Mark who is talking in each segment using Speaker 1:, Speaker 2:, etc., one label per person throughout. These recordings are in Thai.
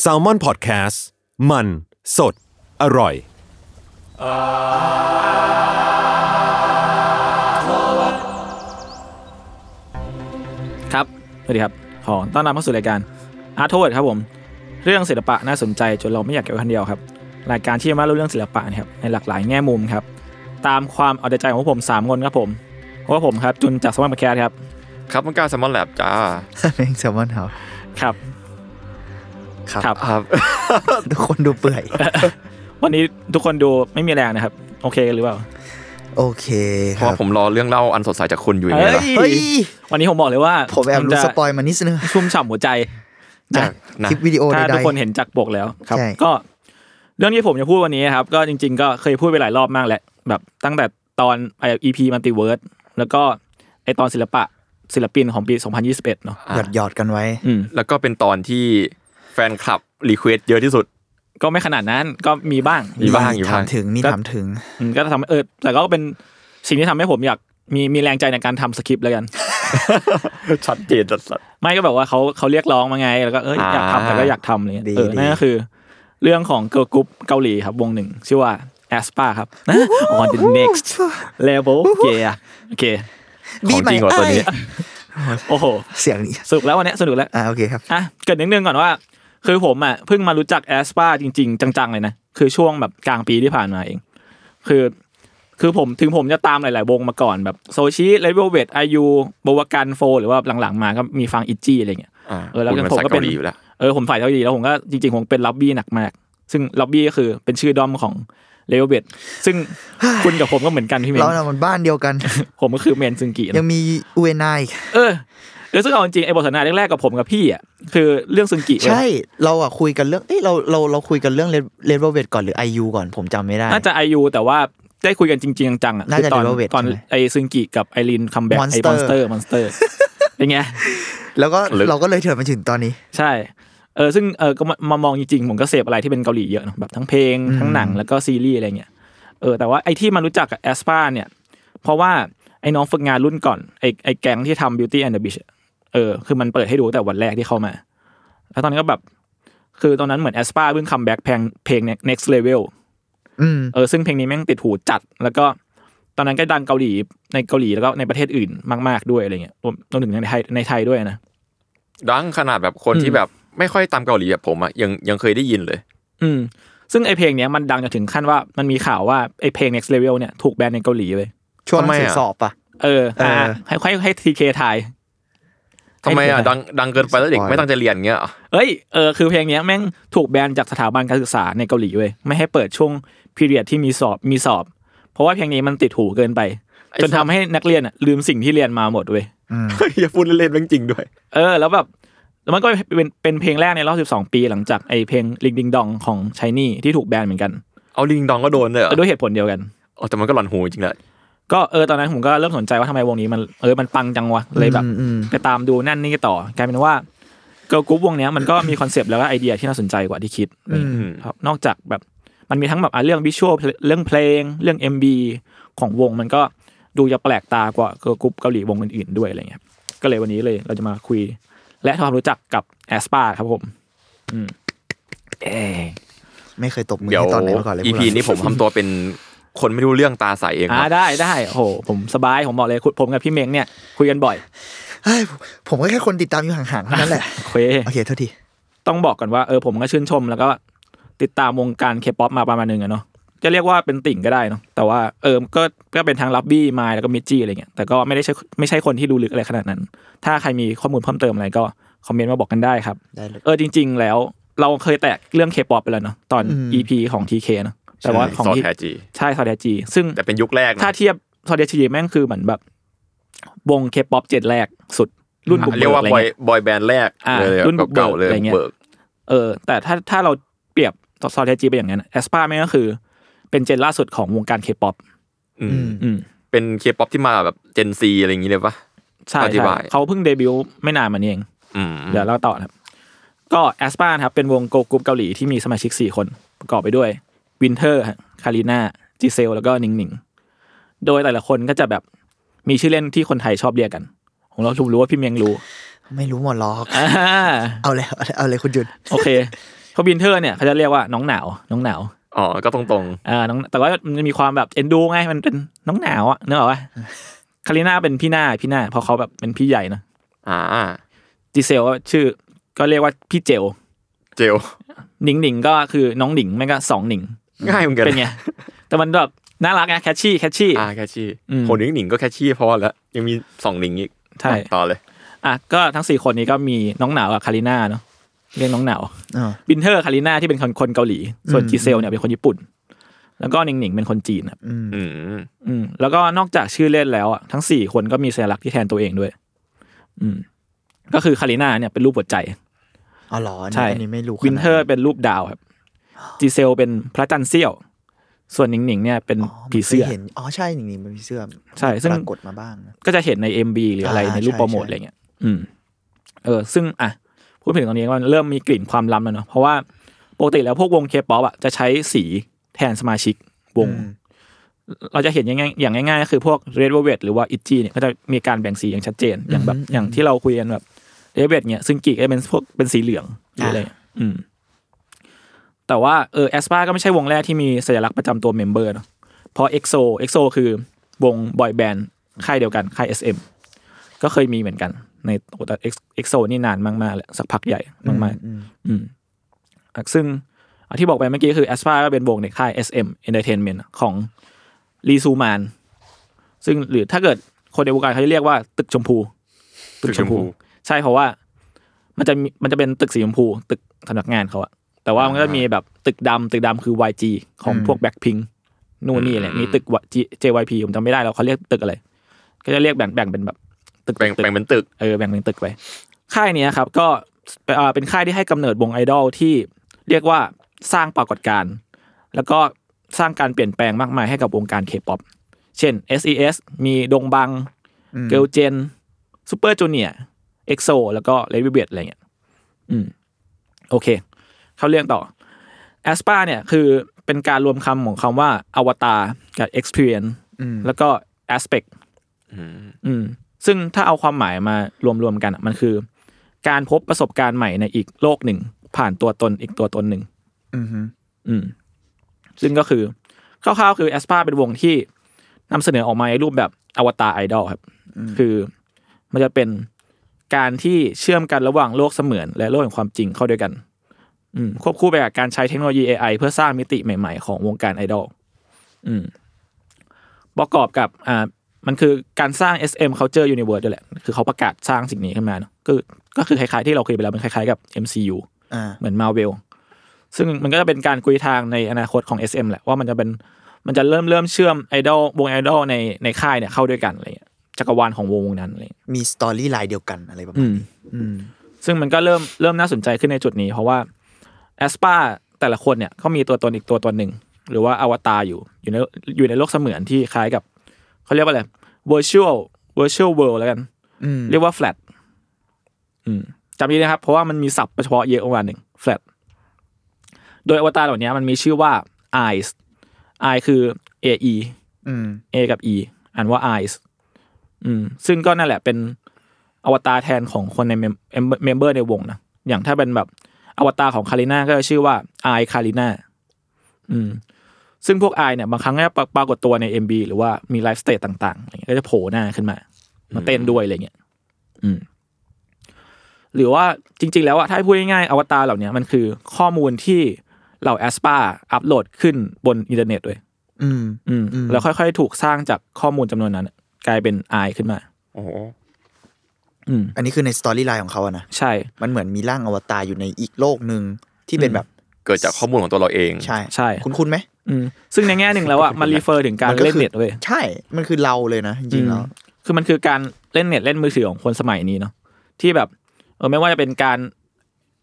Speaker 1: แซลมอนพอดแคสต์มันสดอร่อย
Speaker 2: ครับ สวัสดีครับ ขอต้อนรับเข้าสู่รายการอาร์โทษครับผม เรื่องศิลปะน่าสนใจจนเราไม่อยากเก็บไว้คนเดียวครับ รายการที่จะมาเล่าเรื่องศิลปะนะครับในหลากหลายแง่มุมครับ ตามความเอาใจใจของพวกผมสามคนครับผมเพราะว่าผมครับจุนจากสมาร์ทแคร์ครับ
Speaker 3: ครับมันก้าแซมมอนแลบจ้า
Speaker 4: แม่งแซลมอนเฮา
Speaker 2: ครับ
Speaker 4: ครับ
Speaker 2: ครับ
Speaker 3: ครับ
Speaker 4: ทุกคนดูเปื่อย
Speaker 2: วันนี้ทุกคนดูไม่มีแรงนะครับ โอเคหรือเปล่า
Speaker 4: โอเค
Speaker 3: เพ
Speaker 4: ค
Speaker 3: ราะ
Speaker 4: รับ
Speaker 3: ว่าผมรอเรื่องเล่าอันสดใสจากคุณอยู่อย่างเงี้ยเหรอ
Speaker 4: เฮ้ย
Speaker 2: วันนี้ผมบอกเลยว่า
Speaker 4: ผมแอบ
Speaker 2: น
Speaker 4: รู้
Speaker 2: จะ
Speaker 4: สปอยล์มานิดนึง
Speaker 2: ชุ่มฉ่ำหัวใจ
Speaker 4: นะ
Speaker 3: นะ
Speaker 4: คลิปวิดีโอ
Speaker 2: ถ้า
Speaker 4: ใด
Speaker 2: ทุกคนเห็นจากปกแล้วครับ
Speaker 4: ใช่
Speaker 2: ก็เรื่องที่ผมจะพูดวันนี้ครับ ก็จริง ๆ ก็เคยพูดไปหลายรอบมากแหละแบบตั้งแต่ตอนไอ EP มัลติเวิร์สแล้วก็ไอตอนศิลปะศิลปินของปี 2021 เนอะ
Speaker 4: หยอดหยอดๆกันไว้
Speaker 2: อืม
Speaker 3: แล้วก็เป็นตอนที่แฟนคลับรีเควสเยอะที่สุด
Speaker 2: ก็ไม่ขนาดนั้นก็มีบ้าง
Speaker 3: มีบ้างอยู่
Speaker 4: ถา
Speaker 3: บ้าม ง
Speaker 4: ถึงนี่
Speaker 2: ก็
Speaker 4: ถามถึง
Speaker 2: อืมก็ทำให้เออแต่ก็เป็นสิ่งที่ทำให้ผมอยากมีมีแรงใจในการทำสคริปต์แล้วกัน
Speaker 3: ชัดเจนสัส
Speaker 2: ไม่ก็แบบว่าเขาเขาเรียกร้องมาไง แล้วก็เอยอ
Speaker 3: อ่า
Speaker 2: ยากทำแต่ก็อยากทำอะไรเลย
Speaker 4: ดี
Speaker 2: เออ
Speaker 4: ดี
Speaker 2: นั่นก็คือ เรื่องของเกิร์ลกรุ๊ปเกาหลีครับ วงหนึ่ง ชื่อว่า a s p a ครับ on the next level โอเคอะโอเค
Speaker 3: ๆของจริงกว่าตัวนี้
Speaker 4: เอ้ย
Speaker 2: โอ้โห
Speaker 4: เสียงนี้
Speaker 2: สนุกแล้ววันเนี้ยสนุกแล้ว
Speaker 4: อ่าโอเคครับ
Speaker 2: อ่ะ เกริดนิดนึงก่อนว่า คือผมอ่ะเพิ่งมารู้จัก a s p a จริง ๆ จัง ๆ เลยนะ คือช่วงแบบกลางปีที่ผ่านมาเอง คือคือผมถึงผมจะตามหลาย ๆ วงมาก่อนแบบโซชิเลเวลเวทไอยูบวกันโฟหรือว่าหลังๆ มาก็มีฟังอิจีอะไรเงี้ย
Speaker 3: อ่า
Speaker 2: เออแล้ว
Speaker 3: คุณ
Speaker 2: ก็
Speaker 3: มัน
Speaker 2: ผม
Speaker 3: สาย
Speaker 2: ก็เป็
Speaker 3: เกาน หลีอยู่แล้ว
Speaker 2: เออผมใส่เท่าดีแล้วผมก็จริงๆ ผมเป็นล็อบบี้หนักมาก ซึ่งล็อบบี้ก็คือเป็นชื่อดอมของเลเวลเบดซึ่ง คุณกับผมก็เหมือนกันพี่เมน
Speaker 4: เราน่ะมันบ้านเดียวกัน
Speaker 2: ผมก็คือเมนซึงกินะ
Speaker 4: ยังมีอุเอนาย
Speaker 2: เออเออซึ่งเอาจริงๆไอ้บทสนทนาแรกๆกับผมกับพี่อ่ะคือเรื่องซึงกิเว้ย
Speaker 4: ใช่ เราอ่ะคุยกันเรื่อง เอ้ยเราเราเราคุยกันเรื่องเลดเวเวตก่อนหรือไอยูก่อนผมจำไม่ได้
Speaker 2: น่าจะอายุแต่ว่าได้คุยกันจริงๆจังๆอ่ะ
Speaker 4: น่า
Speaker 2: คือ
Speaker 4: จะ
Speaker 2: ตอน
Speaker 4: Level Bed
Speaker 2: ตอน
Speaker 4: ใช่ไหม
Speaker 2: ไอ้ซึงกิกับไอรีนคัมแบ็กไอ้
Speaker 4: Monster
Speaker 2: มอนสเตอร์มอนสเตอร์ เป็นไง
Speaker 4: แล้วก็
Speaker 3: ลึก
Speaker 4: เราก็เลยเถิดมาถึงตอนนี้
Speaker 2: ใช่ เออซึ่งเออก็มามามองจริงๆ ผมก็เสพอะไรที่เป็นเกาหลีเยอะเนอะแบบทั้งเพลง ทั้งหนังแล้วก็ซีรีส์อะไรเงี้ย เออแต่ว่าไอ้ที่มารู้จักกับแอสปาเนี่ย เพราะว่าไอ้น้องฝึกงานรุ่นก่อน ไอ้ไอ้แก๊งที่ทำ Beauty and the Beast อะเออ คือมันเปิดให้ดูตั้งแต่วันแรกที่เข้ามา แล้วตอนนั้นก็แบบ คือตอนนั้นเหมือนแอสปาเพิ่งคัมแบ็กเพลงเพลง next level
Speaker 4: อืม
Speaker 2: เออซึ่งเพลงนี้แม่งติดหูจัด แล้วก็ตอนนั้นก็ดังเกาหลีในเกาหลีแล้วก็ในประเทศอื่นมากๆด้วยอะไรเงี้ยรวมรวมถึงในไทยในไทยด้วยนะ
Speaker 3: ดังขนาดแบบคนที่แบบไม่ค่อยตามเกาหลีแบบผมอ่ะยังยังเคยได้ยินเลย
Speaker 2: อืมซึ่งไอเพลงเนี้ยมันดังจนถึงขั้นว่ามันมีข่าวว่าไอเพลง next level เนี่ยถูกแบนในเกาหลีเลย
Speaker 4: ช่วง
Speaker 3: ทำไม
Speaker 4: สือ
Speaker 3: อะ
Speaker 4: สอบปะ
Speaker 2: เอออ่ะ
Speaker 4: เออ
Speaker 2: ให้ให้ให้ทีเคทาย
Speaker 3: ทำไมอ่ะ
Speaker 2: ไม่เป็นไร
Speaker 3: ดังดังเกินไปแล้วเด็กไม่ตั้งใจเรียนเงี้ยเหรอ
Speaker 2: เอ้ยเออคือเพลงเนี้ยแม่งถูกแบนจากสถาบันการศึกษาในเกาหลีเว้ยไม่ให้เปิดช่วงพีเรียดที่มีสอบมีสอบ เพราะว่าเพลงนี้มันติดหูเกินไป จนทำให้นักเรียนอะลืมสิ่งที่เรียนมาหมดเว้ย
Speaker 4: อืม
Speaker 3: เฮ้ยอย่าพูดเล่นๆเรื่องจริงด้วย
Speaker 2: เออแล้วแบบแล้วมันก็เป็นเป็นเพลงแรกในรอบ12 ปีหลังจากไอเพลงลิงดิงดองของชายนี่ที่ถูกแบนเหมือนกัน
Speaker 3: เอาลิงดองก็โดนเลยเหรอ
Speaker 2: แต่ด้วยเหตุผลเดียวกัน
Speaker 3: อ๋อแต่มันก็หลอนหูจริงแหละ
Speaker 2: ก็เออตอนนั้นผมก็เริ่มสนใจว่าทำไมวงนี้มันเออมันปังจังวะเลยแบบ
Speaker 4: อืมอืม
Speaker 2: ไปตามดูนั่นนี่ต่อกลายเป็นว่าเกิร์ลกรุ๊ปวงเนี้ยมันก็มีคอนเซปต์แล้วก็ไอเดียที่น่าสนใจกว่าที่คิดครับนอกจากแบบมันมีทั้งแบบอ่ะเรื่องวิชวลเรื่องเพลง เรื่อง MB ของวงมันก็ดูจะแปลกตากว่าเกิร์ลกรุ๊ปเกาหลีวงอื่นๆด้วยอะไรเงี้ยก็เลยวันนี้เลยเราจะมาคุย และทำความรู้จักกับแอสปาครับผมอืมเอ้ย
Speaker 4: ไม่เคยตบมือ
Speaker 3: เดี๋ยว
Speaker 4: ให้ตอนไหนมาก่อนเลยพวก
Speaker 3: EP
Speaker 4: เรา
Speaker 3: นี้ ผมทำตัวเป็นคนไม่รู้เรื่องตาใสเอง
Speaker 2: อ่า
Speaker 3: ครับ
Speaker 2: ได้ได้โอ้โหผมสบายผมบอกเลยคุณผมกับพี่เม้งเนี่ยคุยกันบ่อย
Speaker 4: เฮ้ยผมผมก็แค่คนติดตามอยู่ห่างๆเท่านั้นแหละ
Speaker 2: โอเค
Speaker 4: โอเคโทษที
Speaker 2: ต้องบอกก่อนว่าเออผมก็ชื่นชมแล้วก็ติดตามวงการเคป๊อปมาประมาณหนึงอะเนาะจะเรียกว่าเป็นติ่งก็ได้เนาะแต่ว่าเออก็ก็เป็นทางลับบี้มาแล้วก็มิจจี้อะไรเงี้ยแต่ก็ไม่ได้ใช่ไม่ใช่คนที่รู้ลึกอะไรขนาดนั้น ถ้าใครมีข้อมูลเพิ่มเติมอะไรก็คอมเมนต์มาบอกกันได้ครับ
Speaker 4: ได้เลย
Speaker 2: เออจริง ๆ แล้วเราเคยแตะเรื่องเคป๊อปไปแล้วเนาะตอน
Speaker 4: อืม
Speaker 2: EP ของ TK เนาะแต่ว่าของ
Speaker 3: ซอ
Speaker 2: ที่
Speaker 3: แทจี
Speaker 2: ใช่ซอแดจีซึ่ง
Speaker 3: แต่เป็นยุคแรกนะ
Speaker 2: ถ้าเทียบซอเดียชีแม่งคือเหมือนแบบ วงเคป๊อปเจ็ดแรกสุด รุ่นบุก
Speaker 3: เรียก
Speaker 2: เบิก
Speaker 3: ว่า
Speaker 2: อะไร
Speaker 3: บอย
Speaker 2: เงี้ย
Speaker 3: บอยแบนด์แรก
Speaker 2: อ่า
Speaker 3: เลย
Speaker 2: รุ่นบุกเบิก
Speaker 3: เก่าๆเลย
Speaker 2: อะไรเงี้ย
Speaker 3: เบิก
Speaker 2: เออ แต่ถ้าถ้าเราเปรียบซอเดียจีไปอย่างนั้นแอสปาแม่งก็คือ เป็นเจนล่าสุดของวงการเคป๊อป
Speaker 3: อื
Speaker 4: อื
Speaker 3: ม
Speaker 4: ม
Speaker 2: อืม
Speaker 3: เป็นเคป๊อปที่มาแบบเจนซีอะไรอย่างนี้เลยปะ
Speaker 2: ใช่
Speaker 3: อธิ
Speaker 2: ใช่
Speaker 3: บาย
Speaker 2: เขาเพิ่งเดบิวต์ไม่นานมานี้เอง
Speaker 3: อืม
Speaker 2: เดี๋ยวเล่าต่อนะครับ ก็แอสปาครับเป็นวงโกกรุ๊ปเกาหลีที่มีสมาชิก 4 คน ประกอบไปด้วยวินเทอร์คาริน่าจีเซลแล้วก็นิงนิงโดยแต่ละคนก็จะแบบมีชื่อเล่นที่คนไทยชอบเรียกกันของเรารู้ว่าพี่เมียงรู้
Speaker 4: ไม่รู้หมดหรอก
Speaker 2: อ่า
Speaker 4: เอาเลยเอาเลยเอาเลยคุณจุน
Speaker 2: โอเคเขาบินเทอร์เนี่ยเขาจะเรียกว่าน้องหนาว น้องหนาว
Speaker 3: อ๋อ ก็ตรง
Speaker 2: อ่าน้องแต่ว่ามันจะมีความแบบเอ็นดูไงมันเป็นน้องหนาวอะนึกออกปะคาริน่าเป็นพี่หน้าพี่หน้าเพราะเขาแบบเป็นพี่ใหญ่นะ
Speaker 3: ๆ อ่า
Speaker 2: จีเซลก็ชื่อก็เรียกว่าพี่เจล
Speaker 3: เจล
Speaker 2: หนิงหนิงก็คือน้องหนิงแม่งก็สองหนิง
Speaker 3: ง่ายเหมือนกัน
Speaker 2: เป็นไง แต่มันแบบน่ารักไงแคชชี่แคชชี่
Speaker 3: อ่าแคชชี่
Speaker 2: อืม
Speaker 3: โหหนิงหนิงก็แคชชี่พอแล้ว ยังมีสองหนิงอีก
Speaker 2: ใช่
Speaker 3: ต่อเลย
Speaker 2: อ่ะก็ทั้งสี่คนนี้ก็มีน้องหนาวกับคาริน่าเนาะเรียกน้องหนาว
Speaker 4: อ่า
Speaker 2: บินเทอร์คาริน่าที่เป็นคนคนเกาหลี ส่วนจีเซลเนี่ยเป็นคนญี่ปุ่น แล้วก็หนิงหนิงเป็นคนจีนครับ
Speaker 3: อืม
Speaker 2: อืมแล้วก็นอกจากชื่อเล่นแล้วอ่ะทั้งสี่คนก็มีสัญลักษณ์ที่แทนตัวเองด้วย อืม ก็คือคาริน่าเนี่ยเป็นรูปหัวใจ
Speaker 4: อ๋อเหรออันนี้
Speaker 2: ใช่
Speaker 4: อันนี้ไม่รู้
Speaker 2: วินเทอร์เป็นรูปดาวครับจีเซลเป็นพระจันทร์เสี้ยว ส่วนหนิงหนิงเนี่ยเป็นผีเสื้อ
Speaker 4: เห็น อ๋อใช่จริงๆมันผีเสื้อ
Speaker 2: ใช่ซึ่ง
Speaker 4: ปรากฏมาบ้างนะ
Speaker 2: ก็จะเห็นใน MB หรืออะไร
Speaker 4: อ่า
Speaker 2: ในรูป
Speaker 4: ใช่
Speaker 2: โปรโมท
Speaker 4: ใช่
Speaker 2: อะไรเงี้ย อืม เออ ซึ่งอ่ะพูดถึงตรงนี้ว่าเริ่มมีกลิ่นความล้ำแล้วเนาะ เพราะว่าปกติแล้วพวกวงเคป๊อปอ่ะจะใช้สีแทนสมาชิกวง เราจะเห็นง่ายๆอย่างง่ายๆก็คือพวก Red Velvet หรือว่า Itchy เนี่ยก็จะมีการแบ่งสีอย่างชัดเจน อย่างแบบอย่างที่เราคุยกันแบบ Red Velvet เนี่ยซึ่งกีก็จะเป็นพวกเป็นสีเหลืองหรืออะไรเงี้ยอืม แต่ว่าเออแอสปาก็ไม่ใช่วงแรกที่มีสัญลักษณ์ประจำตัวเมมเบอร์เนาะเพราะ EXO EXO คือวงบอยแบนด์ค่ายเดียวกัน ค่าย SM ก็เคยมีเหมือนกันในโอ้แต่ EXO นี่นานมากๆแหละสักพักใหญ่มากๆ อืมอ่ะซึ่งอ่ะที่บอกไปเมื่อกี้คือ a s p a ก็เป็นวงในค่าย SM Entertainment ของลีซูมานซึ่งหรือถ้าเกิดคนในวงการเขาจะเรียกว่าตึกชมพู
Speaker 3: ตึกชมพู
Speaker 2: ใช่เพราะว่า มันจะมีมันจะเป็นตึกสีชมพู ตึกสำนักงานเขาอะแต่ว่ามันก็จะมีแบบตึกดำตึกดำคือ YG ของพวกแบ็คพิงนู่นนี่แหละมีตึก JYP ผมจำไม่ได้แล้วเขาเรียกตึกอะไร ก็จะเรียกแบ่งแบ่งเป็นแบบตึก
Speaker 3: แบ่ง
Speaker 2: ตึก
Speaker 3: แบ่งเป็นตึก
Speaker 2: เออแบ่งเป็นตึกไป ค่ายเนี้ยครับ ก็เอ่อเป็นค่ายที่ให้กำเนิดวงไอดอลที่เรียกว่าสร้างปรากฏการณ์แล้วก็สร้างการเปลี่ยนแปลงมากมายให้กับวงการเคป๊อปเช่น SES มีดงบัง เกลเจนซูเปอร์จูเนียเอ็กโซแล้วก็เลวิเบียอะไรเงี้ยอืมโอเค เข้าเรื่องต่อแอสปาเนี่ยคือเป็นการรวมคำของคำว่าอวตารกับ Experience แล้วก็ Aspect อืมซึ่งถ้าเอาความหมายมารวมๆกันอะมันคือ การพบประสบการณ์ใหม่ในอีกโลกหนึ่ง ผ่านตัวตนอีกตัวตนหนึ่ง
Speaker 4: อืมอืม
Speaker 2: อืมซึ่งก็คือคร่าวๆคือแอสปาเป็นวงที่นำเสนอออกมาในรูปแบบอวตารไอดอลครับ คือมันจะเป็นการที่เชื่อมกันระหว่างโลกเสมือน และโลกแห่งความจริงเข้าด้วยกัน อืมควบคู่ไปกับการใช้เทคโนโลยี AI เพื่อสร้างมิติใหม่ๆ ของวงการไอดอลอืมประกอบกับอ่ามันคือการสร้าง SM Culture Universe ด้วยแหละ คือเขาประกาศสร้างสิ่งนี้ขึ้นมาเนอะก็ก็คือคล้ายๆที่เราคุยไปแล้วมันคล้ายๆกับ MCU
Speaker 4: อ่า
Speaker 2: เหมือนมาเวล ซึ่งมันก็จะเป็นการกุยทางในอนาคตของ SM แหละว่ามันจะเป็นมันจะเริ่มเริ่มเชื่อมไอดอลวงไอดอลในในค่ายเนี่ยเข้าด้วยกันอะไรเงี้ยจักรวาลของวงวงนั้นอะไรเงี้ย
Speaker 4: มีสตอรี่ไลน์เดียวกันอะไรประมาณนี้อืม
Speaker 2: ซึ่งมันก็เริ่มเริ่มน่าสนใจขึ้นในจุดนี้ เพราะว่าแอสปาแต่ละคนเนี่ยเขามีตัวตนอีกตัวตนหนึ่ง หรือว่าอวตารอยู่อยู่ในอยู่ในโลกเสมือนที่คล้ายกับเขาเรียกว่าอะไร virtual virtual world แล้วกัน
Speaker 4: อืม
Speaker 2: เรียกว่า flat อืมจำดีนะครับ เพราะว่ามันมีศัพท์เฉพาะเยอะประมาณหนึ่ง flat โดยอวตารเหล่านี้มันมีชื่อว่า eyes i คือ a e
Speaker 4: อืม
Speaker 2: a กับ e อ่านว่า eyes อืม ซึ่งก็นั่นแหละเป็นอวตารแทนของคนในเมมเบอร์ในวงนะ อย่างถ้าเป็นแบบอวตารของคาริน่าก็จะชื่อว่า i คาริน่าอืม ซึ่งพวก i เนี่ยบางครั้งก็ปรากฏตัวใน MB หรือว่ามีไลฟ์สเตตต่างๆอะไรเงี้ยก็จะโผล่หน้าขึ้นมา มาเต้นด้วยอะไรเงี้ย อืม หรือว่าจริง ๆ แล้วอะถ้าให้พูดง่ายๆอวตารเหล่าเนี้ยมันคือข้อมูลที่เหล่าแอสปาอัปโหลดขึ้นบนอินเทอร์เน็ตเลย
Speaker 4: อืม
Speaker 2: อืม แล้วค่อยๆ ถูกสร้างจากข้อมูลจำนวนนั้น กลายเป็นไอขึ้นมา
Speaker 3: โอ้โห
Speaker 2: อืม
Speaker 4: อันนี้คือในสตอรี่ไลน์ของเขาอะนะ
Speaker 2: ใช่
Speaker 4: มันเหมือนมีร่างอวตารอยู่ในอีกโลกหนึ่งที่เป็นแบบ
Speaker 3: เกิดจากข้อมูลของตัวเราเอง
Speaker 4: ใช่
Speaker 2: ใช่
Speaker 4: คุณคุณไหม
Speaker 2: อืมซึ่งในแง่หนึ่งแล้วอ่ะ มันรีเฟอร์ถึงการ
Speaker 4: มั
Speaker 2: เล่น
Speaker 4: คือ
Speaker 2: เน็ตเว้ย
Speaker 4: ใช่ มันคือเราเลยนะจริงๆแล้ว
Speaker 2: อืมคือมันคือการเล่นเน็ตเล่นมือถือของคนสมัยนี้เนาะที่แบบเออไม่ว่าจะเป็นการ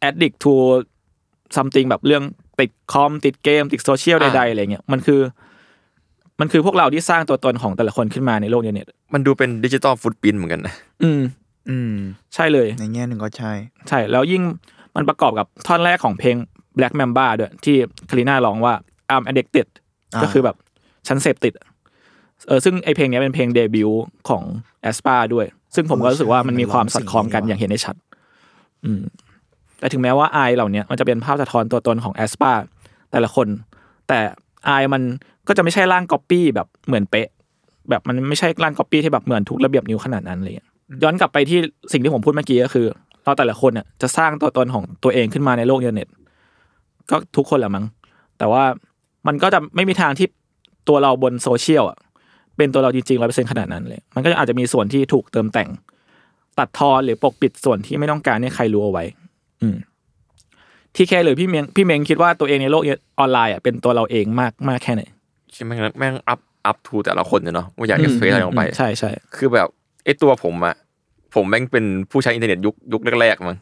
Speaker 2: addict to something แบบเรื่องติดคอม ติดเกม ติดโซเชียล
Speaker 3: อ่า
Speaker 2: ใดๆอะไรเงี้ยมันคือ มันคือพวกเราที่สร้างตัวตนของแต่ละคนขึ้นมาในโลกเน็ต
Speaker 3: มันดูเป็นดิจิตอลฟุตปรินท์เหมือนกันนะ
Speaker 2: อืม
Speaker 4: อืม
Speaker 2: ใช่เลย
Speaker 4: ในแง่หนึ่งก็ใช่
Speaker 2: ใช่ แล้วยิ่งมันประกอบกับท่อนแรกของเพลง Black Mamba ด้วย ที่คาริน่าร้องว่า I'm addicted
Speaker 4: อ่า
Speaker 2: ก็คือแบบ ฉันเสพติด เออซึ่งไอเพลงเนี้ยเป็นเพลงเดบิวต์ของ a s p a ด้วย ซึ่งผมก็รู้สึกว่ามันมีความสอดคล้องกันอย่างเห็นได้ชัด อืม แต่ถึงแม้ว่าไอเหล่าเนี้ยมันจะเป็นภาพสะท้อนตัวตนของ a s p a แต่ละคน แต่ไอมันก็จะไม่ใช่ร่างก๊อปปี้แบบเหมือนเป๊ะ แบบมันไม่ใช่ร่างก๊อปปี้ที่แบบเหมือนทุกระเบียบนิ้วขนาดนั้นเลย ย้อนกลับไปที่สิ่งที่ผมพูดเมื่อกี้ก็คือ เราแต่ละคนเนี่ยจะสร้างตัวตนของตัวเองขึ้นมาในโลกอินเทอร์เน็ต ก็ทุกคนแหละมั้งแต่ว่ามันก็จะไม่มีทางที่ตัวเราบนโซเชียลอะเป็นตัวเราจริงๆร้อยเปอร์เซ็นขนาดนั้นเลย มันก็อาจจะมีส่วนที่ถูกเติมแต่ง ตัดทอนหรือปกปิดส่วนที่ไม่ต้องการให้ใครรู้เอาไว้ อืม ที่แค่หรือพี่เมงพี่เมงคิดว่าตัวเองในโลกออนไลน์อะเป็นตัวเราเองมากมากแค่ไหน
Speaker 3: ใช่ไหมแม่งอัพอัพทูแต่ละคนเนี่ยเนาะว่าอยากจะเฟซอะไรลงไป
Speaker 2: ใช่ใช่
Speaker 3: คือแบบไอตัวผมอะผมแม่งเป็นผู้ใช้อินเทอร์เน็ตยุคยุคแรกๆมั้ง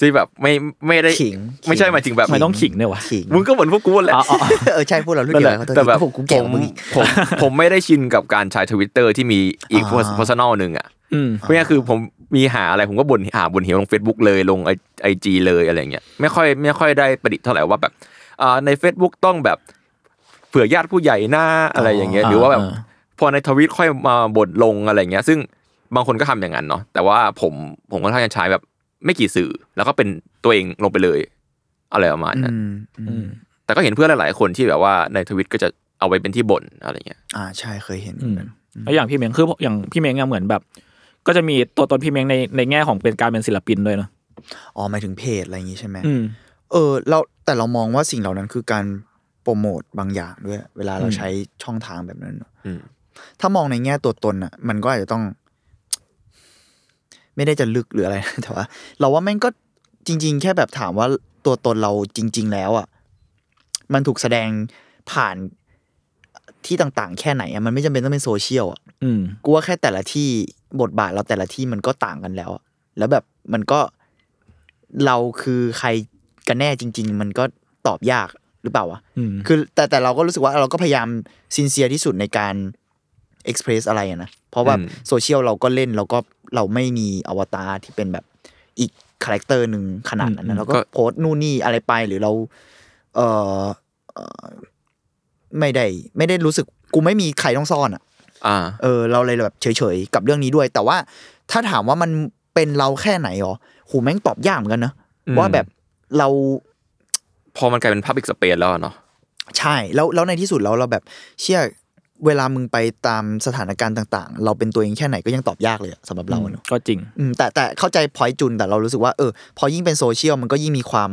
Speaker 3: ที่แบบไม่ไม่ได้
Speaker 4: ขิง
Speaker 3: ไม่ใช่หมายถึงแบบ
Speaker 2: ทำไมต้องขิงเนี่ยวะ
Speaker 4: ขิง
Speaker 3: มึงก็เหมือนพวกกูแหละ
Speaker 2: อ๋อ
Speaker 4: เออใช่พวกเราเรื่อง
Speaker 3: นั่น
Speaker 4: เดี
Speaker 3: แห
Speaker 4: ยว
Speaker 3: ละ
Speaker 4: กัน
Speaker 3: แต่แบบ
Speaker 4: พวกกูแก่กว่ามึงอีก
Speaker 3: ผมผมไม่ได้ชินกับการใช้ทวิตเตอร์ที่มีอีก
Speaker 4: อ่า
Speaker 3: โพสต์นอลหนึ่งอ่ะ
Speaker 2: อืม
Speaker 3: เพราะงั้นคือผมมีหาอะไรผมก็บ่นหาบ่นเหวลง Facebook เลยลงไอจีเลยอะไรอย่างเงี้ยไม่ค่อยไม่ค่อยได้ประดิษฐ์เท่าไหร่ว่าแบบอ่าใน Facebook ต้องแบบเผื่อญาติผู้ใหญ่หน้าอะไรอย่างเงี้ยหรือว่าแบบ
Speaker 2: อ่า
Speaker 3: พอในทวิตค่อยมาบ่นลงอะไรอย่างเงี้ย ซึ่งบางคนก็ทำอย่างนั้นเนาะแต่ว่าผมผมก็ท่อนข้างจะใช้แบบไม่กี่สื่อ แล้วก็เป็นตัวเองลงไปเลยอะไรประมาณนั้น
Speaker 4: อืม
Speaker 2: อืม
Speaker 3: แต่ก็เห็นเพื่อนหลาย ๆ คนที่แบบว่าในทวิตก็จะเอาไว้เป็นที่บ่นอะไรเงี้ย
Speaker 4: อ่าใช่เคยเห็น
Speaker 2: อืมแล้วอย่างพี่เม้งคืออย่างพี่เม้งอะเหมือนแบบ ก็จะมีตัวตนพี่เม้งในในแง่ของเป็นการเป็นศิลปินด้วยเนาะ
Speaker 4: อ๋อหมายถึงเพจอะไรอย่างงี้ใช่ไหม
Speaker 2: อืม
Speaker 4: เออเราแต่เรามองว่าสิ่งเหล่านั้นคือการโปรโมทบางอย่างด้วย เวลาเรา
Speaker 2: อืม
Speaker 4: ใช้ช่องทางแบบนั้นเนอะ
Speaker 3: อืม
Speaker 4: ถ้ามองในแง่ตัวตนอ่ะ มันก็อาจจะต้อง ไม่ได้จะลึกหรือ อะไรนะแต่ว่า เราว่าแม่งก็จริง ๆ แค่แบบถามว่าตัวตนเราจริง ๆ แล้วอ่ะมันถูกแสดงผ่านที่ต่างๆ แค่ไหนอ่ะมันไม่จำเป็นต้องเป็นโซเชียลอ่ะ
Speaker 2: อืม
Speaker 4: กูว่าแค่แต่ละที่บทบาทเราแต่ละที่มันก็ต่างกันแล้วอะแล้วแบบมันก็เราคือใครกันแน่จริง ๆ มันก็ตอบยากหรือเปล่าวะ
Speaker 2: อืม
Speaker 4: คือแต่แต่เราก็รู้สึกว่าเราก็พยายามซินเซียที่สุดในการเอ็กเพรสอะไรอะนะ เพราะว่า
Speaker 3: อืม
Speaker 4: โซเชียลเราก็เล่นเราก็เราไม่มีอวตารที่เป็นแบบอีกคาแรคเตอร์หนึ่งขนาดนั้นนะเราก็โพสต์นู่นนี่อะไรไปหรือเรา เออเอ่อไม่ได้ ไม่ได้รู้สึกกูไม่มีใครต้องซ่อนอะ
Speaker 3: อ่า
Speaker 4: เออเราเลยแบบเฉยๆกับเรื่องนี้ด้วย แต่ว่าถ้าถามว่ามันเป็นเราแค่ไหนหรอหูแม่งตอบยากเหมือนกันนะ
Speaker 3: อืม
Speaker 4: ว่าแบบเรา
Speaker 3: พอมันกลายเป็นพับอีกสเปซแล้วอะเนาะ
Speaker 4: ใช่แล้วแล้วในที่สุดแล้วเราแบบเชื่อเวลามึงไปตามสถานการณ์ต่าง ๆ เราเป็นตัวเองแค่ไหนก็ยังตอบยากเลยอะสำหรับเราอะเนอะ
Speaker 2: ก็จริง
Speaker 4: อืมแต่แต่เข้าใจพอยจุนแต่เรารู้สึกว่าเออพอยิ่งเป็นโซเชียลมันก็ยิ่งมีความ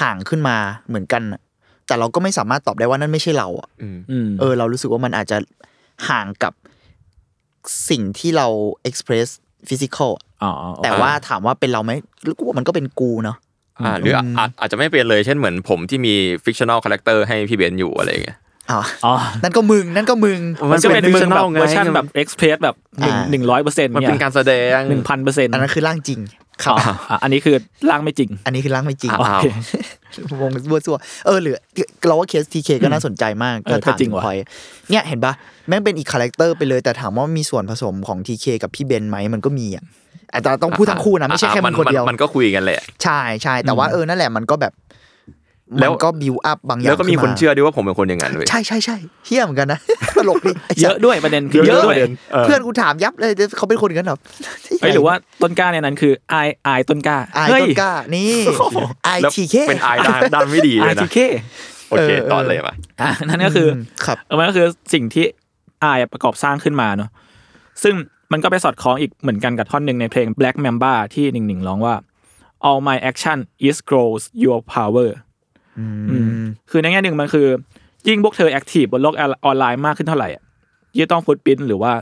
Speaker 4: ห่างขึ้นมาเหมือนกันอะแต่เราก็ไม่สามารถตอบได้ว่านั่นไม่ใช่เราอะ
Speaker 3: อืม
Speaker 2: อืม
Speaker 4: เออเรารู้สึกว่ามันอาจจะห่างกับสิ่งที่เราเอ็กซ์เพรสฟิสิกอล
Speaker 2: อ๋อ
Speaker 4: แต่ว่าถามว่าเป็นเราไหมกูว่ามันก็เป็นกูเนาะ
Speaker 3: อ่า หรืออ่ะอาจอาจจะไม่เป็นเลยเช่นเหมือนผมที่มีฟิกชัน a ลคาแรคเตอร์ให้พี่เบนซ์อยู่อะไรเงี้ย
Speaker 4: อ๋อ
Speaker 2: อ๋อ
Speaker 4: นั่นก็มึง นั่นก็มึง
Speaker 2: มันก็เป็นมึงแบบ
Speaker 3: fictional ไง
Speaker 2: เวอร์ชันแบบเอ็กซ์เพรสแบบหนึ่ง
Speaker 4: อ่า
Speaker 2: หนึ่งร้อยเปอร์เซ็นต์
Speaker 3: มันเป็นการแสดง
Speaker 2: หนึ่งพันเปอร์เซ็นต์
Speaker 4: อันนั้นคือร่างจริง
Speaker 2: ครับอันนี้คือร่างไม่จริง
Speaker 4: อันนี้คือร่างไม่จริง
Speaker 2: โอ
Speaker 3: อ้าว
Speaker 2: เค
Speaker 4: วงบัวซัวเออหรือเราว่าเคสทีเคก็น่าสนใจมาก
Speaker 2: เออ
Speaker 4: ถ้าถาม
Speaker 2: ก็จริ
Speaker 4: ถึ
Speaker 2: ง
Speaker 4: ง
Speaker 2: ว่ะ
Speaker 4: พอยเนี่ยเห็นปะแม่งเป็นอีกคาแรคเตอร์ไปเลย แต่ถามว่ามีส่วนผสมของทีเคกับพี่เบนซ์ไหมมันก็มีอ่ะอาจจะต้องพูดทั้งคู่นะไม่ใช่แค่มึงคนเดียว
Speaker 3: มันก็คุยกันแหละ
Speaker 4: ใช่ใช่แต่ว่าเออนั่นแหละมันก็แบบ
Speaker 3: แล้
Speaker 4: มั
Speaker 3: ว
Speaker 4: นก็บิวอัพบางอย่าง
Speaker 3: แล้วก็มีคน
Speaker 4: ขึ้า
Speaker 3: เชื่อด้วยว่าผมเป็นคนอย่างนั้นเว้ย
Speaker 4: ใช่ใช่ใช่เฮี้ยเหมือนกันนะ ตลกดิไสัตว์
Speaker 2: เยอะด้วยประเด็นคือเยอะด้วย
Speaker 3: เออ
Speaker 4: เพื่อนกูถามยับเลยเขาเป็นคนกันเหรอ
Speaker 2: เอ้ยหรือว่าต้นกล้าในนั้นคือไอไอต้นกล้า
Speaker 4: ไอาย
Speaker 2: เฮ้ย
Speaker 4: ต้นกล้า นี่ไอ
Speaker 3: แล้ว
Speaker 4: ทีเค
Speaker 3: เป็นอายด้านด้านไม่ดี
Speaker 2: ไอ
Speaker 3: เลย
Speaker 2: ที
Speaker 3: นะ
Speaker 2: เค
Speaker 3: โอเคตอนเลยมา
Speaker 2: อ่ะนั่นก็คืออ
Speaker 4: ครับ
Speaker 2: เออมันก็คือสิ่งที่อายประกอบสร้างขึ้นมาเนาะซึ่ง มันก็ไปสอดคล้องอีกเหมือนกันกับท่อนหนึ่งในเพลง Black Mamba ที่หนิงหนิงร้องว่า all my action is grows your power
Speaker 4: อืม
Speaker 2: คือในแง่หนึ่งมันคือ ยิ่งพวกเธอแอคทีฟบนโลกออนไลน์มากขึ้นเท่าไหร่อะยิ่งต้องฟุตปิ้นหรือว่า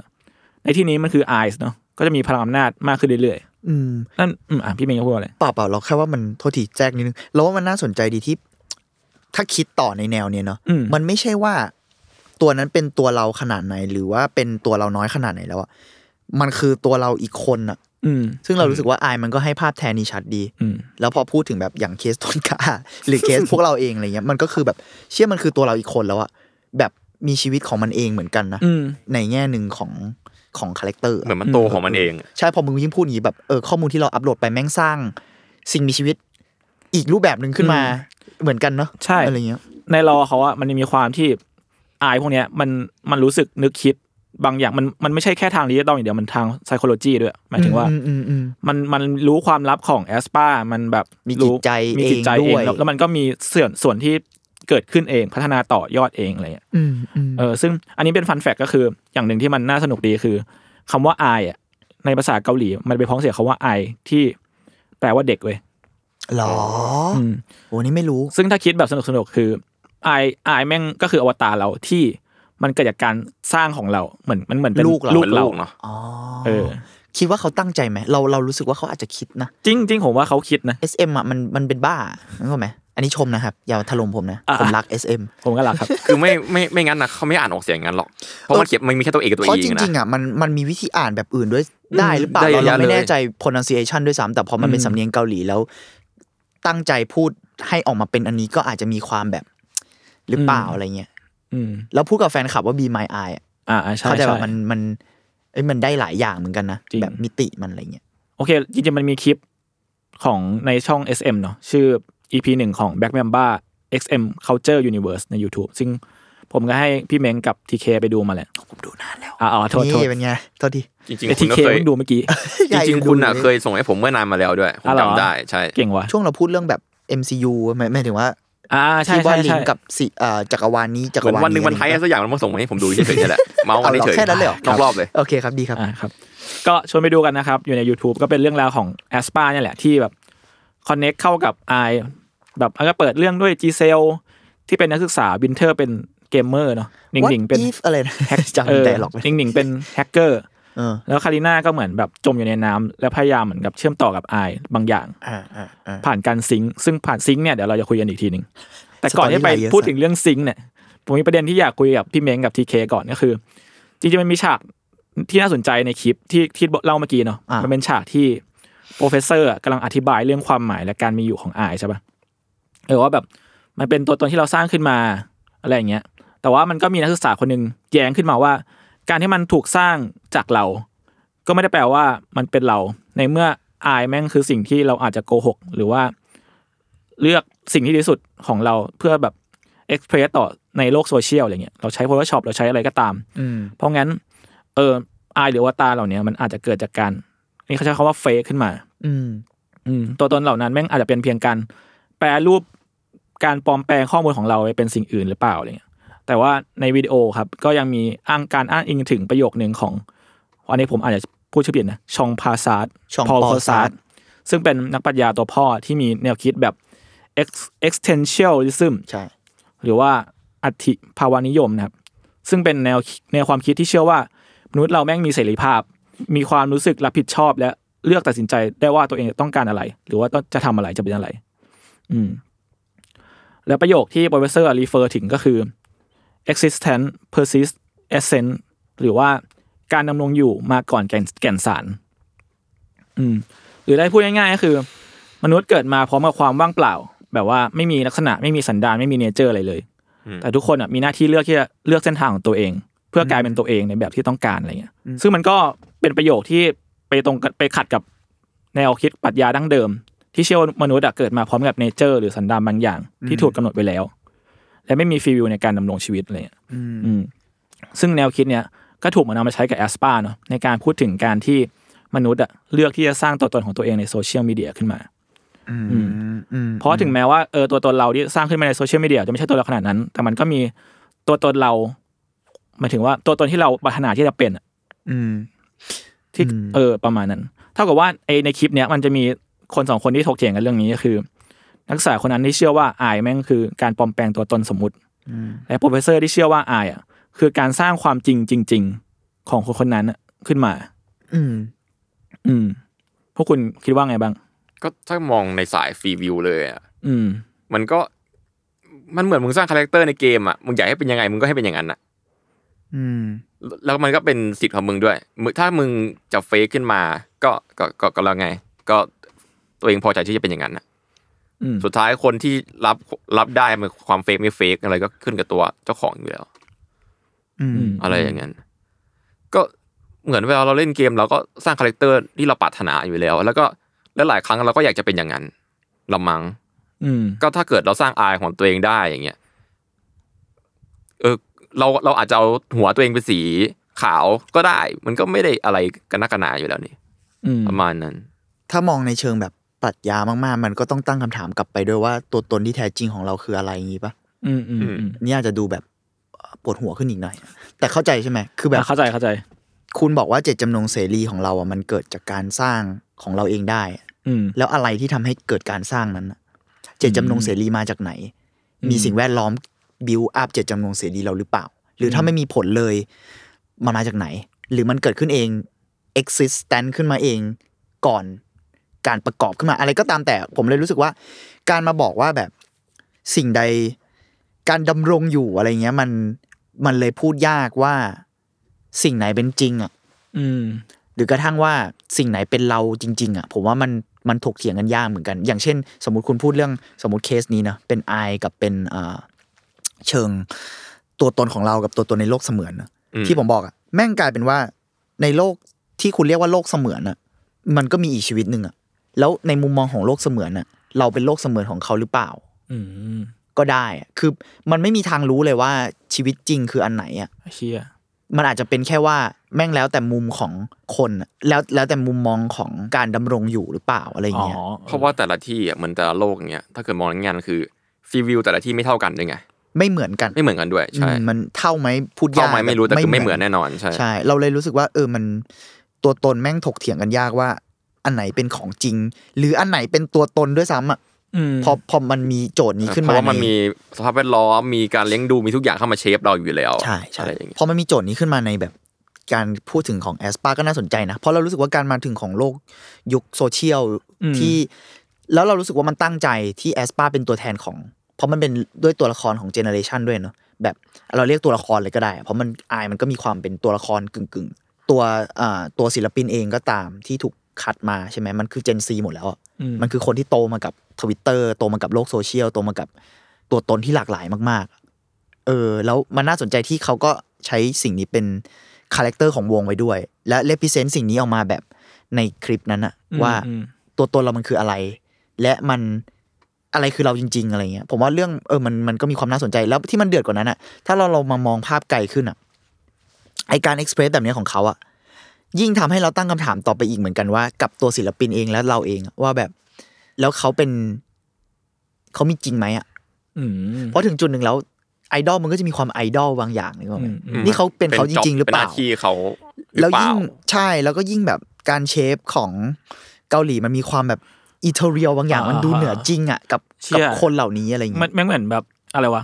Speaker 2: ในที่นี้มันคือ eyes เนาะก็จะมีพลังอำนาจมากขึ้นเรื่อย
Speaker 4: อืม
Speaker 2: ๆนั่นอืมอ่ะพี่เมย์จะพูดว่าอะไร
Speaker 4: เปล่าเปล่าเราแค่ว่ามันโทษทีแจกนิดนึงเราว่ามันน่าสนใจดีที่ ถ้าคิดต่อในแนวเนี้ยเนาะ
Speaker 2: อืม
Speaker 4: มันไม่ใช่ว่า ตัวนั้นเป็นตัวเราขนาดไหน หรือว่าเป็นตัวเราน้อยขนาดไหนแล้วอะมันคือตัวเราอีกคนอะ
Speaker 2: อืม
Speaker 4: ซึ่งเรารู้สึกว่าอายมันก็ให้ภาพแทนนี้ชัดดี
Speaker 2: อืม
Speaker 4: แล้วพอพูดถึงแบบอย่างเคสต้นกล้า หรือเคสพวกเราเองอะไรเงี้ยมันก็คือแบบเชื่อมันคือตัวเราอีกคนแล้วอะแบบมีชีวิตของมันเองเหมือนกันนะ
Speaker 2: อืม
Speaker 4: ในแง่หนึ่งของของคาแรคเตอร์
Speaker 3: เหมือนมันโตของมันเอง
Speaker 4: ใช่พอมึงยิ่งพูดอย่างนี้แบบเออข้อมูลที่เราอัปโหลดไปแม่งสร้าง สิ่งมีชีวิตอีกรูปแบบหนึ่งขึ้นมา เหมือนกันเนาะ
Speaker 2: ใช่
Speaker 4: อะไรเงี้ย
Speaker 2: ในรอเขาอะมันมีความที่อายพวกเนี้ยมันมันรู้สึกนึกคิดบางอย่างมันมันไม่ใช่แค่ทางดิจิตอลอย่างเดียวมันทาง psychology ด้วย หมายถึงว่า
Speaker 4: อืมอืมอืม
Speaker 2: มันมันรู้ความลับของแอสปามันแบบ
Speaker 4: มีจิต
Speaker 2: รู้
Speaker 4: ใจ
Speaker 2: มีจิตใจ
Speaker 4: เอง
Speaker 2: เอง
Speaker 4: ด้วย
Speaker 2: แล้วแล้วมันก็มีส่วนส่วนที่เกิดขึ้นเองพัฒนาต่อยอดเองอะไรเงี้ย
Speaker 4: อืมอืม
Speaker 2: เออซึ่งอันนี้เป็นฟันแฟกก็คืออย่างหนึ่งที่มันน่าสนุกดีคือคำว่าอายอะในภาษาเกาหลี มันไปพ้องเสียงคำว่าไอที่แปลว่าเด็กเว้ย
Speaker 4: หรออ
Speaker 2: ม
Speaker 4: โอ้นี่ไม่รู้
Speaker 2: ซึ่งถ้าคิดแบบสนุกสนุกๆคือไอไอแม่งก็คืออวตารเราที่มันเกิดจากการสร้างของเราเหมือนมันเหมือนเป็น
Speaker 4: ลูกเรา
Speaker 2: ลูก
Speaker 3: เป็น
Speaker 2: เรา
Speaker 3: ลูกเนาะ
Speaker 4: อ๋อ
Speaker 2: เออ
Speaker 4: คิดว่าเขาตั้งใจไหมเราเรารู้สึกว่าเขาอาจจะคิดนะ
Speaker 2: จริงจริงผมว่าเขาคิดนะ
Speaker 4: SM อ่ะมันมันเป็นบ้านั่นก็ไหมอันนี้ชมนะครับ อย่าถล่มผมนะ
Speaker 2: อ่ะ
Speaker 4: ผมรัก SM
Speaker 2: ผมก็รักครับ
Speaker 3: คือไม่ไม่ไม่งั้นนะเขาไม่อ่านออกเสียงงั้นหรอก เพราะมันเขียนมันมีแค่ตัวเอกกับตัว
Speaker 4: เพราะ
Speaker 3: อี
Speaker 4: จ
Speaker 3: นะ
Speaker 4: ริงๆอ่ะมันมันมีวิธีอ่านแบบอื่นด้วยได้หรือเปล่า
Speaker 3: ได้เย
Speaker 4: เรา
Speaker 3: อะ
Speaker 4: เราไม่
Speaker 3: เลย
Speaker 4: แน่ใจ pronunciation ด้วยซ้ำแต่พอมันเป็น
Speaker 2: อืม
Speaker 4: สำเนียงเกาหลีแล้ว ตั้งใจพูดให้ออกมาเป็นอันนี้ก็อาจจะมีความแบบ หรือเปล่าอะไรเงี้ย
Speaker 2: อืม
Speaker 4: แล้วพูดกับแฟนคลับว่า be my eye อะ
Speaker 2: อ่าใช่
Speaker 4: เข้าใจ
Speaker 2: ใช่
Speaker 4: ว่ามันมันเอ้ยมันได้หลายอย่างเหมือนกันนะ
Speaker 2: จริง
Speaker 4: แบบมิติมันอะไรเงี้ย
Speaker 2: โอเค จริงๆ มันมีคลิปของในช่อง SM เนาะชื่อ EP หนึ่งของ Black Mamba XM Culture Universe ใน YouTube ซึ่งผมก็ให้พี่เม้งกับ TK ไปดูมาแหละ
Speaker 4: ผมดูนานแล้ว
Speaker 2: อ่าอ๋อโทษโทษ
Speaker 4: นี่เป็นไงโทษที
Speaker 3: จริง
Speaker 2: ไอ
Speaker 3: ๆคุ
Speaker 2: ที
Speaker 3: ณก็
Speaker 2: เค
Speaker 3: เคย
Speaker 2: เพิ่งดูเมื่อกี้
Speaker 3: จริงๆคุณอ่ะเคยส่งให้ผมเมื่อนานมาแล้วด้วยผม
Speaker 2: อ๋อเหรอ
Speaker 3: จำได้ใช่
Speaker 2: เก่งว่ะ
Speaker 4: ช่วงเราพูดเรื่องแบบ MCU หมายหมายถึงว่า
Speaker 2: อ่าใช่
Speaker 4: ที่ว่า
Speaker 2: ใช่
Speaker 4: ลิง
Speaker 2: ใช่
Speaker 4: ก์กับสิเอ่อจักรวาลนี้จัก
Speaker 3: เห
Speaker 4: ร
Speaker 3: มือน
Speaker 4: วาล
Speaker 3: วันหนึ่งวันไทย
Speaker 4: อะ
Speaker 3: อะไรไรสักอย่างมันมาส่งมาให้ผมดูเฉยๆนี่แหละ เมาส์
Speaker 4: เอา
Speaker 3: กัน
Speaker 4: เหรอ
Speaker 3: เฉยๆ
Speaker 4: แค่นั้นเลยเหรอน
Speaker 3: อกรอบเลย
Speaker 4: โอเคครับดีครับ
Speaker 2: อ่าครับ ก็ชวนไปดูกันนะครับ อยู่ใน YouTube ก็เป็นเรื่องราวของแอสปาเนี่ยแหละที่แบบคอนเน็กเข้ากับไอแบบแล้วก็เปิดเรื่องด้วยจีเซลที่เป็นนักศึกษาบินเทอร์เป็นเกมเมอร์เนาะหนิง
Speaker 4: What
Speaker 2: หนิงๆเป็น
Speaker 4: if อะไรนะ
Speaker 2: แฮก
Speaker 4: จำแต่หรอก
Speaker 2: หนิงหนิงๆเป็นแฮกเกอร์
Speaker 4: เออ
Speaker 2: แล้วคาริน่าก็เหมือนแบบจมอยู่ในน้ำและพยายามเหมือนกับเชื่อมต่อกับไอายบางอย่าง
Speaker 4: อ่าอ่าอ่า
Speaker 2: ผ่านการซิงค์ซึ่งผ่านซิงค์เนี่ยเดี๋ยวเราจะคุยกันอีกทีหนึ่งแต่ก่อนที่ไป
Speaker 4: Storyline เยอะ
Speaker 2: พูดถึงเรื่องซิงค์เนี่ยผมมีประเด็นที่อยากคุยกับพี่เม้งกับทีเคก่อนก็คือ จริงๆมันมีฉากที่น่าสนใจในคลิปที่ที่เล่าเมื่อกี้เนาะ
Speaker 4: อ่ามั
Speaker 2: มันเป็นฉากที่โปรเฟสเซอร์กำลังอธิบายเรื่องความหมายและการมีอยู่ของอายใช่ปะเออว่าแบบมันเป็นตัวตนที่เราสร้างขึ้นมาอะไรอย่างเงี้ย แต่ว่ามันก็มีนักศึกษาคนหนึ่งแย้งขึ้นมาว่า การที่มันถูกสร้างจากเรา ก็ไม่ได้แปลว่ามันเป็นเรา ในเมื่ออายแม่งคือสิ่งที่เราอาจจะโกหก หรือว่า เลือกสิ่งที่ดีที่สุดของเราเพื่อแบบเอ็กเพรสต่อในโลกโซเชียลอะไรเงี้ยเราใช้ Photoshop เราใช้อะไรก็ตาม
Speaker 4: อืม
Speaker 2: เพราะงั้น เอออายหรือว่าตาเหล่าเนี้ยมันอาจจะเกิดจากการ นี่เขาใช้คำว่าเฟ e ขึ้นมา
Speaker 4: อืม
Speaker 2: อืมตัวตนเหล่านั้นแม่งอาจจะเป็นเพียงการแปลรูปการปลอมแปลงข้อมูลของเราไปเป็นสิ่งอื่นหรือเปล่าอะไรเงี้ยแต่ว่าในวิดีโอครับก็ยังมีอ้างการอ้างอิงถึงประโยคหนึ่งของอันนี้ผมอาจจะพูดชื่อผิดนะชองพาซาร์ด
Speaker 4: Chong
Speaker 2: Paul
Speaker 4: Paul
Speaker 2: Possart
Speaker 4: Sartre
Speaker 2: ซึ่งเป็นนักปรัชญาตัวพ่อที่มีแนวคิดแบบ ex- existentialism
Speaker 4: ใช่
Speaker 2: หรือว่าอัติภาวะนิยมนะครับ ซึ่งเป็นแนวแนวความคิดที่เชื่อว่า มนุษย์เราแม่งมีเสรีภาพ มีความรู้สึกรับผิดชอบ และเลือกตัดสินใจได้ว่าตัวเองต้องการอะไร หรือว่าต้องจะทำอะไรจะเป็นอะไร อืม แล้วประโยคที่ professor refer ถึงก็คือ existence persist essence หรือว่าการดำรงอยู่มาก่อนแก่นแก่นสาร อืม หรือได้พูดง่ายๆก็คือ มนุษย์เกิดมาพร้อมกับความว่างเปล่า แบบว่าไม่มีลักษณะไม่มีสันดานไม่มีเนเจอร์อะไรเลย แต่ทุกคนอ่ะมีหน้าที่เลือกที่จะเลือกเส้นทางของตัวเอง เพื่อกลายเป็นตัวเองในแบบที่ต้องการอะไรเงี้ย ซึ่งมันก็เป็นประโยคที่ไปตรงกับไปขัดกับแนวคิดปรัชญาดั้งเดิม ที่เชื่อว่ามนุษย์อะเกิดมาพร้อมกับเนเจอร์หรือสันดานบางอย่าง ที่ถูกกำหนดไว้แล้ว และไม่มีฟรีวิวในการดำรงชีวิตอะไรเงี้ยอืมซึ่งแนวคิดเนี้ยก็ถูกมานำมาใช้กับแอสปาเนาะในการพูดถึงการที่มนุษย์อะเลือกที่จะสร้างตัวตนของตัวเองในโซเชียลมีเดียขึ้นมา
Speaker 4: อืมอืม
Speaker 2: เพราะถึงแม้ว่าเออตัวตนเราที่สร้างขึ้นมาในโซเชียลมีเดียจะไม่ใช่ตัวเราขนาดนั้น แต่มันก็มีตัวตนเราหมายถึงว่าตัวตนที่เราปรารถนาที่จะเป็นอะ
Speaker 4: อืม
Speaker 2: ที่
Speaker 4: อืม
Speaker 2: เออประมาณนั้น เท่ากับว่าไอในคลิปเนี้ยมันจะมีคนสองคนที่ถกเถียงกันเรื่องนี้ก็คือ นักศึกษาคนนั้นที่เชื่อว่าอายแม่งคือการปลอมแปลงตัวตนสมมุติ และโปรเฟสเซอร์ที่เชื่อว่าอายอ่ะคือการสร้างความจริงจริง ๆ ของคนคนนั้นอะขึ้นมา
Speaker 4: อืม
Speaker 2: อืม พวกคุณคิดว่าไงบ้าง
Speaker 3: ก็ถ้ามองในสายฟรีวิวเลยอ่ะ
Speaker 2: อืม
Speaker 3: มันก็มันเหมือนมึงสร้างคาแรคเตอร์ในเกมอ่ะมึงอยากให้เป็นยังไงมึงก็ให้เป็นอย่างนั้นอ่ะ
Speaker 4: อืม
Speaker 3: แล้วมันก็เป็นสิทธิ์ของมึงด้วยมึงถ้ามึงจะเฟกขึ้นมา ก็ก็ก็ก็แล้วไง ก็ตัวเองพอใจที่จะเป็นอย่างนั้นอ่ะ
Speaker 2: อืม
Speaker 3: สุดท้ายคนที่รับรับได้มันความเฟกไม่เฟกอะไรก็ขึ้นกับตัวเจ้าของอยู่แล้ว
Speaker 4: อืม
Speaker 3: อะไรอย่างนั้น ก็เหมือนเวลาเราเล่นเกมเราก็สร้างคาแรคเตอร์ที่เราปรารถนาอยู่แล้ว แล้วก็แล้วหลายครั้งเราก็อยากจะเป็นอย่างนั้นละมัง
Speaker 2: อืม
Speaker 3: ก็ถ้าเกิดเราสร้างอายของตัวเองได้อย่างเงี้ย เออเราเราอาจจะเอาหัวตัวเองเป็นสีขาวก็ได้ มันก็ไม่ได้อะไรกันนักกันหนาอยู่แล้วนี่
Speaker 2: อืม
Speaker 3: ประมาณนั้น
Speaker 4: ถ้ามองในเชิงแบบปรัชญามากๆ มันก็ต้องตั้งคำถามกลับไปด้วยว่าตัวตนที่แท้จริงของเราคืออะไรอย่างนี้ปะ
Speaker 2: อืมอืมอืม
Speaker 4: เนี่ยอาจจะดูแบบเอ่อปวดหัวขึ้นอีกหน่อย แต่เข้าใจใช่ไหม คือแบบ
Speaker 2: อ่ะเข้าใจเข้าใจ
Speaker 4: คุณบอกว่าเจตจำนงเสรีของเราอ่ะมันเกิดจากการสร้างของเราเองได้
Speaker 2: อืม
Speaker 4: แล้วอะไรที่ทำให้เกิดการสร้างนั้นน่ะเจตจำนงเสรีมาจากไหน มีสิ่งแวดล้อมบิวอัพเจตจำนงเสรีเราหรือเปล่า หรือถ้าไม่มีผลเลยมันมาจากไหน หรือมันเกิดขึ้นเอง existent ขึ้นมาเองก่อนการประกอบขึ้นมา อะไรก็ตามแต่ผมเลยรู้สึกว่า การมาบอกว่าแบบสิ่งใดการดำรงอยู่อะไรเงี้ยมันมันเลยพูดยากว่าสิ่งไหนเป็นจริงอ่ะ
Speaker 2: อืม
Speaker 4: หรือกระทั่งว่าสิ่งไหนเป็นเราจริง ๆ อ่ะ ผมว่ามันมันถกเถียงกันยากเหมือนกัน อย่างเช่น สมมติคุณพูดเรื่องสมมติเคสนี้นะเป็นไอกับเป็นเอ่อเชิงตัวตนของเรากับตัวตนในโลกเสมือนนะ
Speaker 3: อืม
Speaker 4: ที่ผมบอกอ่ะแม่งกลายเป็นว่าในโลกที่คุณเรียกว่าโลกเสมือนอ่ะ มันก็มีอีกชีวิตหนึ่งอ่ะแล้วในมุมมองของโลกเสมือนอ่ะ เราเป็นโลกเสมือนของเขาหรือเปล่า
Speaker 2: อืม
Speaker 4: ก็ได้อะคือมันไม่มีทางรู้เลยว่าชีวิตจริงคืออันไหนอ่ะ
Speaker 2: เชีย
Speaker 4: มันอาจจะเป็นแค่ว่าแม่งแล้วแต่มุมของคนน่ะแล้วแล้วแต่มุมมองของการดำรงอยู่หรือเปล่าอะไร
Speaker 2: อ๋อ
Speaker 4: เงี้ย
Speaker 3: เพราะว่าแต่ละที่อ่ะเหมือนแต่ละโลกเนี้ยถ้าเกิดมองในงานคือฟีวิวแต่ละที่ไม่เท่ากันด้วยไง
Speaker 4: ไม่เหมือนกัน
Speaker 3: ไม่เหมือนกันด้วย
Speaker 4: อื
Speaker 3: ใช่
Speaker 4: มมันเท่าไหมพูดยาก
Speaker 3: เท่าไหมไม่รู้แต่คือไม่เหมือน
Speaker 4: น
Speaker 3: แน่นอนใช่
Speaker 4: ใช่ เราเลยรู้สึกว่าเออมันตัวตนแม่งถกเถียงกันยากว่า อันไหนเป็นของจริง หรืออันไหนเป็นตัวตนด้วยซ้ำอ่ะ
Speaker 2: อืม
Speaker 4: พอพอมันมีโจทย์นี้ขึ้น
Speaker 3: เพ
Speaker 4: มา
Speaker 3: ราะว่ามัน
Speaker 4: ใ
Speaker 3: มีสภาพแวดล้อมมีการเลี้ยงดูมีทุกอย่างเข้ามาเชฟเราอยู่แล้ว
Speaker 4: ใช่ใช่
Speaker 3: อะไรอย่างเงี้ย
Speaker 4: พอมันมีโจทย์นี้ขึ้นมาในแบบการพูดถึงของแอสปาก็น่าสนใจนะ เพราะเรารู้สึกว่าการมาถึงของโลกยุคโซเชียลที่แล้วเรารู้สึกว่ามันตั้งใจที่แอสปาเป็นตัวแทนของ เพราะมันเป็นด้วยตัวละครของเจเนอเรชันด้วยเนาะแบบเราเรียกตัวละครเลยก็ได้ เพราะมันอายมันก็มีความเป็นตัวละครกึ่งกึ่งๆตัวอ่าตัวศิลปินเองก็ตามที่ถูกคัดมาใช่ไหมมันคือเจนซีหมดแล้วอะ
Speaker 2: อืม
Speaker 4: มันคือคนที่โตมากับทวิตเตอร์โตมากับโลกโซเชียลโตมากับตัวตนที่หลากหลายมากๆ เออ แล้วมันน่าสนใจที่เขาก็ใช้สิ่งนี้เป็นคาแรคเตอร์ของวงไว้ด้วย และเลพิเซนต์สิ่งนี้ออกมาแบบในคลิปนั้นอะว่า
Speaker 2: อืม
Speaker 4: ตัวตนเรามันคืออะไร และมันอะไรคือเราจริง ๆ อะไรเงี้ยผมว่าเรื่องเออมันมันก็มีความน่าสนใจแล้วที่มันเดือดกว่านั้นอะถ้าเราเรามามองภาพไกลขึ้นอะไอการเอ็กเพรสแบบเนี้ยของเขาอะยิ่งทำให้เราตั้งคำถามต่อไปอีกเหมือนกันว่า กับตัวศิลปินเองและเราเองอะว่าแบบ แล้วเขาเป็นเขามีจริงไหมอ่ะ
Speaker 2: อืม
Speaker 4: เพราะถึงจุดหนึ่งแล้วไอดอลมันก็จะมีความไอดอลบางอย่างนึกออกไหม
Speaker 2: อืมอืม
Speaker 4: นี่เขาเป็นเขาจริง ๆ หรือเป
Speaker 3: น
Speaker 4: ล่า
Speaker 3: หน้าที่เขาหรื
Speaker 4: แล้ว
Speaker 3: อเป
Speaker 4: ยิ่
Speaker 3: ล่าง
Speaker 4: ใช่แล้วก็ยิ่งแบบการเชฟของเกาหลีมันมีความแบบอิตาเรียบางอย่าง
Speaker 2: อ่ามั
Speaker 4: มันดูเหนือจริงอ่ะกับ
Speaker 2: เชี่
Speaker 4: กั
Speaker 2: ย
Speaker 4: บคนเหล่านี้อะไรอย่าง
Speaker 2: มัน
Speaker 4: เงี้ย
Speaker 2: แม่งเหมือนแบบอะไรวะ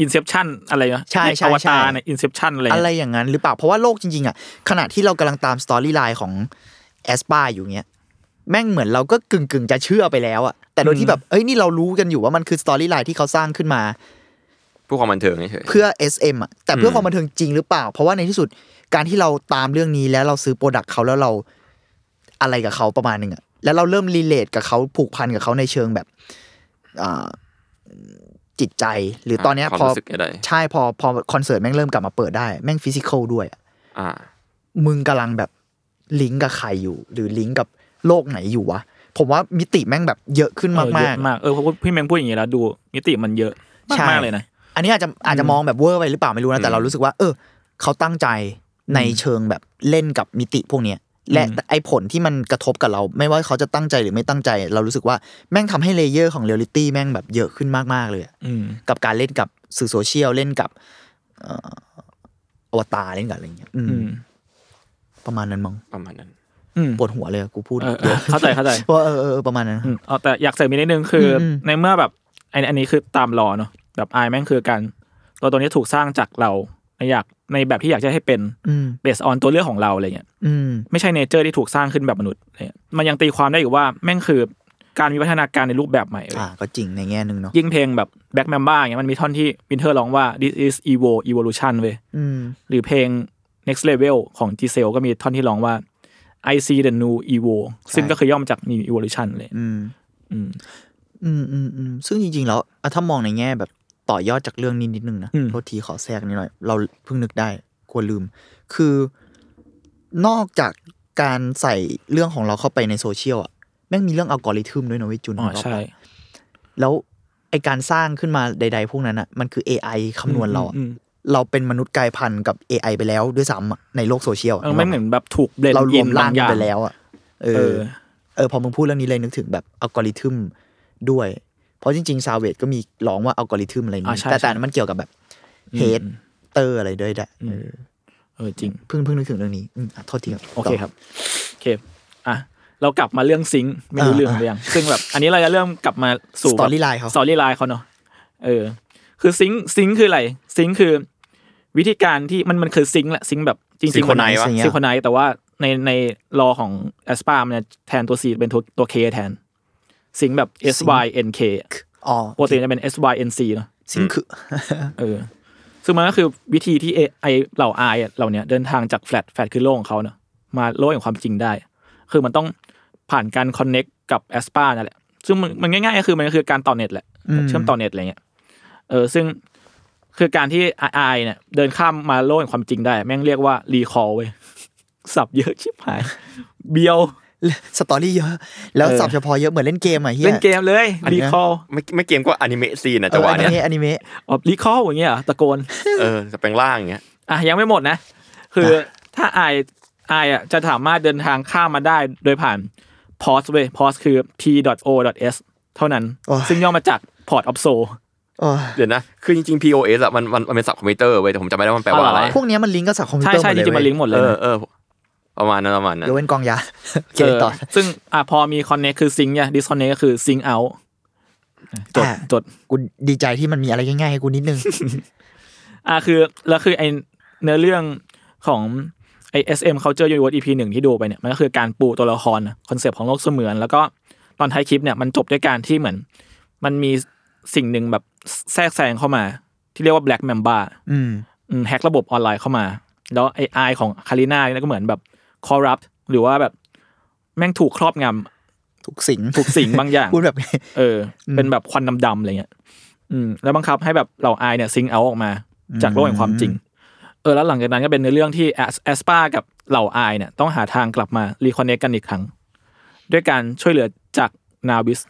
Speaker 2: อินเซ t ชันอะไรนะ
Speaker 4: ใช่ใช่
Speaker 2: อว
Speaker 4: ใช่
Speaker 2: ตารในอินเซ t ชันอะไร
Speaker 4: อะไร
Speaker 2: เงี้ย
Speaker 4: อย่างนั้นหรือเปล่า เพราะว่าโลกจริง ๆ อ่ะ ขณะที่เรากำลังตามสตอรี่ไลน์ของแอสปาอยู่เงี้ยแม่งเหมือนเราก็กึ่งกึ่งๆจะเชื่อไปแล้วอ่ะแต่โดยที่แบบเอ้ยนี่เรารู้กันอยู่ว่ามันคือสตอรี่ไลน์ที่เขาสร้างขึ้นมา
Speaker 3: ผู้ความบันเทิงเฉย
Speaker 4: เพื่อ SM อ่ะแต่เพื่ออ
Speaker 3: ม
Speaker 4: ความบันเทิงจริงหรือเปล่า เพราะว่าในที่สุดการที่เราตามเรื่องนี้แล้วเราซื้อโปรดักต์เขาแล้วเราอะไรกับเขาประมาณหนึ่งอ่ะแล้วเราเริ่มรีเลทกับเขาผูกพันกับเขาในเชิงแบบอ่าจิตใจหรือตอนเนี้ย
Speaker 3: ความ
Speaker 4: พอ
Speaker 3: รู้สึกใด
Speaker 4: ใช่พอพอคอนเสิร์ตแม่งเริ่มกลับมาเปิดได้ แม่งฟิสิกอลด้วยอะ
Speaker 3: ๆอ่า
Speaker 4: มึงกำลังแบบลิงก์กับใครอยู่ หรือลิงก์กับโลกไหนอยู่วะผมว่ามิติแม่งแบบเยอะขึ้น
Speaker 2: เอ
Speaker 4: มา
Speaker 2: อเย
Speaker 4: ก
Speaker 2: อะ
Speaker 4: ๆ
Speaker 2: มากเออเพราะว่าพี่แมงพูดอย่างงี้แล้วดูมิติมันเยอะมาก
Speaker 4: ใช่
Speaker 2: มากเลยนะ
Speaker 4: อันนี้อาจจะอาจจะมองแบบเวอร์ไปหรือเปล่าไม่รู้นะ แต่เรารู้สึกว่า เออ เขาตั้งใจในเชิงแบบเล่นกับมิติพวกเนี้ยและไอผลที่มันกระทบกับเรา ไม่ว่าเขาจะตั้งใจหรือไม่ตั้งใจ เรารู้สึกว่าแม่งทำให้เลเยอร์ของเรียลลิตี้แม่งแบบเยอะขึ้นมาก ๆ เลยอะ
Speaker 2: อืม
Speaker 4: กับการเล่นกับสื่อโซเชียลเล่นกับเอ่ออวตารเล่นกับอะไรอย่างเงี้ยอืม
Speaker 2: อืม
Speaker 4: ประมาณนั้นมั้ง
Speaker 3: ประมาณนั้น
Speaker 2: อืม
Speaker 4: ปวดหัวเลยกูพูด
Speaker 2: เออเออเข้าใจเข้าใจ
Speaker 4: ว่าเออเออเออประมาณนั้น
Speaker 2: อืมเอาแต่อยากเสริมอีกนิดนึงคืออ
Speaker 4: ม
Speaker 2: ในเมื่อแบบไอ้อันนี้คือตามรอเนาะแบบอายแม่งคือการตัวตัวนี้ถูกสร้างจากเราในอยากในแบบที่อยากจะให้เป็น
Speaker 4: อืม
Speaker 2: based on ตัวเรื่องของเราอะไรเงี้ย
Speaker 4: อืม
Speaker 2: ไม่ใช่เนเจอร์ที่ถูกสร้างขึ้นแบบมนุษย์อะไรเงี้ยมันยังตีความได้อยู่ว่าแม่งคือการมีวัฒนาการในรูปแบบใหม่เว้ย
Speaker 4: อ่าก็จริงในแง่หนึ่งเนาะ
Speaker 2: ยิ่งเพลงแบบ Black Mamba เงี้ยมันมีท่อนที่วินเทอร์ร้องว่า this is evo evolution เว้ย
Speaker 4: อืม
Speaker 2: หรือเพลง next level ของ g s e l ก็มีท่อนที่ร้องว่า I see the new evo ซึ่งก็คือย่อมาจาก new evolution เลย
Speaker 4: อืม
Speaker 2: อืม
Speaker 4: อืมอืมอืมซึ่งจริง ๆ แล้วอ่ะถ้ามองในแง่แบบต่อยอดจากเรื่องนี้นิดนึงนะ
Speaker 2: อืม
Speaker 4: โทษทีขอแทรกนิดหน่อย เราเพิ่งนึกได้กลัวลืม คือนอกจากการใส่เรื่องของเราเข้าไปในโซเชียลอ่ะแม่งมีเรื่องอัลกอริทึมด้วยนะเว้ยจุน
Speaker 2: อ๋อ
Speaker 4: นึกกปะ
Speaker 2: ใช่
Speaker 4: แล้วไอการสร้างขึ้นมาใด ๆ พวกนั้นอ่ะมันคือ AI คำนวณเราอะ
Speaker 2: อืมอืม
Speaker 4: เราเป็นมนุษย์กลายพันธุ์กับ AI ไปแล้วด้วยซ้ำอะในโลกโซเชียลอะ
Speaker 2: เออไม่เหมือนแบบถูกเบลน
Speaker 4: เราร
Speaker 2: อิ
Speaker 4: วม
Speaker 2: น
Speaker 4: ร่า
Speaker 2: บาง งอ
Speaker 4: กั
Speaker 2: น ย่าง
Speaker 4: ไปแล้วอ่ะเอ
Speaker 2: เออ
Speaker 4: อเออพอมึงพูดเรื่องนี้เลยนึกถึงแบบอัลกอริทึมด้วย เพราะจริง ๆ ซาเวตก็มีร้องว่าอัลกอริทึมอะไร
Speaker 2: อ่า
Speaker 4: นี้
Speaker 2: ใช่
Speaker 4: แต่
Speaker 2: ใช่
Speaker 4: แต่อันนั้นมันเกี่ยวกับแบบเฮดเตอร์อะไรด้วยแหละเออ
Speaker 2: เออจริง
Speaker 4: เพิ่งเพิ่งนึกถึงเรื่องนี้อืมอ่ะโทษทีครับ
Speaker 2: โอเค
Speaker 4: ต่
Speaker 2: ครับโอเคอ่ะเรากลับมาเรื่องซิงค์ไม่รู้
Speaker 4: อ่า
Speaker 2: เรื่องหรือยังซึ่งแบบ อันนี้เราจะเริ่มกลับมาสู่
Speaker 4: Storyline เขา
Speaker 2: สตอรี่ไลน์เขาเนาะเออ คือซิงค์ซิงค์คืออะไรซิงค์คือ วิธีการที่มันมันคือซิงค์แหละซิงค์แบบจริงๆ
Speaker 3: Synchronize วะ
Speaker 2: ซิงคนไนแต่ว่าในในรอของแอสปามันจะแทนตัว C เป็นตัวตัว K แทนซิงค์แบบ S Y N K
Speaker 4: อ๋อ
Speaker 2: ปกติมันจะเป็น S Y N C เนาะ
Speaker 4: ซิงคือ
Speaker 2: เออซึ่งมันก็คือวิธีที่ไอเหล่าไอเหล่าเนี้ยเดินทางจากแฟลตแฟลตคือโลกของเขาเนาะมาโลกแห่งความจริงได้ คือมันต้องผ่านการคอนเน็กกับแอสปานั่นแหละ ซึ่งมันมันง่ายๆก็คือมันก็คือการต่อเน็ตแหละ
Speaker 4: อืม
Speaker 2: เชื่อมต่อเน็ตอะไรเงี้ยเออซึ่งคือการที่ไอเนี่ยเดินข้ามมาโลกแห่งความจริงได้ แม่งเรียกว่ารีคอลเว้ยสับเยอะชิบหาย เบียว
Speaker 4: สตอรี่เยอะ แล้ว
Speaker 2: เออ
Speaker 4: สับเฉพาะเยอะเหมือนเล่นเกมอ่ะเฮีย
Speaker 2: เล่นเกมเลยรีคอล
Speaker 3: ไม่ไม่เกมก็อนิเมะซีนอะ
Speaker 4: เอ
Speaker 3: จัง
Speaker 4: อ
Speaker 3: หวะ
Speaker 4: อนิ
Speaker 3: เนี้ย
Speaker 4: เมะอนิเมะ
Speaker 2: อ๋อรีคอลอย่างเงี้ยเหรอตะโกน
Speaker 3: เออจะแปลงร่างอย่างเงี้ย
Speaker 2: อ่ะยังไม่หมดนะ คือถ้าไอไออ่ะจะสามารถเดินทางข้ามมาได้โดยผ่าน pos เว้ย pos คือ p.o.s เท่านั้น ซึ่งย่อมาจาก port of soul
Speaker 4: โอ้ย
Speaker 3: เดี๋ยวนะ คือจริงๆ POS อะมันมันมันเป็นศัพท์คอมพิวเตอร์เว้ย แต่ผมจำไม่ได้ว่ามันแปลว่าอะไร
Speaker 2: อ๋อเหรอ
Speaker 4: พวกเนี้ยมันลิงก์กับสับคอมพิว
Speaker 2: ใช่
Speaker 4: เตอร์หม
Speaker 2: ใช่
Speaker 4: ด
Speaker 2: จริงๆ
Speaker 4: เลย
Speaker 2: มันลิงก์หมดเล
Speaker 3: เอย อ
Speaker 2: นะ
Speaker 3: เออประมาณนั้นประมาณนั้น
Speaker 4: เดี๋ยวเว้นกองยาโอเค
Speaker 2: เออ
Speaker 4: ต่อ
Speaker 2: ซึ่งอ่ะพอมี connect คือ sync เนี่ย disconnect ก็คือ sync out จด
Speaker 4: อ่ะ
Speaker 2: จด
Speaker 4: กูดีใจที่มันมีอะไรง่ายๆให้กูนิดนึง
Speaker 2: อ่ะคือแล้วคือไอเนื้อเรื่องของไอ SM Culture Universe EP หนึ่งที่ดูไปเนี่ยมันก็คือการปูตัวละครคอนเซปต์ของโลกเสมือน แล้วก็ตอนท้ายคลิปเนี่ยมันจบด้วยการที่เหมือน มันมีสิ่งหนึ่งแบบแทรกแซงเข้ามา ที่เรียกว่า Black Mamba
Speaker 4: อืม
Speaker 2: อืมแฮกระบบออนไลน์เข้ามา แล้วไอไอของคาริน่าเนี่ยก็เหมือนแบบคอรัปหรือว่าแบบแม่งถูกครอบงำ
Speaker 4: ถูกสิง
Speaker 2: ถูกสิงบางอย่าง
Speaker 4: พูดแบบ
Speaker 2: เอออเป็นแบบควันดำๆอะไรเงี้ย อืม แล้วบังคับให้แบบเหล่าไอายเนี่ยซิงเอาออกมา จากโลกแห่งความจริง เออ แล้วหลังจากนั้นก็เป็นในเรื่องที่แอสปากับเหล่าไอายเนี่ย ต้องหาทางกลับมารีคอนเนคกันอีกครั้ง ด้วยการช่วยเหลือจากนาวิส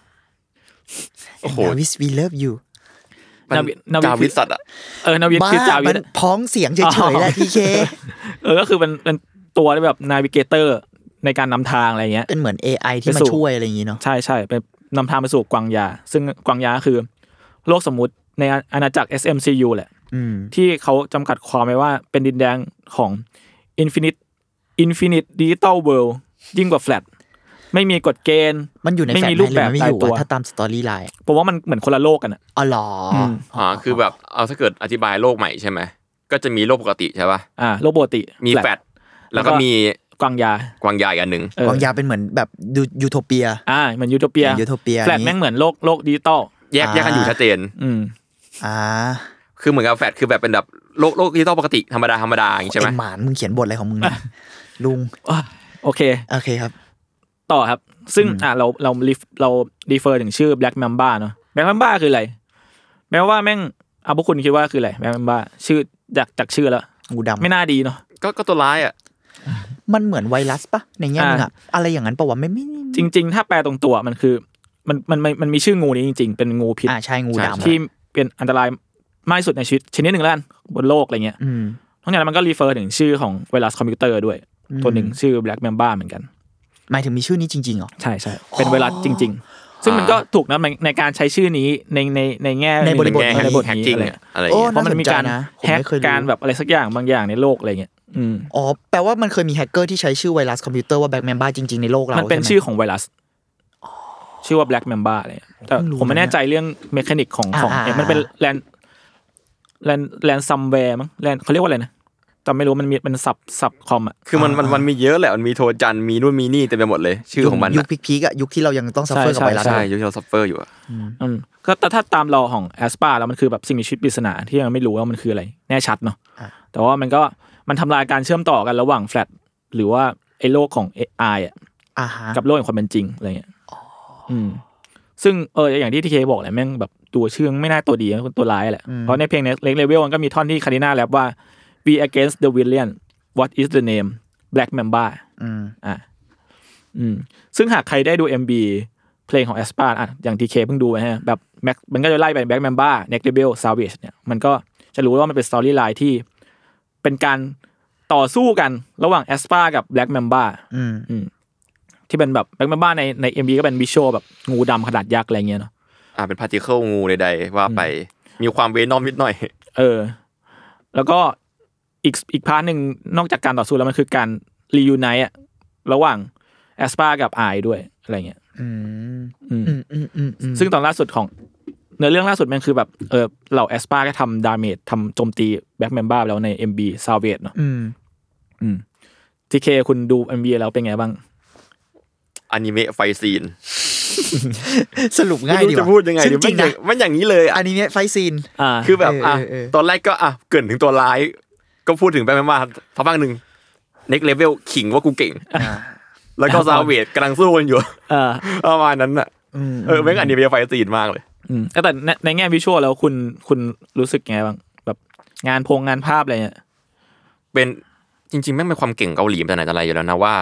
Speaker 3: โอ้โห
Speaker 4: Now is we love you
Speaker 3: มัน
Speaker 2: นาวินาวิ
Speaker 3: จาวิสัตว์อะ
Speaker 2: เออ นาวิส
Speaker 4: บ้า
Speaker 2: คือจาวิ
Speaker 4: มั
Speaker 2: ส
Speaker 4: นพ้องเสียงเฉ
Speaker 2: อ๋อ
Speaker 4: ยๆแหละทีเค
Speaker 2: เออ ก็คือเป็นเป็นตัวที่แบบนาวิเกเตอร์ในการนำทางอะไรเงี้ย
Speaker 4: เป็นเหมือน AI ที่
Speaker 2: ไป
Speaker 4: มา
Speaker 2: สู่
Speaker 4: ช่วยอะไรอย่างนี้เนาะ
Speaker 2: ใช่ใช่ไปนำทางไปสู่กวางยา ซึ่งกวางยาคือ โลกสมมุติในอาณาจักร SMCU แหละ
Speaker 4: อืม
Speaker 2: ที่เขาจำกัดความไว้ว่าเป็นดินแดนของ Infinite Infinite Digital World ยิ่งกว่า Flat ไม่มีกฎเกณฑ์
Speaker 4: มันอยู่ใน
Speaker 2: ไม่
Speaker 4: แฟลช
Speaker 2: มี
Speaker 4: ไลน์
Speaker 2: รูป
Speaker 4: ห
Speaker 2: แบบ
Speaker 4: รือไม่
Speaker 2: ตา
Speaker 4: อย ยู่
Speaker 2: ตัว
Speaker 4: วะถ้าตามสตอรี่ไลน์
Speaker 2: ผมว่ามันเหมือนคนละโลกกันอะ
Speaker 4: อ๋อเหรออ
Speaker 3: อ๋อคือแบบ เอาถ้าเกิดอธิบายโลกใหม่ใช่ไหม ก็จะมีโลกปกติใช่ป่ะ
Speaker 2: อ่าโลกปกติ
Speaker 3: มี
Speaker 2: Flat
Speaker 3: แฟดแล้วก็มี
Speaker 2: กวางยา
Speaker 3: กวางยายอันหนึ่ง
Speaker 2: เออ
Speaker 4: กองยาเป็นเหมือนแบบยูยูโทเปีย
Speaker 2: อ่าเหมือนยูโทเปีย
Speaker 4: เหมือนยูโทเปีย
Speaker 2: Flat แม่งเหมือนโลกโลกดิจิตอล
Speaker 3: แยกแยกกันอยู่ชัดเจน
Speaker 2: อืม
Speaker 4: อ่า
Speaker 3: คือเหมือนกับแฟดคือแบบเป็นแบบโลกโลกที่ต้องปกติธรรมดาธรรมดาอย่างงี้ใช่ไหม
Speaker 4: ไอ้หมานมึงเขียนบทอะไรของมึง นะลุง
Speaker 2: โอเค
Speaker 4: โอเคครับ
Speaker 2: ต่อครับ ซึ่งอ่าเราเราเราเรารีเฟอร์ถึงชื่อ Black Mamba เนาะ Black Mamba คืออะไรแม้ว่าแม่งเอาพวกคุณคิดว่าคืออะไร Black Mamba ชื่อจากจากชื่อแล้ว
Speaker 4: งูดำ
Speaker 2: ไม่น่าดีเนาะ
Speaker 3: ก็ก็ตัวร้ายอะ
Speaker 4: มันเหมือนไวรัสปะในแง่นึง
Speaker 2: อ่า
Speaker 4: อะอะไรอย่างนั้นปะวะไม่ไม่ไม่
Speaker 2: จริงๆ ถ้าแปลตรงตัวมันคือมันมันมันมันมีชื่องูนี้จริง ๆ เป็นงูพิษ
Speaker 4: อ่าใช่งูดำ
Speaker 2: ที่เป็นอันตรายมากที่สุดในชีวิตชนิดหนึ่งแล้วกันบนโลกอะไรเงี้ย
Speaker 4: อืม
Speaker 2: นอกจากนั้นมันก็รีเฟอร์ถึงชื่อของไวรัสคอมพิวเตอร์ด้วย
Speaker 4: อืม
Speaker 2: ตัวหนึ่งชื่อ Black Mamba เหมือนกัน
Speaker 4: หมายถึงมีชื่อนี้จริงๆเหรอ
Speaker 2: ใช่ใช่เป็นไวรัสจริง ๆ ซึ่งมันก็ถูกนะในในการใช้ชื่อนี้ในในในแง่
Speaker 4: ในบริบท
Speaker 2: ใน
Speaker 3: แง่
Speaker 2: แง่ในบริบท
Speaker 3: แฮก
Speaker 2: นี้
Speaker 3: กิ้ง
Speaker 2: อะไร
Speaker 3: อะไรอย่า
Speaker 4: โอ้
Speaker 3: งเงี้ย
Speaker 2: เพ
Speaker 4: น่า
Speaker 2: ราะมั
Speaker 4: ส
Speaker 2: น
Speaker 4: น
Speaker 2: มี
Speaker 4: ใจ
Speaker 2: การ
Speaker 4: นะผม
Speaker 2: แฮก
Speaker 4: ไม่เคย
Speaker 2: การแบบอะไรสักอย่างบางอย่างในโลกอะไรเงี้ย อืม
Speaker 4: อ๋อแปลว่ามันเคยมีแฮกเกอร์ที่ใช้ชื่อไวรัสคอมพิวเตอร์ว่าแบ็กแมนบ้าจริงๆในโลกเรา
Speaker 2: มั
Speaker 4: มัน
Speaker 2: เป็นชื่อของไวรัสชื่อว่า Black Mamba อะไรเงี้ยแต่ผมไม่แน่ใจเรื่องเมคานิกของของเนี่ยมันเป็นแลนแลนแลนซัมแวร์มั้งแลนเขาเรียกว่าอะไรนะจำไม่รู้มันมีเป็นสับสับคอมอ่ะ
Speaker 3: คือมันมันมันมีเยอะแหละ มันมีโทรจันทร์มีนู่นมีนี่เต็มไปหมดเลย ชื่อของมัน
Speaker 4: ยุค
Speaker 3: อะ
Speaker 4: พีคๆอะยุคที่เรายังต้องซัฟเฟอร์กับ
Speaker 2: ใช่
Speaker 4: ไวรัส
Speaker 3: ใช่ยุคที่เราซัฟเฟอร์อยู่อะ
Speaker 2: อืมก็แต่ถ้าตามเราของแอสปาแล้วมันคือแบบสิ่งมีชีวิตปริศนาที่ยังไม่รู้ว่ามันคืออะไร แน่ชัดเนาะแต่ว่ามันก็มันทำลายการเชื่อมต่อกันระหว่างแฟลตหรือว่าไอ้โลกของ AI อ่ะ
Speaker 4: อ่าฮะ
Speaker 2: กับโลกแห่งความเป็นจริงอะไรเงี้ยอืม ซึ่งเอออย่างที่ทีเคบอกแหละแม่งแบบตัวเชื่องไม่น่าตัวดีนะตัวร้ายแหละ เพราะในเพลงเล็กเลเวลมันก็มีท่อนที่คาริน่าแรปว่า we against the villain what is the name black mamba
Speaker 4: อืม
Speaker 2: อ่ะอืม ซึ่งหากใครได้ดู MB เพลงของแอสปาอ่ะอย่างทีเคเพิ่งดูไปฮะแบบแม็กมันก็จะไล่ไปแบ็กแมมบ้าเน็กเดเบลซาวิชเนี่ยมันก็จะรู้ว่ามันเป็นสตอรี่ไลน์ที่เป็นการต่อสู้กันระหว่างแอสปากับแบล็กแมมบ้า
Speaker 4: อืม
Speaker 2: ที่เป็นแบบแบ็คแมนบ้าในในเอ็มบีก็เป็นวิชวลแบบงูดำขนาดยักษ์อะไรเงี้ยเนาะ
Speaker 3: อ่าเป็นพาร์ติเคิลงูใดๆว่าไปมีความเวนอมนิดหน่อย
Speaker 2: เออ แล้วก็อีกอีกพาร์ทหนึ่งนอกจากการต่อสู้แล้วมันคือการรียูไนต์อะระหว่างแอสปากับไอด้วยอะไรเงี้ย
Speaker 4: อืม
Speaker 2: อืม
Speaker 4: อืมอืมอืมอืม
Speaker 2: ซึ่งตอนล่าสุดของเนื้อเรื่องล่าสุดมันคือแบบเออเหล่าแอสปาก็ทำดาเมจทำโจมตีแบ็คแมนบ้าแล้วใน MB s a l v a g e เนาะ
Speaker 4: อืม
Speaker 2: ทีเคคุณดู MB แล้วเป็นไงบ้าง
Speaker 3: อนิเมะไฟซีน
Speaker 4: สรุปง่ายดี
Speaker 3: ไม่รู้
Speaker 4: ว่
Speaker 3: จะพูดยังไง
Speaker 4: ซึ่
Speaker 3: ดี
Speaker 4: จริง
Speaker 3: มันอย่า
Speaker 4: นะ
Speaker 3: งมันอย่างนี้เลยอะ
Speaker 4: อันนี้เนี่ยไฟท์ซีน
Speaker 2: อ่า
Speaker 3: คือแบบอ่ะ
Speaker 4: เออเออเออ
Speaker 3: ตอนแรกก็อ่ะเกรินถึงตัวร้าย ก็พูดถึงไปมาๆทักพักหนึ่งเน็กเลเวลขิงว่ากูเก่ง แล้วก็ซาเวดกำลังสู้กันอยู่
Speaker 2: เออ
Speaker 3: ประมาณนั้นอะ
Speaker 4: อืม
Speaker 3: เออแม่งอนิเมะไฟซีนมากเลย
Speaker 2: อืมแต่ในในแง่วิชวลแล้วคุณคุณรู้สึกยังไงบ้างแบบงานพงงานภาพอะไรเนี่ย
Speaker 3: เป็นจริงๆแม่งเป็นความเก่งเกาหลีมาแต่ไหนแต่ไรอยู่แล้วนะว่า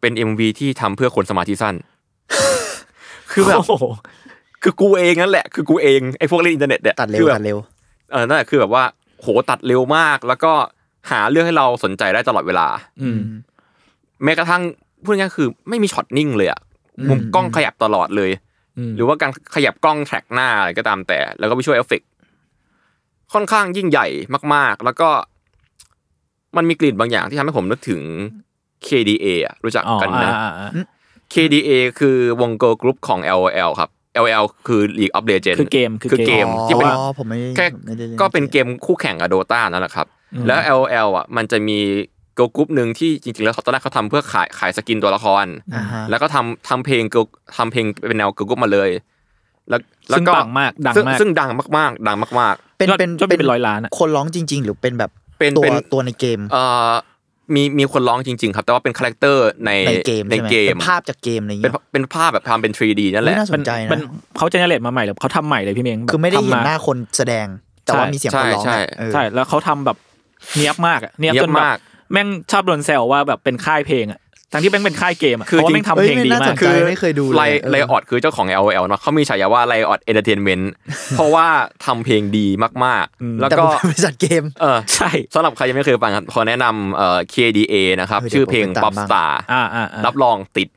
Speaker 3: เป็น MV ที่ทำเพื่อคนสมาธิสั้น คือแบบ
Speaker 2: โอ้โห
Speaker 3: คือกูเองนั่นแหละ คือกูเองไอ้พวกเล่นอินเทอร์เน็ตเนี่ย
Speaker 4: ตัดเร็
Speaker 3: คือ
Speaker 4: ว
Speaker 3: แบบ
Speaker 4: ตัดเร็ว
Speaker 3: เออนั่นแหละคือแบบว่าโหตัดเร็วมาก แล้วก็หาเรื่องให้เราสนใจได้ตลอดเวลา
Speaker 2: อืม
Speaker 3: แม้กระทั่งพูดง่ายๆคือไม่มีช็อตนิ่งเลยอะมุมกล้องขยับตลอดเลย
Speaker 2: อืม
Speaker 3: หรือว่าการขยับกล้องแทร็กหน้าอะไรก็ตามแต่ แล้วก็ไปช่วยเอฟเฟกต์ค่อนข้างยิ่งใหญ่มาก ๆ แล้วก็ มันมีกลิ่นบางอย่างที่ทำให้ผมนึกถึง KDA อะรู้จัก
Speaker 2: อ๋อ
Speaker 3: กันนะ
Speaker 2: อ่าอ่าอ่า
Speaker 3: KDA คือวงเกิร์ลกรุ๊ปของ LOL ครับ LOL คือ League of Legends
Speaker 2: คือเกมคือ
Speaker 3: คือ
Speaker 2: เก
Speaker 3: เก
Speaker 2: ม
Speaker 3: มที่เป็น
Speaker 4: อ๋อผมไม่ได้
Speaker 3: แค่
Speaker 4: ผมไม่ได้ล่
Speaker 3: ก็เป็นเกมคู่แข่งกับโดตานั่นแหละครับ
Speaker 2: อืม
Speaker 3: แล้ว L L อ่ะมันจะมีเกิร์ลกรุ๊ปหนึ่งที่จริงๆ แล้วเขาตอนแรกเขาทำเพื่อขายขายสกินตัวละคร
Speaker 4: อ่าฮะ
Speaker 3: แล้วก็ทำทำเพลงเกิร์ลทำเพลงเป็นแนวเกิร์ลกรุ๊ปมาเลย แล้วแล้ว
Speaker 2: ซึ่ง
Speaker 3: ก็
Speaker 2: ปังมากดัง
Speaker 3: ซึ่ง
Speaker 2: มาก
Speaker 3: ซึ่งดังมากๆ ดังมาก
Speaker 4: เป็น
Speaker 2: ยอด
Speaker 4: เป็น
Speaker 2: ยอดวิวเป็นร้อยล้านอะ
Speaker 4: คนร้องจริง ๆ หรือเป็นแบบ
Speaker 3: เป็น
Speaker 4: ตัว
Speaker 3: เป็น
Speaker 4: ตัวในเกม
Speaker 3: ๆเอ่อมีมีคนร้องจริง ๆ ครับ แต่ว่าเป็นคาแรคเตอร์ใน
Speaker 4: ในเกมใช่ไหม
Speaker 3: เกม
Speaker 4: เป็นภาพจากเกมอะไรอย่าง
Speaker 3: เป็น
Speaker 4: เงี้ย
Speaker 3: เป็นภาพแบบทำเป็น 3D นั่นแหละ
Speaker 4: เฮ้ยน่าสนใจ
Speaker 2: มั
Speaker 4: นะ
Speaker 2: เขาเจเนเรตมาใหม่หรือเขาทำใหม่เลยพี่เมงแบบ
Speaker 4: คือไม่ได้เห็น
Speaker 2: ทำ
Speaker 4: หน้าคนแสดง แต่ว่า
Speaker 2: ใช่
Speaker 4: มีเสียงคนร้อง
Speaker 3: ใช่
Speaker 4: อะเออ
Speaker 2: ใช่แล้วเขาทำแบบเนียบมากอะเนียบ
Speaker 3: เนี๊ยบ
Speaker 2: จนแบบ
Speaker 3: มาก
Speaker 2: แม่งชอบโดนแซวว่าแบบเป็นค่ายเพลงอะทั้งที่แม่งเป็นค่ายเกมอะเพราะว่าแม่งทำเพลงดี
Speaker 4: ฮ้ยน่
Speaker 2: มา
Speaker 4: ส
Speaker 2: ก
Speaker 4: นใจไม่เคยดูเลย
Speaker 3: ไล
Speaker 4: เออ
Speaker 3: ไลออดคือเจ้าของ L O L เนาะเขามีฉายาว่าไลออดเอนเตอร์เทนเมนต์เพราะว่าทำเพลงดีมากๆ แล้วก็
Speaker 4: ต่มันเป็นบริษัทเกม
Speaker 3: เออ
Speaker 2: ใช่
Speaker 3: สำหรับใครยังไม่เคยฟังครับขอแนะนำเอ่อ KDA นะครับ
Speaker 4: เออเดี๋ยว
Speaker 3: ชื่อเพลง
Speaker 4: ผมไปตาม
Speaker 3: Pop Star
Speaker 2: อ่าอ่าอ่า
Speaker 3: รับรองติด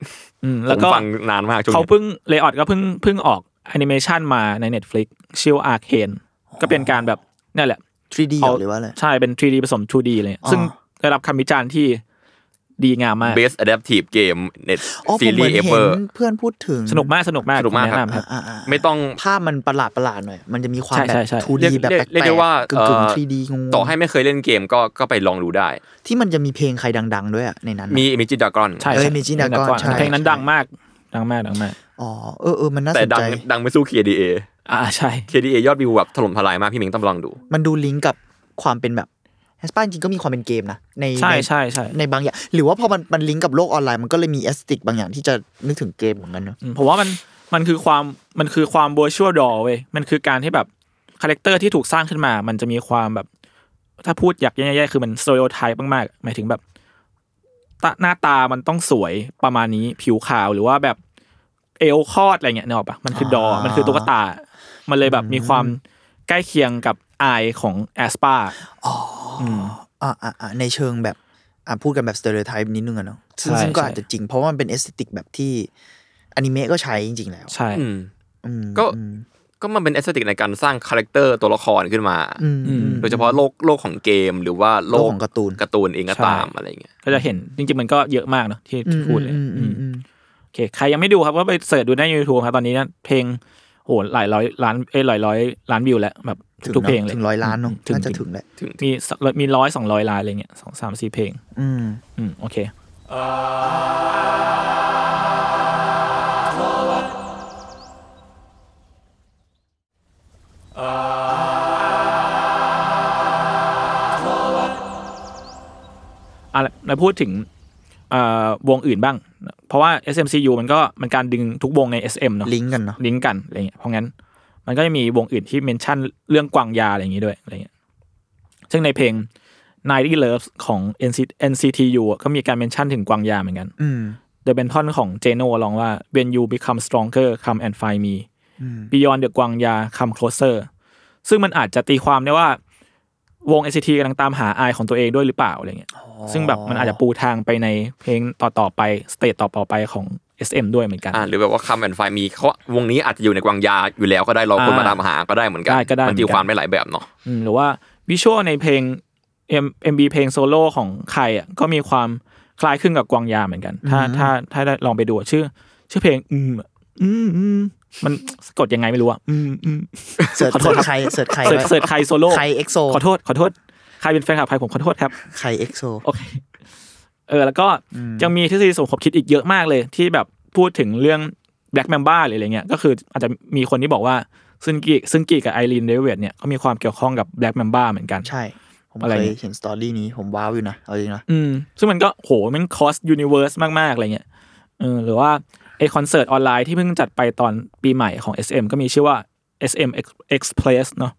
Speaker 2: อืม
Speaker 3: ผ
Speaker 2: แล้ว
Speaker 3: ม
Speaker 2: ก็
Speaker 3: ฟังนานมากช่วง
Speaker 2: เขา
Speaker 3: นี้
Speaker 2: เพิ่งเล y ออ t ก็เพิ่งเพิ่งออกแอนิเมชันมาใน Netflix ชื่ออาร์เคนก็เป็นการแบบนั่นแหละ
Speaker 4: 3D
Speaker 2: เอา
Speaker 4: หรือว่าอะไร
Speaker 2: ใช่เป็น 3D ผสม 2D เลย
Speaker 4: อ๋อ
Speaker 2: ซึ่งได้รับคำวิจารณ์ที่ดีงามมาก
Speaker 3: เบสอะดัพทีฟเกมเน็ต
Speaker 4: อ๋อผ
Speaker 3: ซี
Speaker 4: มเห
Speaker 3: รี
Speaker 4: มือ
Speaker 3: ส์
Speaker 4: น
Speaker 3: เอเว
Speaker 4: เห็
Speaker 3: อน ร์
Speaker 4: เพื่อนพูดถึง
Speaker 2: สนุกมากสนุกมาก
Speaker 3: สนุกมาก
Speaker 2: แะำครับ
Speaker 4: อ่าๆๆ
Speaker 3: ไม่ต้อง
Speaker 4: ภาพมันประหลาดประหลาดหน่อย มันจะมีความ
Speaker 2: ใช่
Speaker 4: แบ
Speaker 2: ใช่
Speaker 4: บ
Speaker 2: ใช่
Speaker 4: 2D
Speaker 3: เรียก
Speaker 4: แบบ
Speaker 3: เรียก
Speaker 4: แปลก
Speaker 3: เรียกได้ว่า
Speaker 4: ๆกึ่งๆ 3D งู
Speaker 3: ต่อให้ไม่เคยเล่นเกมก็ก็ไปลองดูได้
Speaker 4: ที่มันจะมีเพลงใครดัง ๆ ด้วยอะในนั้นอะ
Speaker 3: มีมิจิดากรอน
Speaker 2: ใช่
Speaker 4: เอ้ย
Speaker 2: ใช่
Speaker 4: Imagine Dragon
Speaker 2: Dragon
Speaker 4: ใช่
Speaker 2: เพลงนั้น
Speaker 4: ใช่
Speaker 2: ดังมากดังมากดังมาก
Speaker 4: อ๋อเออเออมันน่า
Speaker 3: แต่
Speaker 4: สน
Speaker 3: ดัง
Speaker 4: ใจ
Speaker 3: ดังไม่สู้ KDA
Speaker 2: อ่าใช่
Speaker 3: KDA ยอดวิวแบบถล่มทลายมากพี่หมิงต้องลองดู
Speaker 4: มันดูลิงก์กับความเป็นแบบแอสปาจริงๆก็มีความเป็นเกมนะใน
Speaker 2: ใช่
Speaker 4: ใน
Speaker 2: ใช่ใช่
Speaker 4: ในบางอย่าง หรือว่าพอมันมันลิงก์กับโลกออนไลน์มันก็เลยมีแอสติกบางอย่างที่จะนึกถึงเกมเหมือนกันเนอะ
Speaker 2: อืมผมว่ามันมันคือความมันคือความ virtual doll เว้ยมันคือการที่แบบคาแรคเตอร์ที่ถูกสร้างขึ้นมา มันจะมีความแบบ ถ้าพูดอยากแย่ๆคือมัน stereotype มากๆหมายถึงแบบตาหน้าตามันต้องสวยประมาณนี้ผิวขาวหรือว่าแบบเอวคอดอะไรเงี้ยนึกออกปะมันคือดอมันคือตุ๊กตา มันเลยแบบมีความใกล้เคียงกับอายของแอสปา
Speaker 4: อ่าอ่าอ่าในเชิงแบบอ่าพูดกันแบบสเตอริโอไทป์นิดนึงอะเนาะซึ่ง
Speaker 2: ใช่
Speaker 4: ซึ่งก็
Speaker 2: ใช่
Speaker 4: อาจจะจริง เพราะว่ามันเป็นแอสติกแบบที่อนิเมะก็ใช้จริงๆแล้ว
Speaker 2: ใช่
Speaker 3: อืม
Speaker 4: อืม
Speaker 3: ก็
Speaker 4: อืม
Speaker 3: ก็มันเป็นเอสติกในการสร้างคาแรคเตอร์ตัวละครขึ้นมา
Speaker 4: อืมอืม
Speaker 3: โดยเฉพาะโลกโลกของเกมหรือว่าโล
Speaker 4: โล
Speaker 3: ก
Speaker 4: กของการ์ตูน
Speaker 3: การ์ตูนเองก็ตามอะไรเงี้ย
Speaker 2: ก็จะเห็นจริงๆมันก็เยอะมากเนอะที่ที่พูดเลย
Speaker 4: อืมอื
Speaker 2: อื
Speaker 4: ม
Speaker 2: ม
Speaker 4: อืม
Speaker 2: โอเค ใครยังไม่ดูครับก็ไปเสิร์ชดูได้ใน YouTube ครับตอนนี้นะเพลงโอ้โหหลายร้อยล้านเอ้ยหลายร้อยล้านวิวแล้วแบบทุกๆเพลงเลย
Speaker 4: ถึงร้อยล้านเนาะ
Speaker 2: ถึง
Speaker 4: น่าจะถึงแหละ
Speaker 3: ถึง
Speaker 2: มีสักมีร้อยสองร้อยล้านอะไรเงี้ยสองสามสี่เพลง
Speaker 4: อืม
Speaker 2: อืม โอเค อะไรมาพูดถึงเอ่อวงอื่นบ้าง เพราะว่า SMCU มันก็มันการดึงทุกวงใน SM เนาะ
Speaker 4: ลิงก์กันเนอะ
Speaker 2: ลิงก์กันอะไรเงี้ยเพราะงั้น มันก็จะมีวงอื่นที่เมนชั่นเรื่องกวางยาอะไรอย่างงี้ด้วยอะไรเงี้ยซึ่งในเพลง 90 Loves ของ NC- NCTU อะก็มีการเมนชั่นถึงกวางยาเหมือนกัน
Speaker 4: อืม
Speaker 2: The b e n t o n ของ Jeno ร้องว่า When you become stronger come and find me Beyond the กวางยา come closer ซึ่งมันอาจจะตีความได้ว่าวง NCT กำลังตามหาอายของตัวเองด้วยหรือเปล่าอะไรเงี้ยซึ่งแบบมันอาจจะปูทางไปในเพลงต่อๆไป สเตจต่อๆไปของ SM ด้วยเหมือนกัน
Speaker 3: อ่าหรือแบบว่าคำแอนไฟมีเขาวงนี้อาจจะอยู่ในกวางยาอยู่แล้วก็ได้รอคนมาตามหาก็ได้เหมือนกัน
Speaker 2: ได้ก็ได้
Speaker 3: มันตี
Speaker 2: เหมือนกัน
Speaker 3: ความได้หลายแบบเนาะ
Speaker 2: อืมหรือว่าวิชวลในเพลง M- MB เพลงโซโล่ของใครอ่ะก็มีความคล้ายคลึงกับกวางยาเหมือนกัน ถ้าถ้าถ้าได้ลองไปดูอะชื่อ ชื่อเพลงอืมอะอืมอืมมันสะกดยังไงไม่รู้อ่ะอืมอืม
Speaker 4: เสิร์ชเสิร์ชใครเสิร์ชใคร
Speaker 2: เสิร์ช
Speaker 4: ไว้
Speaker 2: เสิร์ชใครโซโล่
Speaker 4: ใคร EXO
Speaker 2: ขอโทษขอโทษ ใครเป็นแฟนคลับใครผมขอโทษครับ
Speaker 4: ใครเอ็กโซ
Speaker 2: โอเค เออ แล้วก็ยังมีทฤษฎีสมคบคิดอีกเยอะมากเลย ที่แบบพูดถึงเรื่อง Black Mamba หรืออะไรเงี้ย ก็คืออาจจะมีคนที่บอกว่าซึ่งกีซึ่งกีกับไอรีนเดวิดเนี่ยเขามีความเกี่ยวข้องกับ Black Mamba เหมือนกัน
Speaker 4: ใช่ ผม
Speaker 2: อะไร
Speaker 4: เคย
Speaker 2: เนี่ย
Speaker 4: เห็นสตอรี่นี้ผมว้าวอยู่นะ เอาจริงนะ
Speaker 2: อืมซึ่งมันก็โหมันคอสยูนิเวอร์สมาก ๆ อะไรเงี้ยเออหรือว่าไอคอนเสิร์ตออนไลน์ที่เพิ่งจัดไปตอนปีใหม่ของ SM ก็มีชื่อว่า SM Ex- Express เนาะ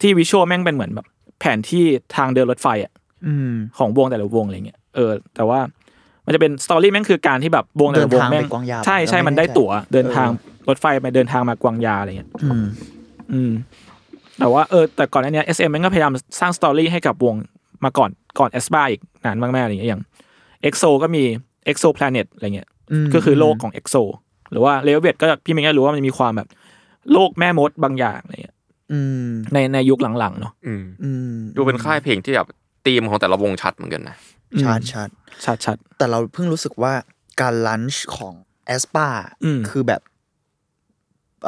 Speaker 2: ที่วิชวลแม่งเป็นเหมือนแบบแผนที่ทางเดินรถไฟอะ
Speaker 4: อืม
Speaker 2: ของวงแต่ละวงอะไรเงี้ยเออแต่ว่ามันจะเป็นสตอรี่แม่งคือการที่แบบวงแต่ละวงแม่
Speaker 4: เดินทางไปกวางยา
Speaker 2: ใช่ใช่
Speaker 4: แล้วไม่
Speaker 2: มันได้
Speaker 4: แน่ใจ
Speaker 2: ตั๋วเดินทางรถไฟไปเดินทางมากวางยาอะไรเงี้ย
Speaker 4: อืม
Speaker 2: อืมแต่ว่าเออแต่ก่อนหน้าเนี้ย SM มันก็พยายามสร้างสตอรี่ให้กับวงมาก่อนก่อนเอสบาอีกนานมากๆอะไรอย่างเงี้ยอย่าง EXO ก็มี EXO Planet อะไรเงี้ย
Speaker 4: อืม
Speaker 2: ก็คือโลกของ EXO หรือว่าเลเวตก็พี่เมย์ก็รู้ว่ามันมีความแบบโลกแม่มดบางอย่างอะไรเงี้ย
Speaker 4: อืม
Speaker 2: ในในยุคหลังๆเนาะ
Speaker 3: อืม
Speaker 4: อืม
Speaker 3: ดูเป็นค่ายเพลงที่แบบธีมของแต่ละวงชัดเหมือนกันนะ
Speaker 2: อืม
Speaker 4: ชาร์จชาร์จ
Speaker 2: ชัดชัด
Speaker 4: แต่เราเพิ่งรู้สึกว่าการลันช์ของแอสปา
Speaker 2: อืม
Speaker 4: คือแบบ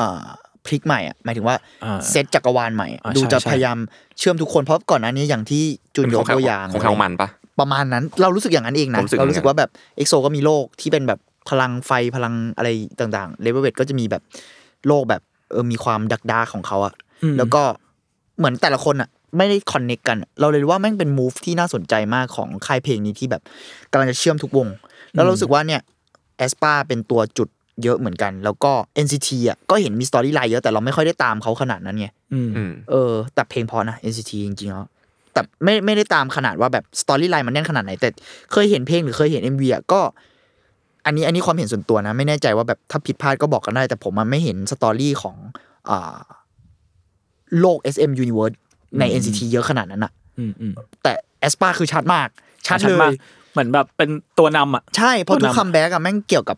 Speaker 4: อ่าพลิกใหม่อ่ะ หมายถึงว่า
Speaker 2: อ่า
Speaker 4: เซตจักรวาลใหม่อะ
Speaker 2: อ่า
Speaker 4: ดูจะ
Speaker 2: ใช่ใช่
Speaker 4: พยายามเชื่อมทุกคน เพราะก่อนหน้านี้อย่างที่จุน
Speaker 3: เป็น
Speaker 4: ย
Speaker 3: ขอก งใคร
Speaker 4: ตัวอย่าง
Speaker 3: ของใครของมันปะ
Speaker 4: ประมาณนั้น เรารู้สึกอย่างนั้นเองนะ
Speaker 3: ผมรู้สึก
Speaker 4: เรารู้สึกว่าแบบเอ็กโซก็มีโลกที่เป็นแบบพลังไฟพลังอะไรต่างๆเลเวเวตก็จะมีแบบโลกแบบเออมีความดักดาของเขาอะ
Speaker 2: อืม
Speaker 4: แล้วก็เหมือนแต่ละคนอ่ะ ไม่ได้คอนเน c t กันอะเราเลยรู้ว่าแม่งเป็นมูฟที่น่าสนใจมากของค่ายเพลงนี้ที่แบบกำลังจะเชื่อมทุกวง แล้วเรารู้สึกว่าเนี่ยแอสปาเป็นตัวจุดเยอะเหมือนกัน แล้วก็ NCT อ่ะก็เห็นมีสตอรี่ไลน์เยอะแต่เราไม่ค่อยได้ตามเขาขนาดนั้นไง
Speaker 2: อืม
Speaker 3: อืม
Speaker 4: เออแต่เพลงเพอนะ NCT จริงๆแล้วแต่ไม่ไม่ได้ตามขนาดว่าแบบสตอรี่ไลน์มันแน่นขนาดไหน แต่เคยเห็นเพลงหรือเคยเห็น MV อ่ะก็ อันนี้อันนี้ความเห็นส่วนตัวนะ ไม่แน่ใจว่าแบบถ้าผิดพลาดก็บอกกันได้ แต่ผมมันไม่เห็นสตอรี่ของอ่า โลก SM Universe ใน NCT เยอะขนาดนั้นอะ
Speaker 2: อืมอืม
Speaker 4: แต่ a s p a คือชัดมาก ชัดเลย
Speaker 2: เหมือนแบบเป็นตัวนำอ่ะ
Speaker 4: ใช่เพราะทุ
Speaker 2: ตั
Speaker 4: ก
Speaker 2: วนำ
Speaker 4: คัมแบ็กอะแม่งเกี่ยวกับ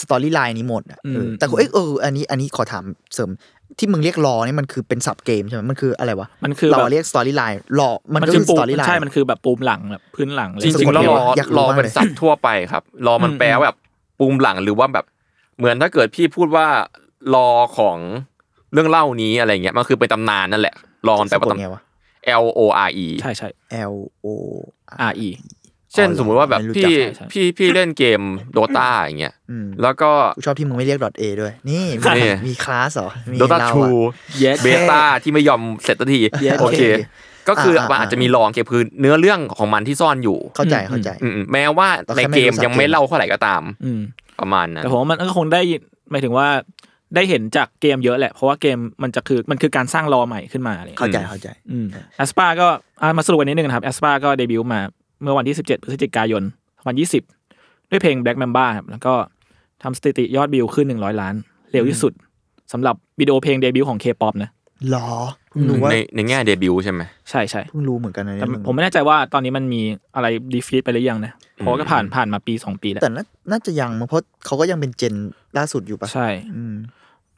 Speaker 4: สตอรี่ไลน์นี้หมดอะ
Speaker 2: อืม
Speaker 4: เออแต่เอ้ยเอออันนี้อันนี้ขอถามเสริมที่มึงเรียกรอเนี่ยมันคือเป็นสับเกมใช่ไหมมันคืออะไรวะ
Speaker 2: มันคือ
Speaker 4: เรา
Speaker 2: แบบ
Speaker 4: เรียกสตอรี่ไลน์รอมันก็คือ
Speaker 2: ปู
Speaker 4: สตอรี่ไลน์
Speaker 2: ใช่มันคือแบบปูมหลังแบบพื้นหลังเลย
Speaker 3: จริงๆ
Speaker 4: แล้
Speaker 3: แล้ว วรอ
Speaker 4: อยากรู้
Speaker 3: รอ
Speaker 4: มากเลย
Speaker 3: เป็นสัตว์ทั่วไปครับ รอมันแปลว่าแบบปูมหลังหรือว่าแบบ เหมือนถ้าเกิดพี่พูดว่ารอของเรื่องเล่านี้อะไรเงี้ยมันคือเป็นตำนานนั่นแหละ รอมันแปล
Speaker 4: สะก
Speaker 3: ว่า
Speaker 4: ด
Speaker 3: ตำ
Speaker 4: ไง
Speaker 3: นาน
Speaker 4: วะ
Speaker 3: L O R E
Speaker 2: ใช่ใช่
Speaker 4: L O
Speaker 2: R E
Speaker 3: เช่นสมมุติว่าแบบ
Speaker 4: ไม่รู้จัก
Speaker 3: พี่
Speaker 2: ใช่
Speaker 3: พี่พี่เล่นเกมโดตาอย่างเงี้ย
Speaker 4: อืม
Speaker 3: แล้วก็
Speaker 4: กูชอบที่มึงไม่เรียก .a ด้วย นี่มี
Speaker 3: นี่
Speaker 4: มีคลาสเหรอมี
Speaker 3: โดตา
Speaker 4: เรอะ
Speaker 3: ทู
Speaker 2: เยส
Speaker 3: เบต้าที่ไม่ยอมเสร็จสักที
Speaker 2: Yes
Speaker 3: โอเค
Speaker 4: โอเค
Speaker 3: ก็คือ
Speaker 4: อ่าๆ
Speaker 3: มันอาจจะมีรองเกมคือเนื้อเรื่องของมันที่ซ่อนอยู่
Speaker 4: เข้าใจเข้าใจ
Speaker 3: อืมๆแม้ว่าในเกมยังไม่เล่าเท่าไหร่ก็ตาม
Speaker 2: อืม
Speaker 3: ประมาณนั้น
Speaker 2: แต่ผมว่ามันก็คงได้หมายถึงว่าได้เห็นจากเกมเยอะแหละ เพราะว่าเกมมันจะคือมันคือการสร้างรอใหม่ขึ้นมาอะไรอย่าง
Speaker 4: เข้า
Speaker 2: เงี้ย
Speaker 4: ใจเข้าใจ
Speaker 2: อืมแอสปาก็อ่ะมาสรุปกันนิดนึงนะครับแอสปาก็เดบิวต์มาเมื่อวันที่ 17 พฤศจิกายน 2020 ด้วยเพลง Black Mamba ครับแล้วก็ทำสถิติยอดวิวขึ้น 100 ล้าน เร็วที่สุดสำหรับวิดีโอเพลงเดบิวต์ของ K-POP นะ
Speaker 4: หรอเพิ่งรู้ว่า
Speaker 3: ในในแง่เดบิวต์ใช่ไหม
Speaker 2: ใช่ใช่
Speaker 4: เพิ่งรู้เหมือนกันนะเนี่
Speaker 2: แต่
Speaker 4: ยง
Speaker 2: ผมไม่แน่ใจว่าตอนนี้มันมีอะไรดีฟีดไปหรือยังนะเพราะว่าก็ผ่านผ่านมาปี 2 ปีแล้ว
Speaker 4: แต่น่าน่าจะยังมั้งเพราะเขาก็ยังเป็นเจนล่าสุดอยู่ปะ
Speaker 2: ใช่
Speaker 4: อืม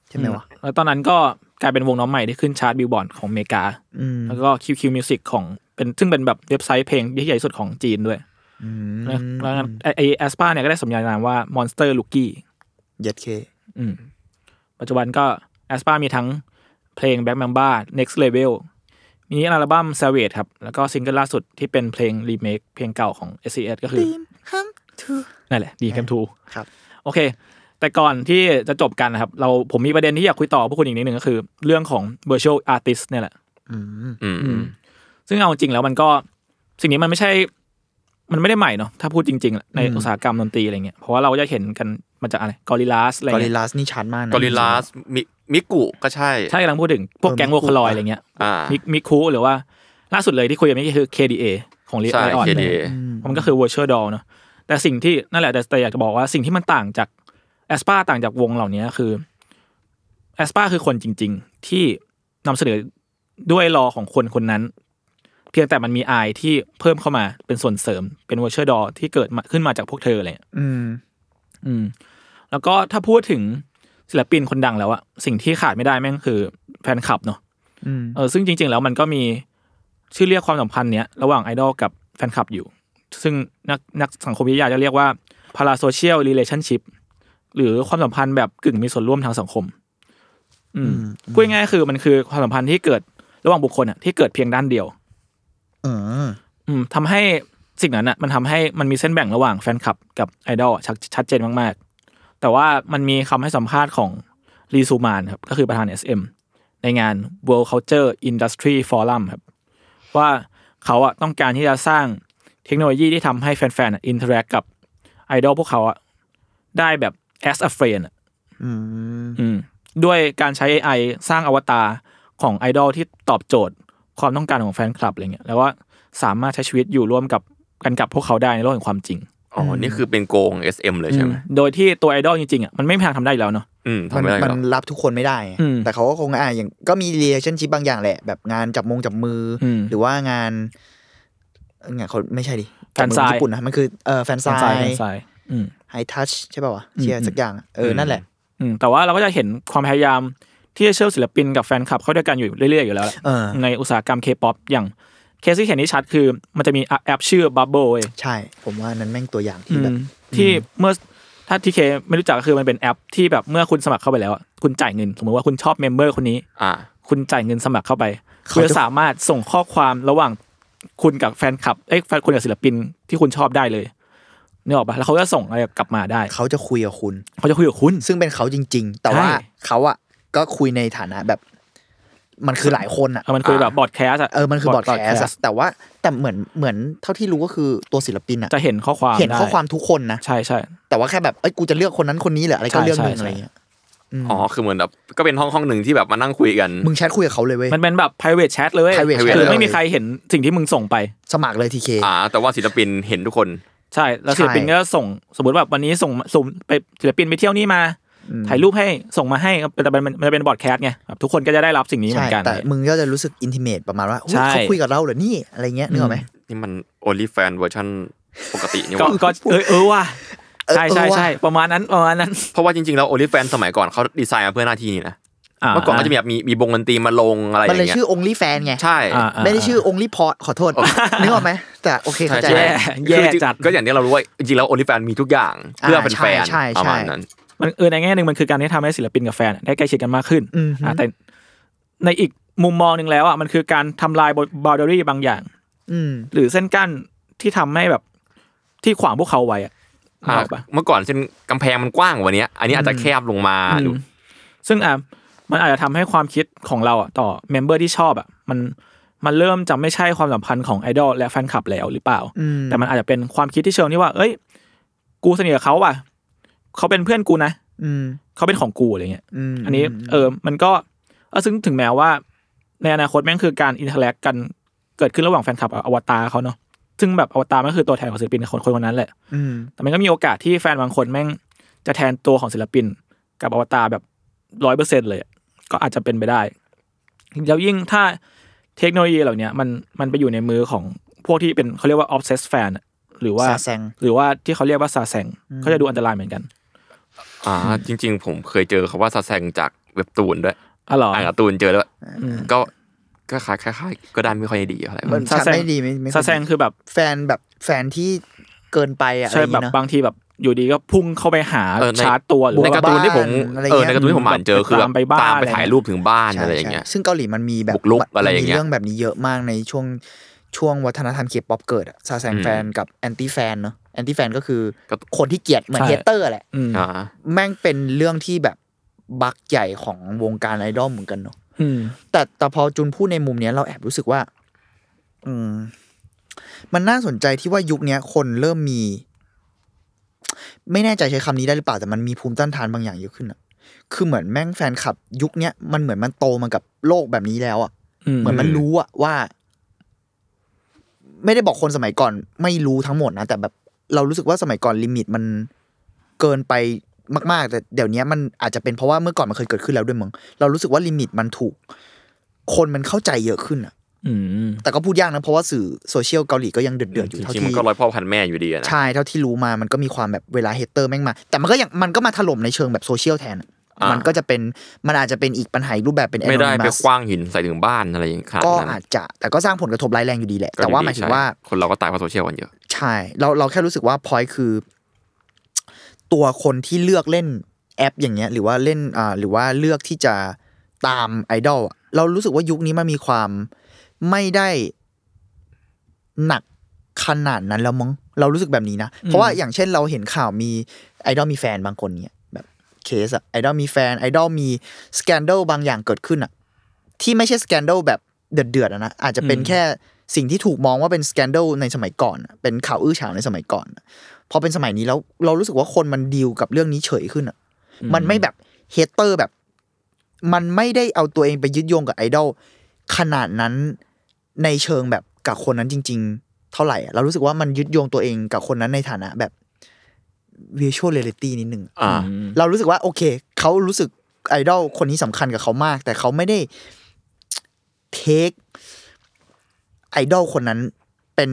Speaker 4: ใช่ไหมวะ
Speaker 2: แล้วตอนนั้นก็ กลายเป็นวงน้องใหม่ที่ขึ้นชาร์ตบิลบอร์ดของอเมริกา
Speaker 4: อืม
Speaker 2: แล้วก็ QQ Music ของเป็นซึ่งเป็นแบบเว็บไซต์เพลงที่ใหญ่สุดของจีนด้วย
Speaker 4: อืม
Speaker 2: แล้วแล้วงั้นไอแอสปาเนี่ยก็ได้สมญานามว่า Monster l o o k i e
Speaker 4: เย็ดเค
Speaker 2: อืมปัจจุบันก็แอสปามีทั้งเพลง Black Mamba Next Level มีอัลบั้ม Savage ครับ แล้วก็ซิงเกิลล่าสุดที่เป็นเพลงรีเมคเพลงเก่าของ SES ก็คือ นั่นแหละ ดีแคมทู
Speaker 4: ครับ
Speaker 2: โอเค แต่ก่อนที่จะจบกันนะครับ เราผมมีประเด็นที่อยากคุยต่อพวกคุณอีกนิดหนึ่งก็คือ เรื่องของ virtual artist เนี่ยแหละ
Speaker 4: อืม
Speaker 3: อืม
Speaker 2: ซึ่งเอาจริงแล้วมันก็สิ่งนี้มันไม่ใช่ มันไม่ได้ใหม่เนาะถ้าพูดจริงๆอะในอุตสาหกรรมดนตรีอะไรเงี้ยเพราะว่าเราก็จะเห็นกันมาจากอะไรกอริลลาสอะไร
Speaker 4: กอริ
Speaker 2: เงี้
Speaker 4: ล
Speaker 2: ย
Speaker 4: ลาสนี่ชัดมากนะ
Speaker 3: กอริลลาสมิมิกุก็ใช่
Speaker 2: ใช่กำลังพูดถึงพวก
Speaker 4: เออ
Speaker 2: แก๊ง
Speaker 4: มิ
Speaker 2: โว
Speaker 4: คุ
Speaker 2: คาลอย
Speaker 4: อะ
Speaker 2: อะไรเงี้ย
Speaker 3: อ่า
Speaker 2: มิมิคูหรือว่าล่าสุดเลยที่คุยกันเมื่อกี้คือ KDA ของลีอ
Speaker 3: ใช่
Speaker 2: ออน
Speaker 3: เค
Speaker 2: เล
Speaker 3: เด
Speaker 2: ย มันก็คือ virtual doll เนอะแต่สิ่งที่นั่นแหละแต่แต่อยากจะบอกว่าสิ่งที่มันต่างจากแอสปาต่างจากวงเหล่านี้คือแอสปาคือคนจริง ๆ ที่นำเสนอด้วยรอของคนคนนั้น เพียงแต่มันมีไอที่เพิ่มเข้ามาเป็นส่วนเสริมเป็น virtual doll ที่เกิดมาขึ้นมาจากพวกเธออะไรอย่างเงี้ย
Speaker 4: อืม
Speaker 2: อืม แล้วก็ถ้าพูดถึงศิลปินคนดังแล้วอะสิ่งที่ขาดไม่ได้แม่งคือแฟนคลับเนาะ
Speaker 4: อืม
Speaker 2: เออซึ่งจริง ๆ แล้วมันก็มีชื่อเรียกความสัมพันธ์เนี้ยระหว่างไอดอลกับแฟนคลับอยู่ ซึ่งนักนักสังคมวิทยาจะเรียกว่า parasocial relationship หรือความสัมพันธ์แบบกึ่งมีส่วนร่วมทางสังคม อืมพูดง่ายๆคือมันคือความสัมพันธ์ที่เกิดระหว่างบุคคลอ่ะที่เกิดเพียงด้านเดียว
Speaker 4: เออ
Speaker 2: อืมทำให้สิ่งนั้นอ่ะมันทำให้มันมีเส้นแบ่งระหว่างแฟนคลับกับไอดอลอะชัดชัดเจนมากๆ แต่ว่ามันมีคำให้สัมภาษณ์ของรีซูมานครับก็คือประธาน SM ในงาน World Culture Industry Forum ครับ ว่าเขาอะต้องการที่จะสร้างเทคโนโลยีที่ทำให้แฟนๆอินเทอร์แอคกับไอดอลพวกเขาอะได้แบบ as a friend อะ
Speaker 4: อืม
Speaker 2: อืมด้วยการใช้ AI สร้างอวตารของไอดอลที่ตอบโจทย์ ความต้องการของแฟนคลับอะไรเงี้ยแล้วว่าสามารถใช้ชีวิตอยู่ร่วมกับกันกับพวกเขาได้ในโลกแห่งความจริง
Speaker 3: อ๋อ นี่คือเป็นโกง SM เลยใช่ไหม
Speaker 2: อืมโดยที่ตัวไอดอลจริงๆอ่ะมันไม่มีทางทำได้อยู่แล้วเนาะ
Speaker 3: อืม
Speaker 4: มั
Speaker 3: ทำ
Speaker 4: น
Speaker 3: ไม่ได้ห
Speaker 4: มั
Speaker 3: ร
Speaker 4: น
Speaker 3: อก
Speaker 4: รับทุกคนไม่ได้ไง
Speaker 2: อืม
Speaker 4: แต่เขาก็คงอ่ะอย่างก็มีเรียชั่นชิพบางอย่างแหละ แบบงานจับมงจับมืออ
Speaker 2: ม
Speaker 4: หรือว่างานงานเขาไม่ใช่ดิ
Speaker 2: แฟนไซน์
Speaker 4: จับมือญี่ปุ่นนะมันคือเออแฟนไซ
Speaker 2: แฟนไซายแฟน
Speaker 4: น์
Speaker 2: ไซายอืม
Speaker 4: ไฮทัชใช่ป่าววะเชีย
Speaker 2: อืม
Speaker 4: สักอย่างอะเออนั่นแหละ
Speaker 2: อืมแต่ว่าเราก็จะเห็นความพยายามที่จะเชื่อมศิลปินกับแฟนคลับเข้าด้วยกันอยู่เรื่อยๆอยู่แล้วแหละ
Speaker 4: เออ
Speaker 2: ในอุตสาหกรรมเคป๊อปอย่างเคสที่เห็นที่ชัดคือ มันจะมีแอปชื่อ Bubble เว้ย
Speaker 4: ใช่ ผมว่านั้นแม่งตัวอย่าง
Speaker 2: อื
Speaker 4: ที่แบ
Speaker 2: ม
Speaker 4: บ
Speaker 2: ที่เมื่อถ้าทีเคไม่รู้จักก็คือมันเป็นแอปที่แบบเมื่อคุณสมัครเข้าไปแล้วอะคุณจ่ายเงิน สมมติว่าคุณชอบเมมเบอร์คนนี้
Speaker 3: อ่า
Speaker 2: คุณจ่ายเงินสมัครเข้าไป
Speaker 4: เขา
Speaker 2: คุณ
Speaker 4: จะ
Speaker 2: จะสามารถส่งข้อความระหว่างคุณกับแฟนคลับเอ้ยแฟนคุณกับศิลปินที่คุณชอบได้เลยนึกออกปะแล้วเขาจะส่งอะไรกลับมาได้
Speaker 4: เขาจะคุยกับคุณ
Speaker 2: เขาจะคุยกับคุณ
Speaker 4: ซึ่งเป็นเขาจริง ๆ แต่ว่า
Speaker 2: ใช่
Speaker 4: เขาอ่ะก็คุยในฐานะแบบ มันคือหลายคนอ่ะ
Speaker 2: เออมันคือแบบบอดแคสอะ
Speaker 4: เออ มันคือบอดแคส
Speaker 2: broadcast
Speaker 4: แต่ว่าแต่เหมือนเหมือนเท่าที่รู้ก็คือตัวศิลปินอ่ะ
Speaker 2: จะเห็นข้อความ
Speaker 4: เห็นข้อ
Speaker 2: ได้
Speaker 4: ความทุกคนนะ
Speaker 2: ใช่ใช่
Speaker 4: แต่ว่าแค่แบบเอ้ยกูจะเลือกคนนั้นคนนี้เหรออะไรก็
Speaker 2: ใช่
Speaker 4: เรื่องหนึ่ง
Speaker 2: ใช่
Speaker 4: อะไรเงี้ย
Speaker 3: อ๋อ คือเหมือนแบบ ก็เป็นห้องห้องหนึ่งที่แบบมานั่งคุยกัน
Speaker 4: มึงแชทคุยกับเขาเลยเว้ย
Speaker 2: มันเป็นแบบ private chat เลย
Speaker 4: private
Speaker 3: chat
Speaker 2: คือไม่
Speaker 4: เลย
Speaker 2: มีใครเห็นสิ่งที่มึงส่งไป
Speaker 4: สมัครเลยทีเค
Speaker 3: อ่า แต่ว่าศิลปินเห็นทุกคน
Speaker 2: ใช่แล้ว
Speaker 4: ใช่
Speaker 2: ศิลปินก็ส่งสมมติแบบวันนี้ส่งส่งไปศิลปินไปเที่ยวนี่มา ถ่ายรูปให้ส่งมาให้แต่มันมันจะเป็นบอร์ดแคสต์ไงแบบทุกคนก็จะได้รับสิ่งนี้เหมื
Speaker 4: ใช่
Speaker 2: อนกัน
Speaker 4: แต่มึงก็จะรู้สึกอินทิเมตประมาณว่าอุ๊ย
Speaker 2: ใช่
Speaker 4: เขาคุยกับเราเหรอนี่อะไรเงี้ยนึกออกไหม
Speaker 3: นี่มัน o n l y f a n เวอร์ชันปกตินี่ห
Speaker 2: ก็
Speaker 3: ว่า
Speaker 2: ก็เออเออว่ะ
Speaker 4: เออ
Speaker 2: ใช่ใช่
Speaker 4: เออว่ะ
Speaker 2: ใช่ประมาณนั้นประมาณนั้น
Speaker 3: เพราะว่าจริงๆ แล้ว o n l y f a n สมัยก่อนเขาดีไซน์มาเพื่อหน้าที่นี่นะ
Speaker 2: า
Speaker 3: เมื่อก่อนก็จะมีแบบมีมีวงดนตรีมาลงอะไรอ
Speaker 4: มัน
Speaker 3: ย่าง
Speaker 4: เลย
Speaker 3: เงี้ย
Speaker 4: ชื่อ only fan ไง
Speaker 3: ใช่
Speaker 2: อ่าา
Speaker 4: ไม่ได้ชื่อ only pot ขอโทษนึกออกไหมแต่โอเคเข้าใจ
Speaker 3: ใช่
Speaker 2: แย่แย่
Speaker 3: คือจริง
Speaker 2: จัด
Speaker 3: ก็อย่างที่เรารู้ว่าจริงๆแล้ว o n l y f a n มีทุกอย่าง เพื่อเป็นแฟน
Speaker 4: ใช่
Speaker 3: ป
Speaker 4: ใช่ใช่
Speaker 3: ระมาณนั้น
Speaker 2: มันเออในแง่หนึ่งมันคือการที่ทำให้ศิลปินกับแฟนได้ใกล้ชิดกันมากขึ้น
Speaker 4: อือฮึ
Speaker 2: อ่ะแต่ในอีกมุมมองหนึ่งแล้วอ่ะมันคือการทำลายบาร์เดอรี่บางอย่าง
Speaker 4: อืม
Speaker 2: หรือเส้นกั้นที่ทำให้แบบที่ขวางพวกเขาไว้อ่ะนึก
Speaker 3: อ่า
Speaker 2: ออกปะ
Speaker 3: เมื่อก่อนเส้นกำแพงมันกว้างกว่านี้อันนี้อาจจะแคบลงมา
Speaker 2: อืม
Speaker 3: ดู
Speaker 2: ซึ่งอ่ะมันอาจจะทำให้ความคิดของเราอ่ะต่อเมมเบอร์ที่ชอบอ่ะมันมันเริ่มจะไม่ใช่ความสัมพันธ์ของไอดอลและแฟนคลับแล้วหรือเปล่า
Speaker 4: อืม
Speaker 2: แต่มันอาจจะเป็นความคิดที่เชิงที่ว่า เอ้ย กูสนิทกับเขาว่ะเขาเป็นเพื่อนกูนะ
Speaker 4: อืม
Speaker 2: เขาเป็นของกูอะไรเงี้ย
Speaker 4: อืม
Speaker 2: อันนี้เออมันก็เออซึ่งถึงแม้ว่า ในอนาคตแม่งคือการอินเทอร์แลกกันเกิดขึ้นระหว่างแฟนคลับกับอวตารเขาเนาะซึ่งแบบอวตารมันก็คือตัวแทนของศิลปินคนคนนั้นแหละ
Speaker 4: อืม
Speaker 2: แต่มันก็มีโอกาสที่แฟนบางคนแม่งจะแทนตัวของศิลปิน กับอวตารแบบร้อยเปอร์เซ็นเลยอะก็อาจจะเป็นไปได้ แล้วยิ่งถ้าเทคโนโลยีเหล่าเนี้ยมันมันไปอยู่ในมือของพวกที่เป็นเขาเรียกว่า obsess fan อะหรือว่า
Speaker 4: ซาแซง
Speaker 2: หรือว่าที่เขาเรียกว่าซาแซงเขาจะดูอันตรายเหมือนกัน
Speaker 3: อ่าจริง ๆ ผมเคยเจอคำว่าซาแซงจากเว็บตูนด้วย
Speaker 2: อ๋อเหรอ
Speaker 3: อ่านการ์ตูนเจอแล้ว
Speaker 2: อืม
Speaker 3: ก็ก็คล้ายคล้ายๆก็ด้านไม่ค่อยดีเท่าไหร่
Speaker 4: มัน
Speaker 2: ซา
Speaker 4: ซา
Speaker 2: แซง
Speaker 4: แซงได้ดีไหมไม่ค่อย
Speaker 2: ซาแซงคือแบบ
Speaker 4: แฟนแบบแฟนที่เกินไปอะอะไร
Speaker 2: ใช่
Speaker 4: อย่าง
Speaker 2: แบบ
Speaker 4: เงี้ย
Speaker 2: บางทีแบบอยู่ดีก็พุ่งเข้าไปหา
Speaker 3: เออใน
Speaker 2: ชาร์จตัวหรือ
Speaker 3: ใน
Speaker 2: ว่า
Speaker 3: การ์ตูนที่ผม
Speaker 4: อะไรเงี้ย
Speaker 3: เออในการ์ตูนที่ผมอ่านเจอคือแบ
Speaker 2: ตา
Speaker 3: บ
Speaker 2: มไปบ้าน
Speaker 3: ตามไปถ่ายรูปถึงบ้าน
Speaker 4: ใช่
Speaker 3: อะไรอย่างเงี้ย
Speaker 4: ใช่ซึ่งเกาหลีมันมีแบบ
Speaker 3: บุกรุกอะไรอย่างเงี้ย
Speaker 4: มันมีเรื่องแบบนี้เยอะมากในช่วงช่วงวัฒนธรรมเคป๊อปเกิดอะซาแซง
Speaker 3: อืม
Speaker 4: แฟนกับแอนตี้แฟนเนาะแอนตี้แฟนก็คือ
Speaker 3: ก็
Speaker 4: คนที่เกลียดเหมือน
Speaker 2: ใช่
Speaker 4: เฮเตอร์แหละ
Speaker 2: อืม
Speaker 3: อ่า
Speaker 4: แม่งเป็นเรื่องที่แบบบักใหญ่ของวงการไอดอลเหมือนกันเนาะ
Speaker 2: อืม
Speaker 4: แต่แต่พอจุนพูดในมุมเนี้ยเราแอบรู้สึกว่า อืม มันน่าสนใจที่ว่ายุคเนี้ย คนเริ่มมี ไม่แน่ใจใช้คำนี้ได้หรือเปล่าแต่มันมีภูมิต้านทานบางอย่างเยอะขึ้นอะคือเหมือนแม่งแฟนคลับ ยุคเนี้ยมันเหมือนมันโตมากับโลกแบบนี้แล้วอะ เหมือนมันรู้อะว่า ไม่ได้บอกคนสมัยก่อน ไม่รู้ทั้งหมดนะแต่แบบเรารู้สึกว่าสมัยก่อนลิมิตมันเกินไปมาก ๆ แต่เดี๋ยวนี้มันอาจจะเป็นเพราะว่าเมื่อก่อนมันเคยเกิดขึ้นแล้วด้วยมั้งเรารู้สึกว่าลิมิตมันถูก คนมันเข้าใจเยอะขึ้นอะ
Speaker 2: อืม
Speaker 4: แต่ก็พูดยากนะเพราะว่าสื่อโซเชียลเกาหลีก็ยังเดือดๆอ
Speaker 3: จ
Speaker 4: ยู่เท่า
Speaker 3: ริงๆมัน
Speaker 4: ที่
Speaker 3: ก็ร้อยพ่อพันแม่อยู่ดีอะนะ
Speaker 4: ใช่เท่าที่รู้มามันก็มีความแบบเวลาเฮเตอร์แม่งมา แต่มันก็ยังมันก็มาถล่มในเชิงแบบโซเชียลแทนอะมันก็จะเป็นมันอาจจะเป็นอีกปัญหาอีกรูปแบบเป็น
Speaker 3: ไม่ได้ไป
Speaker 4: anonymous
Speaker 3: คว้างหินใส่ถึงบ้านอะไรอย่างเงี้ยขนาด
Speaker 4: ก็
Speaker 3: นั้น
Speaker 4: อาจจะแต่ก็สร้างผลกระทบร้ายแรงอยู่ดีแหละ แต่ว่าหมายถึงว่า
Speaker 3: ใช่คนเราก็ตายเพราะโซเชียลกันเยอะ
Speaker 4: ใช่ เราเราแค่รู้สึกว่าพอยคือ ตัวคนที่เลือกเล่นแอปอย่างเงี้ย หรือว่าเล่นอ่าหรือว่าเลือกที่จะตามไอดอลอะเรารู้สึกว่ายุคนี้มันมีความไม่ได้หนักขนาดนั้นแล้วมั้งเรารู้สึกแบบนี้นะ เพราะว่าอย่างเช่นเราเห็นข่าวมีไอดอลมีแฟนบางคนเนี่ยแบบเคสอะไอดอลมีแฟนไอดอลมีสแกนเดลบางอย่างเกิดขึ้นอะ ที่ไม่ใช่สแกนเดลแบบเดือดๆอะนะอาจจะเป็น
Speaker 2: อืม
Speaker 4: แค่สิ่งที่ถูกมองว่าเป็นสแกนเดลในสมัยก่อนอะเป็นข่าวอื้อฉาวในสมัยก่อนอะพอเป็นสมัยนี้แล้วเรารู้สึกว่าคนมันดีลกับเรื่องนี้เฉยขึ้นอ่ะ มันไม่แบบเฮเตอร์แบบ มันไม่ได้เอาตัวเองไปยึดโยงกับไอดอลขนาดนั้นในเชิงแบบกับคนนั้นจริง ๆ เท่าไหร่อะเรารู้สึกว่ามันยึดโยงตัวเองกับคนนั้นในฐานะแบบ virtual reality นิดนึง
Speaker 3: อ่า
Speaker 4: เรารู้สึกว่าโอเค เขารู้สึกไอดอลคนนี้สำคัญกับเขามาก แต่เขาไม่ได้เทคไอดอลคนนั้นเป็น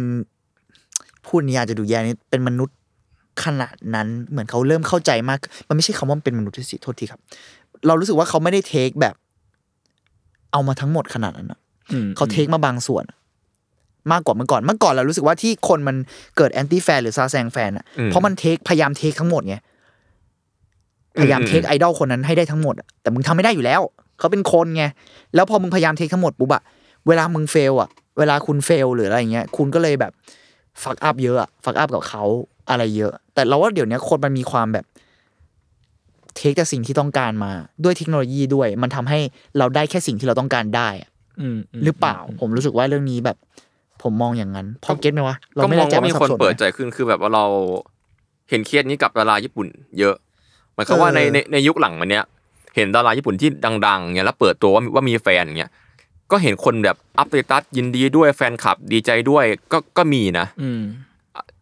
Speaker 4: พูดนี้อาจจะดูแย่นิดเป็นมนุษย์ขนาดนั้น เหมือนเขาเริ่มเข้าใจมาก มันไม่ใช่คำว่าเป็นมนุษย์ที่สิโทษทีครับ เรารู้สึกว่าเขาไม่ได้เทคแบบ เอามาทั้งหมดขนาดนั้นอะ
Speaker 2: อืม
Speaker 4: เขาเทคมาบางส่วน มากกว่าเมื่อก่อนเมื่อก่อนเรารู้สึกว่าที่คนมันเกิดแอนตี้แฟนหรือซาแซงแฟนอ่ะ
Speaker 3: อืม
Speaker 4: เพราะมันเทคพยายามเทคทั้งหมดไงพยายาม
Speaker 3: อืม
Speaker 4: เทคไอดอลคนนั้นให้ได้ทั้งหมดอะแต่มึงทำไม่ได้อยู่แล้ว เขาเป็นคนไงแล้วพอมึงพยายามเทคทั้งหมดปุ๊บอะเวลามึงเฟลอะเวลาคุณเฟลหรืออะไรอย่างเงี้ยคุณก็เลยแบบฟักอัพเยอะฟักอัพกับเขาอะไรเยอะ แต่เราว่าเดี๋ยวนี้คนมันมีความแบบ เทคแต่สิ่งที่ต้องการมาด้วยเทคโนโลยีด้วย มันทำให้เราได้แค่สิ่งที่เราต้องการได้อะ
Speaker 2: อืมม
Speaker 4: หรือเปล่า ผมรู้สึกว่าเรื่องนี้แบบ ผมมองอย่างนั้น พอเก็ตไหมวะ เรา
Speaker 3: ก็
Speaker 4: ไม่
Speaker 3: มอ
Speaker 4: แน่
Speaker 3: ง
Speaker 4: ใจ
Speaker 3: ว่ามี
Speaker 4: สั
Speaker 3: ค
Speaker 4: บ
Speaker 3: น
Speaker 4: สนไหม
Speaker 3: เปิดใจขึ้นคือแบบว่าเราเห็นเคสนี้กับดาราญี่ปุ่น เยอะหมายความ
Speaker 4: เออ
Speaker 3: ว่าในในในยุคหลังมาเนี้ยเห็นดาราญี่ปุ่นที่ดังๆเนี่ยแล้วเปิดตัวว่ามีว่ามีแฟนอย่างเงี้ยก็เห็นคนแบบอัปเดตัสยินดีด้วยแฟนคลับดีใจด้วยก็ก็มีนะ
Speaker 2: อืม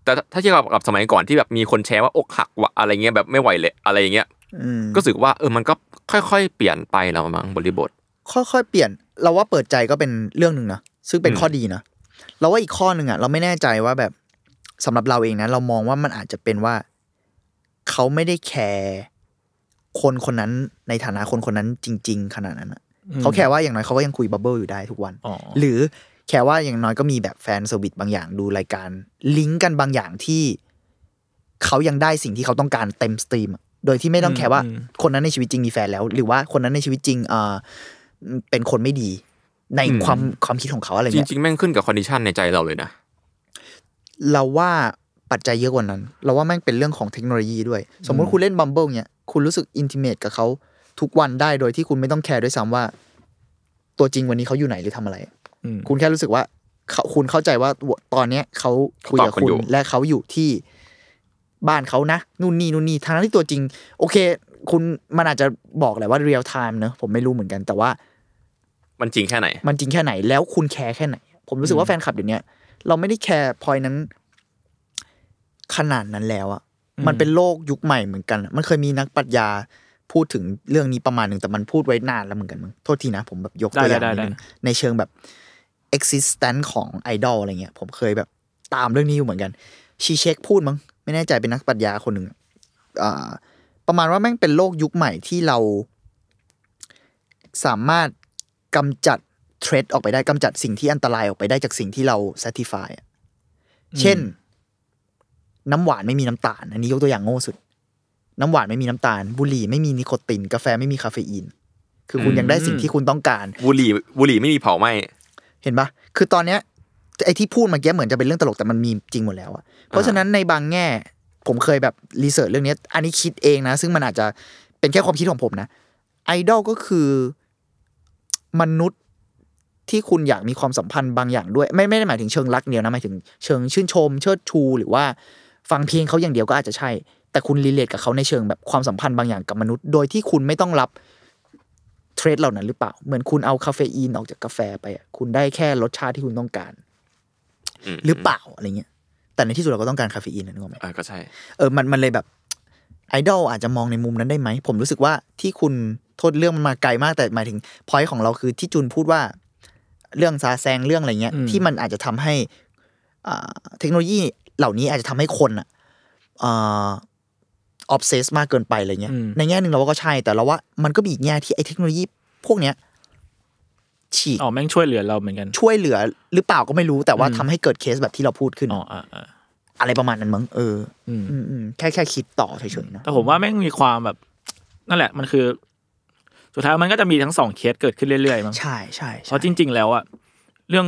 Speaker 3: แต่ถ้าเทียบกับกับสมัยก่อนที่แบบมีคนแชร์ว่าอกหักว่าอะไรเงี้ยแบบไม่ไหวเลยอะไรเงี้ย
Speaker 4: อืม
Speaker 3: ก็รู้สึกว่าเออมันก็ค่อยๆ เปลี่ยนไปแล้วมั้งบริบท
Speaker 4: ค่อยๆเปลี่ยน เราว่าเปิดใจก็เป็นเรื่องหนึ่งนะ ซึ่งเป็น
Speaker 3: อืม
Speaker 4: ข้อดีนะ เราว่าอีกข้อหนึ่งอ่ะ เราไม่แน่ใจว่าแบบสำหรับเราเองนะ เรามองว่ามันอาจจะเป็นว่า เขาไม่ได้แคร์คนคนนั้นในฐานะคนคนนั้นจริง ๆ ขนาดนั้นอะ
Speaker 2: อืม
Speaker 4: เขาแค่ว่าอย่างน้อยเขาก็ยังคุยบับเบิลอยู่ได้ทุกวัน
Speaker 2: อ๋อ
Speaker 4: หรือแค่ว่าอย่างน้อยก็มีแบบแฟนเซอร์วิสบางอย่างดูรายการ ลิงก์กันบางอย่างที่เขายังได้สิ่งที่เขาต้องการเต็มสตรีมอะโดยที่ไม่ต้องแค่ว่า
Speaker 2: อืม
Speaker 4: คนนั้นในชีวิตจริงมีแฟนแล้ว หรือว่าคนนั้นในชีวิตจริงเอ่อเป็นคนไม่ดีใน
Speaker 3: อืม
Speaker 4: ความความคิดของเขาอะไร
Speaker 3: จ
Speaker 4: เงี้ย
Speaker 3: ริงๆแม่งขึ้นกับคอนดิชันในใจเราเลยนะ
Speaker 4: เราว่าปัจจัยเยอะกว่านั้น เราว่าแม่งเป็นเรื่องของเทคโนโลยีด้วย สมมุติคุณเล่นบัมเบิลเนี่ยคุณรู้สึกอินทิเมตกับเขาทุกวันได้โดยที่คุณไม่ต้องแคร์ด้วยซ้ำว่า ตัวจริงวันนี้เขาอยู่ไหนหรือทำอะไร
Speaker 2: อืม
Speaker 4: คุณแค่รู้สึกว่าเขาคุณเข้าใจว่าตอนเนี้ยเขาคุยกับ
Speaker 3: เขาตอบคุ
Speaker 4: คุณ ณ
Speaker 3: อยู่
Speaker 4: และเขาอยู่ที่บ้านเขานะนู่นนี่นู่นนี่ทั้งที่ตัวจริง โอเค คุณมันอาจจะบอกแหละว่าเรียลไทม์เนอะผมไม่รู้เหมือนกันแต่ว่า
Speaker 3: มันจริงแค่ไหน
Speaker 4: มันจริงแค่ไหนแล้วคุณแคร์แค่ไหน ผมรู้สึกว่าแฟนคลับเดี๋ยวเนี้ยเราไม่ได้แคร์พอยนั้น ขนาดนั้นแล้วอะมันเป็นโลกยุคใหม่เหมือนกันอะมันเคยมีนักปรัชญาพูดถึงเรื่องนี้ประมาณหนึ่งแต่มันพูดไว้นานแล้วเหมือนกันมึงโทษทีนะผมแบบยกตัวอย่าง
Speaker 2: ได้ได้ได้
Speaker 4: นิดนึงในเชิงแบบ existence ของไอดอลอะไรเงี้ย ผมเคยแบบตามเรื่องนี้อยู่เหมือนกัน ชีเช็คพูดมั้งไม่แน่ใจเป็นนักปรัชญาคนหนึ่งอะอ่า ประมาณว่าแม่งเป็นโลกยุคใหม่ที่เรา สามารถกำจัดเทรดออกไปได้กำจัดสิ่งที่อันตรายออกไปได้จากสิ่งที่เรา satisfy อะเช่น น้ำหวานไม่มีน้ำตาล อันนี้ยกตัวอย่างโง่สุด น้ำหวานไม่มีน้ำตาล บุหรี่ไม่มีนิโคติน กาแฟไม่มีคาเฟอีน คือคุณยังได้สิ่งที่คุณต้องการ
Speaker 3: บุหรี่บุหรี่ไม่มีเผาไหม
Speaker 4: เห็นปะคือตอนเนี้ยไอ้ที่พูดเมื่อกี้เหมือนจะเป็นเรื่องตลกแต่มันมีจริงหมดแล้วอะเพราะฉะนั้นในบางแง่ ผมเคยแบบรีเสิร์ชเรื่องเนี้ยอันนี้คิดเองนะ ซึ่งมันอาจจะเป็นแค่ความคิดของผมนะ ไอดอลก็คือมนุษย์ที่คุณอยากมีความสัมพันธ์บางอย่างด้วย ไม่ไม่ได้หมายถึงเชิงรักเดียวนะหมายถึงเชิงชื่นชม เชิดชู หรือว่าฟังเพลงเขาอย่างเดียวก็อาจจะใช่ แต่คุณรีเลทกับเขาในเชิงแบบความสัมพันธ์บางอย่างกับมนุษย์ โดยที่คุณไม่ต้องรับ เทรดเหล่านั้นหรือเปล่า เหมือนคุณเอาคาเฟอีนออกจากกาแฟไปอะคุณได้แค่รสชาติที่คุณต้องการ หรือเปล่าอะไรเงี้ย แต่ในที่สุดเราก็ต้องการคาเฟอีนนะนึกออกไหม
Speaker 3: อ่าก็ใช่
Speaker 4: เออมันมันเลยแบบไอดอลอาจจะมองในมุมนั้นได้ไหม ผมรู้สึกว่าที่คุณโทษเรื่องมันมาไกลมากแต่หมายถึงพอยต์ของเราคือที่จุนพูดว่า เรื่องซาแซงเรื่องอะไรเงี้ย
Speaker 2: อืม
Speaker 4: ที่มันอาจจะทำให้อ่าเทคโนโลยีเหล่านี้อาจจะทำให้คนอะอ่าออฟเซสมากเกินไปอะไรเงี้ย
Speaker 2: อืม
Speaker 4: ในแง่หนึ่งเราก็ใช่แต่เราว่ามันก็มีอีกแง่ที่ไอ้เทคโนโลยีพวกเนี้ยฉีก
Speaker 2: อ๋อแม่งช่วยเหลือเราเหมือนกัน
Speaker 4: ช่วยเหลือหรือเปล่าก็ไม่รู้แต่ว่า
Speaker 2: อืม
Speaker 4: ทำให้เกิดเคสแบบที่เราพูดขึ้น
Speaker 2: อ๋ออ่ะอ่ะ
Speaker 4: อะไรประมาณนั้นมั้งเออ
Speaker 2: อืม
Speaker 4: อืมอืมแค่แค่คิดต่อเฉยๆนะ
Speaker 2: แต่ผมว่าแม่งมีความแบบ นั่นแหละมันคือ สุดท้ายมันก็จะมีทั้งสองเคสเกิดขึ้นเรื่อยๆมั้ง
Speaker 4: ใช่ใช่
Speaker 2: เพ
Speaker 4: ใช่
Speaker 2: ราะจริง ๆ แล้วอะเรื่อง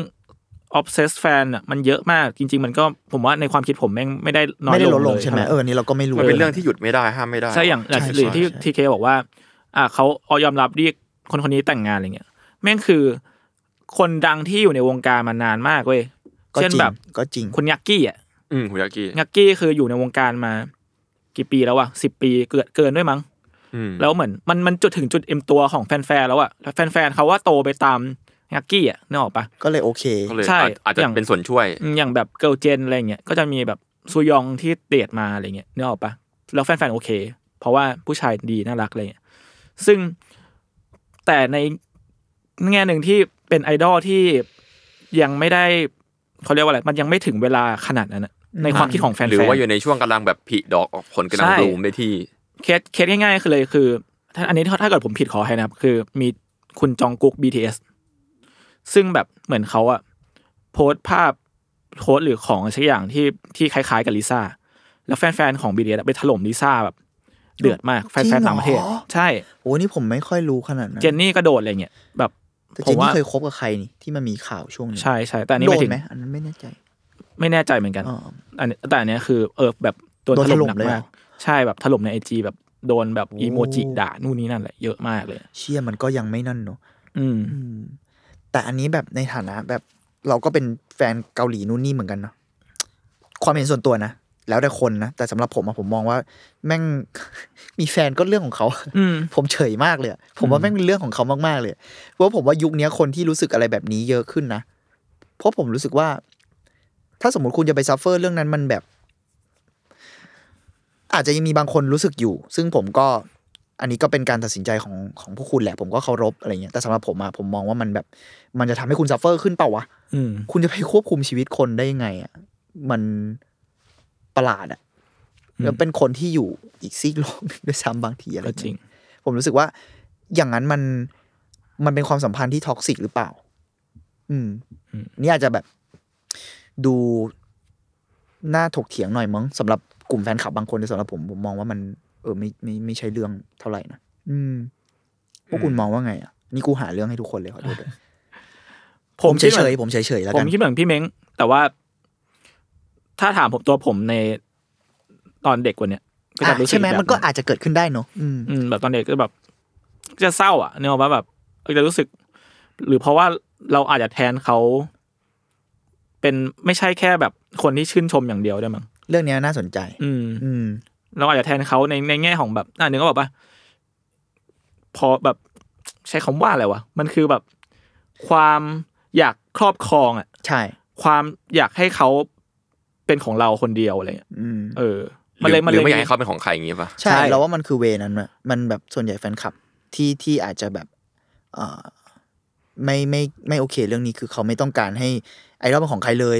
Speaker 2: obsessed fan อะมันเยอะมากจริง ๆ มันก็ผมว่าในความคิดผมแม่งไม่ได้น้อย
Speaker 4: ไม่ได้ลดล
Speaker 2: เล
Speaker 4: ง
Speaker 2: ย
Speaker 4: ใช่ไหม
Speaker 2: ท่าร่
Speaker 4: เอออนนี่เราก็ไม่รู้
Speaker 3: มันเป็นเรื่องที่หยุดไม่ได้ห้ามไม่ได้
Speaker 2: ใช่อย่าง
Speaker 4: ใช่
Speaker 2: หรือที่
Speaker 4: ใช่
Speaker 2: ทีเคบอกว่า อ่าเขาเอายอมรับที่คนคนนี้แต่งงานอะไรเงี้ยแม่งคือ คนดังที่อยู่ในวงการมานานมากเว้ย
Speaker 4: ก็
Speaker 2: เช่น
Speaker 4: จริง
Speaker 2: แบบ
Speaker 4: ก็จริง
Speaker 2: คุณยักกี้อ่ะ
Speaker 3: อืมคุณยากิ
Speaker 2: ยักกี้คืออยู่ในวงการมา กี่ปีแล้ววะสิบปีเกินเกินด้วยมั้ง
Speaker 3: อืม
Speaker 2: แล้วเหมือนมันมันจุดถึงจุดเอ็มตัวของแฟนๆแล้วอ่ะแล้วแฟนๆเขาว่าโตไปตามยักกี้อ่ะนึกออกปะ
Speaker 4: ก็เลยโอเค
Speaker 3: ก็เลย
Speaker 2: ใช่
Speaker 3: อาจอาจจะ
Speaker 2: อย่าง
Speaker 3: เป็นส่วนช่วย
Speaker 2: อืมอย่างแบบเกิลเจนอะไรเงี้ยก็จะมีแบบซูยองที่เดทมาอะไรเงี้ยนึกออกปะแล้วแฟนๆโอเค เพราะว่าผู้ชายดีน่ารักอะไรเงี้ยซึ่งแต่ในแง่หนึ่งที่เป็นไอดอลที่ยังไม่ได้เขาเรียกว่าอะไร มันยังไม่ถึงเวลาขนาดนั้นอะในความคิดของแฟนๆ
Speaker 3: หรือว่าอยู่ในช่วงกำลังแบบผลิดอกออกผลกำลัง
Speaker 2: ใช่
Speaker 3: รูมได้ที่
Speaker 2: เคสเคสง่ายๆคือเลยคือถ้าอันนี้ถ้าถ้าเกิดผมผิดขอให้นะครับ คือมีคุณจองกุ๊ก BTS ซึ่งแบบเหมือนเขาอะโพสต์ภาพโพสต์หรือของสักอย่างที่ที่คล้ายๆกับลิซ่าแล้วแฟนๆของ BTS อะไปถล่มลิซ่าแบบ เดือดมากแฟ
Speaker 4: จริ
Speaker 2: นๆ
Speaker 4: งเหรอ
Speaker 2: ต่างประเทศ ใช่
Speaker 4: โอ้นี่ผมไม่ค่อยรู้ขนาดนั้น
Speaker 2: เจนนี่ก็โดดอะไรเงี้ยแบบ
Speaker 4: แต่
Speaker 2: ผ
Speaker 4: เจ
Speaker 2: ม
Speaker 4: น
Speaker 2: ว่า
Speaker 4: นี่เคยคบกับใครนี่ที่มันมีข่าวช่วงนี้
Speaker 2: ใช่ใช่แต่อันนี้
Speaker 4: โด
Speaker 2: ไม่
Speaker 4: น
Speaker 2: ถึง
Speaker 4: ไหมอันนั้นไม่แน่ใจ
Speaker 2: ไม่แน่ใจเหมือนกัน
Speaker 4: อ๋อ
Speaker 2: อันนี้แต่อันเนี้ยคือเออแบบโดน
Speaker 4: โดน
Speaker 2: ถ
Speaker 4: ถล่
Speaker 2: ล่
Speaker 4: ม
Speaker 2: มหนัก
Speaker 4: เลยเหรอ
Speaker 2: มากใช่แบบถล่มในไอจีแบบโดนแบบอีโมจิด่านู่นนี่นั่นแหละเยอะมากเลย
Speaker 4: เชี่ยมันก็ยังไม่นั่นเนอะ
Speaker 2: อืม
Speaker 4: อืมแต่อันนี้แบบในฐานะแบบเราก็เป็นแฟนเกาหลีนู่นนี่เหมือนกันเนาะความเห็นส่วนตัวนะ แล้วแต่คนนะ แต่สำหรับผมอะผมมองว่า แม่ง มีแฟนก็เรื่องของเขา
Speaker 2: อืม
Speaker 4: ผมเฉยมากเลยอะผมว่าแม่งเป็นเรื่องของเขามากๆเลยเพราะผมว่ายุคเนี้ยคนที่รู้สึกอะไรแบบนี้เยอะขึ้นนะ เพราะผมรู้สึกว่า ถ้าสมมติคุณจะไปซัฟเฟอร์เรื่องนั้นมันแบบ อาจจะยังมีบางคนรู้สึกอยู่ ซึ่งผมก็ อันนี้ก็เป็นการตัดสินใจของของพวกคุณแหละ ผมก็เคารพอะไรเงี้ยแต่สำหรับผมอะผมมองว่ามันแบบ มันจะทำให้คุณซัฟเฟอร์ขึ้นเปล่าวะ
Speaker 2: อืม
Speaker 4: คุณจะไปควบคุมชีวิตคนได้ยังไงอ่ะ มันประหลาดอ่ะแล้วเป็นคนที่อยู่อีกซีกโลกหนึ่งด้วยซ้ำบางทีอะไร
Speaker 2: ก็จริง
Speaker 4: เยผมรู้สึกว่า อย่างนั้นมันมันเป็นความสัมพันธ์ที่ท็อกซิกหรือเปล่า อืมนี่อาจจะแบบดูน่าถกเถียงหน่อยมั้งสำหรับกลุ่มแฟนคลับบางคนแต่สำหรับผมผมมองว่ามัน เออไม่ไม่ไม่ใช่เรื่องเท่าไหร่นะอืม พวกคุณมองว่าไงอ่ะนี่กูหาเรื่องให้ทุกคนเลยขอโทษด้วยผมเฉยๆผมเฉยๆแล้ว
Speaker 2: ผ
Speaker 4: กั
Speaker 2: ม
Speaker 4: น
Speaker 2: คิดเหมือนพี่เม้ง แต่ว่า ถ้าถามผมตัวผมในตอนเด็กกว่าเนี้ยก็จะ
Speaker 4: อ่ะ
Speaker 2: รู้สึก
Speaker 4: ใช่ไหม
Speaker 2: แบบ
Speaker 4: มันก็อาจจะเกิดขึ้นได้เนอะอืม
Speaker 2: อืมแบบตอนเด็กก็แบบจะเศร้าอ่ะเนกอะว่าแบบก็จะรู้สึก หรือเพราะว่าเราอาจจะแทนเขา เป็นไม่ใช่แค่แบบคนที่ชื่นชมอย่างเดียวได้วยมั้ง
Speaker 4: เรื่องเนี้ยน่าสนใจ
Speaker 2: อืม
Speaker 4: อืม
Speaker 2: เราอาจจะแทนเขาในในแง่ของแบบอ่านึกว่าแบบว่าพอแบบใช้คำว่าอะไรวะมันคือแบบความอยากครอบครองอ่ะ
Speaker 4: ใช่
Speaker 2: ความอยากให้เขาเป็นของเราคนเดียวอะไรเงี้ย
Speaker 4: อืม
Speaker 2: เออ มันเลย
Speaker 3: หรือ
Speaker 2: มันเลย
Speaker 3: หรือไม่อยากให้เขาเป็นของใครอย่างงี้ป่ะ
Speaker 4: ใช่
Speaker 2: ใช่
Speaker 4: เราว่ามันคือเวนั้นอะมันแบบส่วนใหญ่แฟนคลับที่ที่อาจจะแบบเอ่อไม่ไม่ไม่โอเคเรื่องนี้คือเขาไม่ต้องการให้ไอดอลเป็นของใครเลย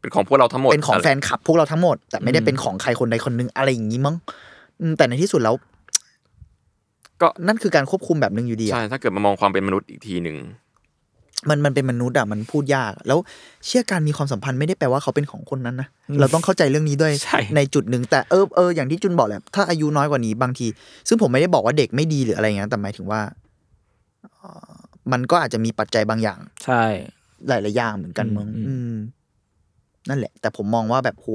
Speaker 3: เป็นของพวกเราทั้งหมด
Speaker 4: เป็นของแฟ
Speaker 3: ะไร
Speaker 4: นคลับพวกเราทั้งหมด แต่ไม่ได้เป็นของใครคนใดคนหนึ่งอะไรอย่างนี้มั้งอืมแต่ในที่สุดแล้ว
Speaker 3: ก็
Speaker 4: นั่นคือการควบคุมแบบหนึ่งอยู่ดีอะ
Speaker 3: ใช่ถ้าเกิดมามองความเป็นมนุษย์อีกทีหนึ่ง
Speaker 4: มันมันเป็นมนุษย์อะมันพูดยาก แล้วเชื่อการมีความสัมพันธ์ไม่ได้แปลว่าเขาเป็นของคนนั้นนะเราต้องเข้าใจเรื่องนี้ด้วย
Speaker 2: ใช่
Speaker 4: จุดหนึ่งแต่เออเอออย่างที่จุนบอกแหละถ้าอายุน้อยกว่านี้บางที ซึ่งผมไม่ได้บอกว่าเด็กไม่ดีหรืออะไรเงี้ยแต่หมายถึงว่าเอ่อมันก็อาจจะมีปัจจัยบางอย่าง
Speaker 2: ใช่
Speaker 4: หลายๆอย่างเหมือนกันมึง
Speaker 2: อืม
Speaker 4: อืม นั่นแหละ แต่ผมมองว่าแบบโห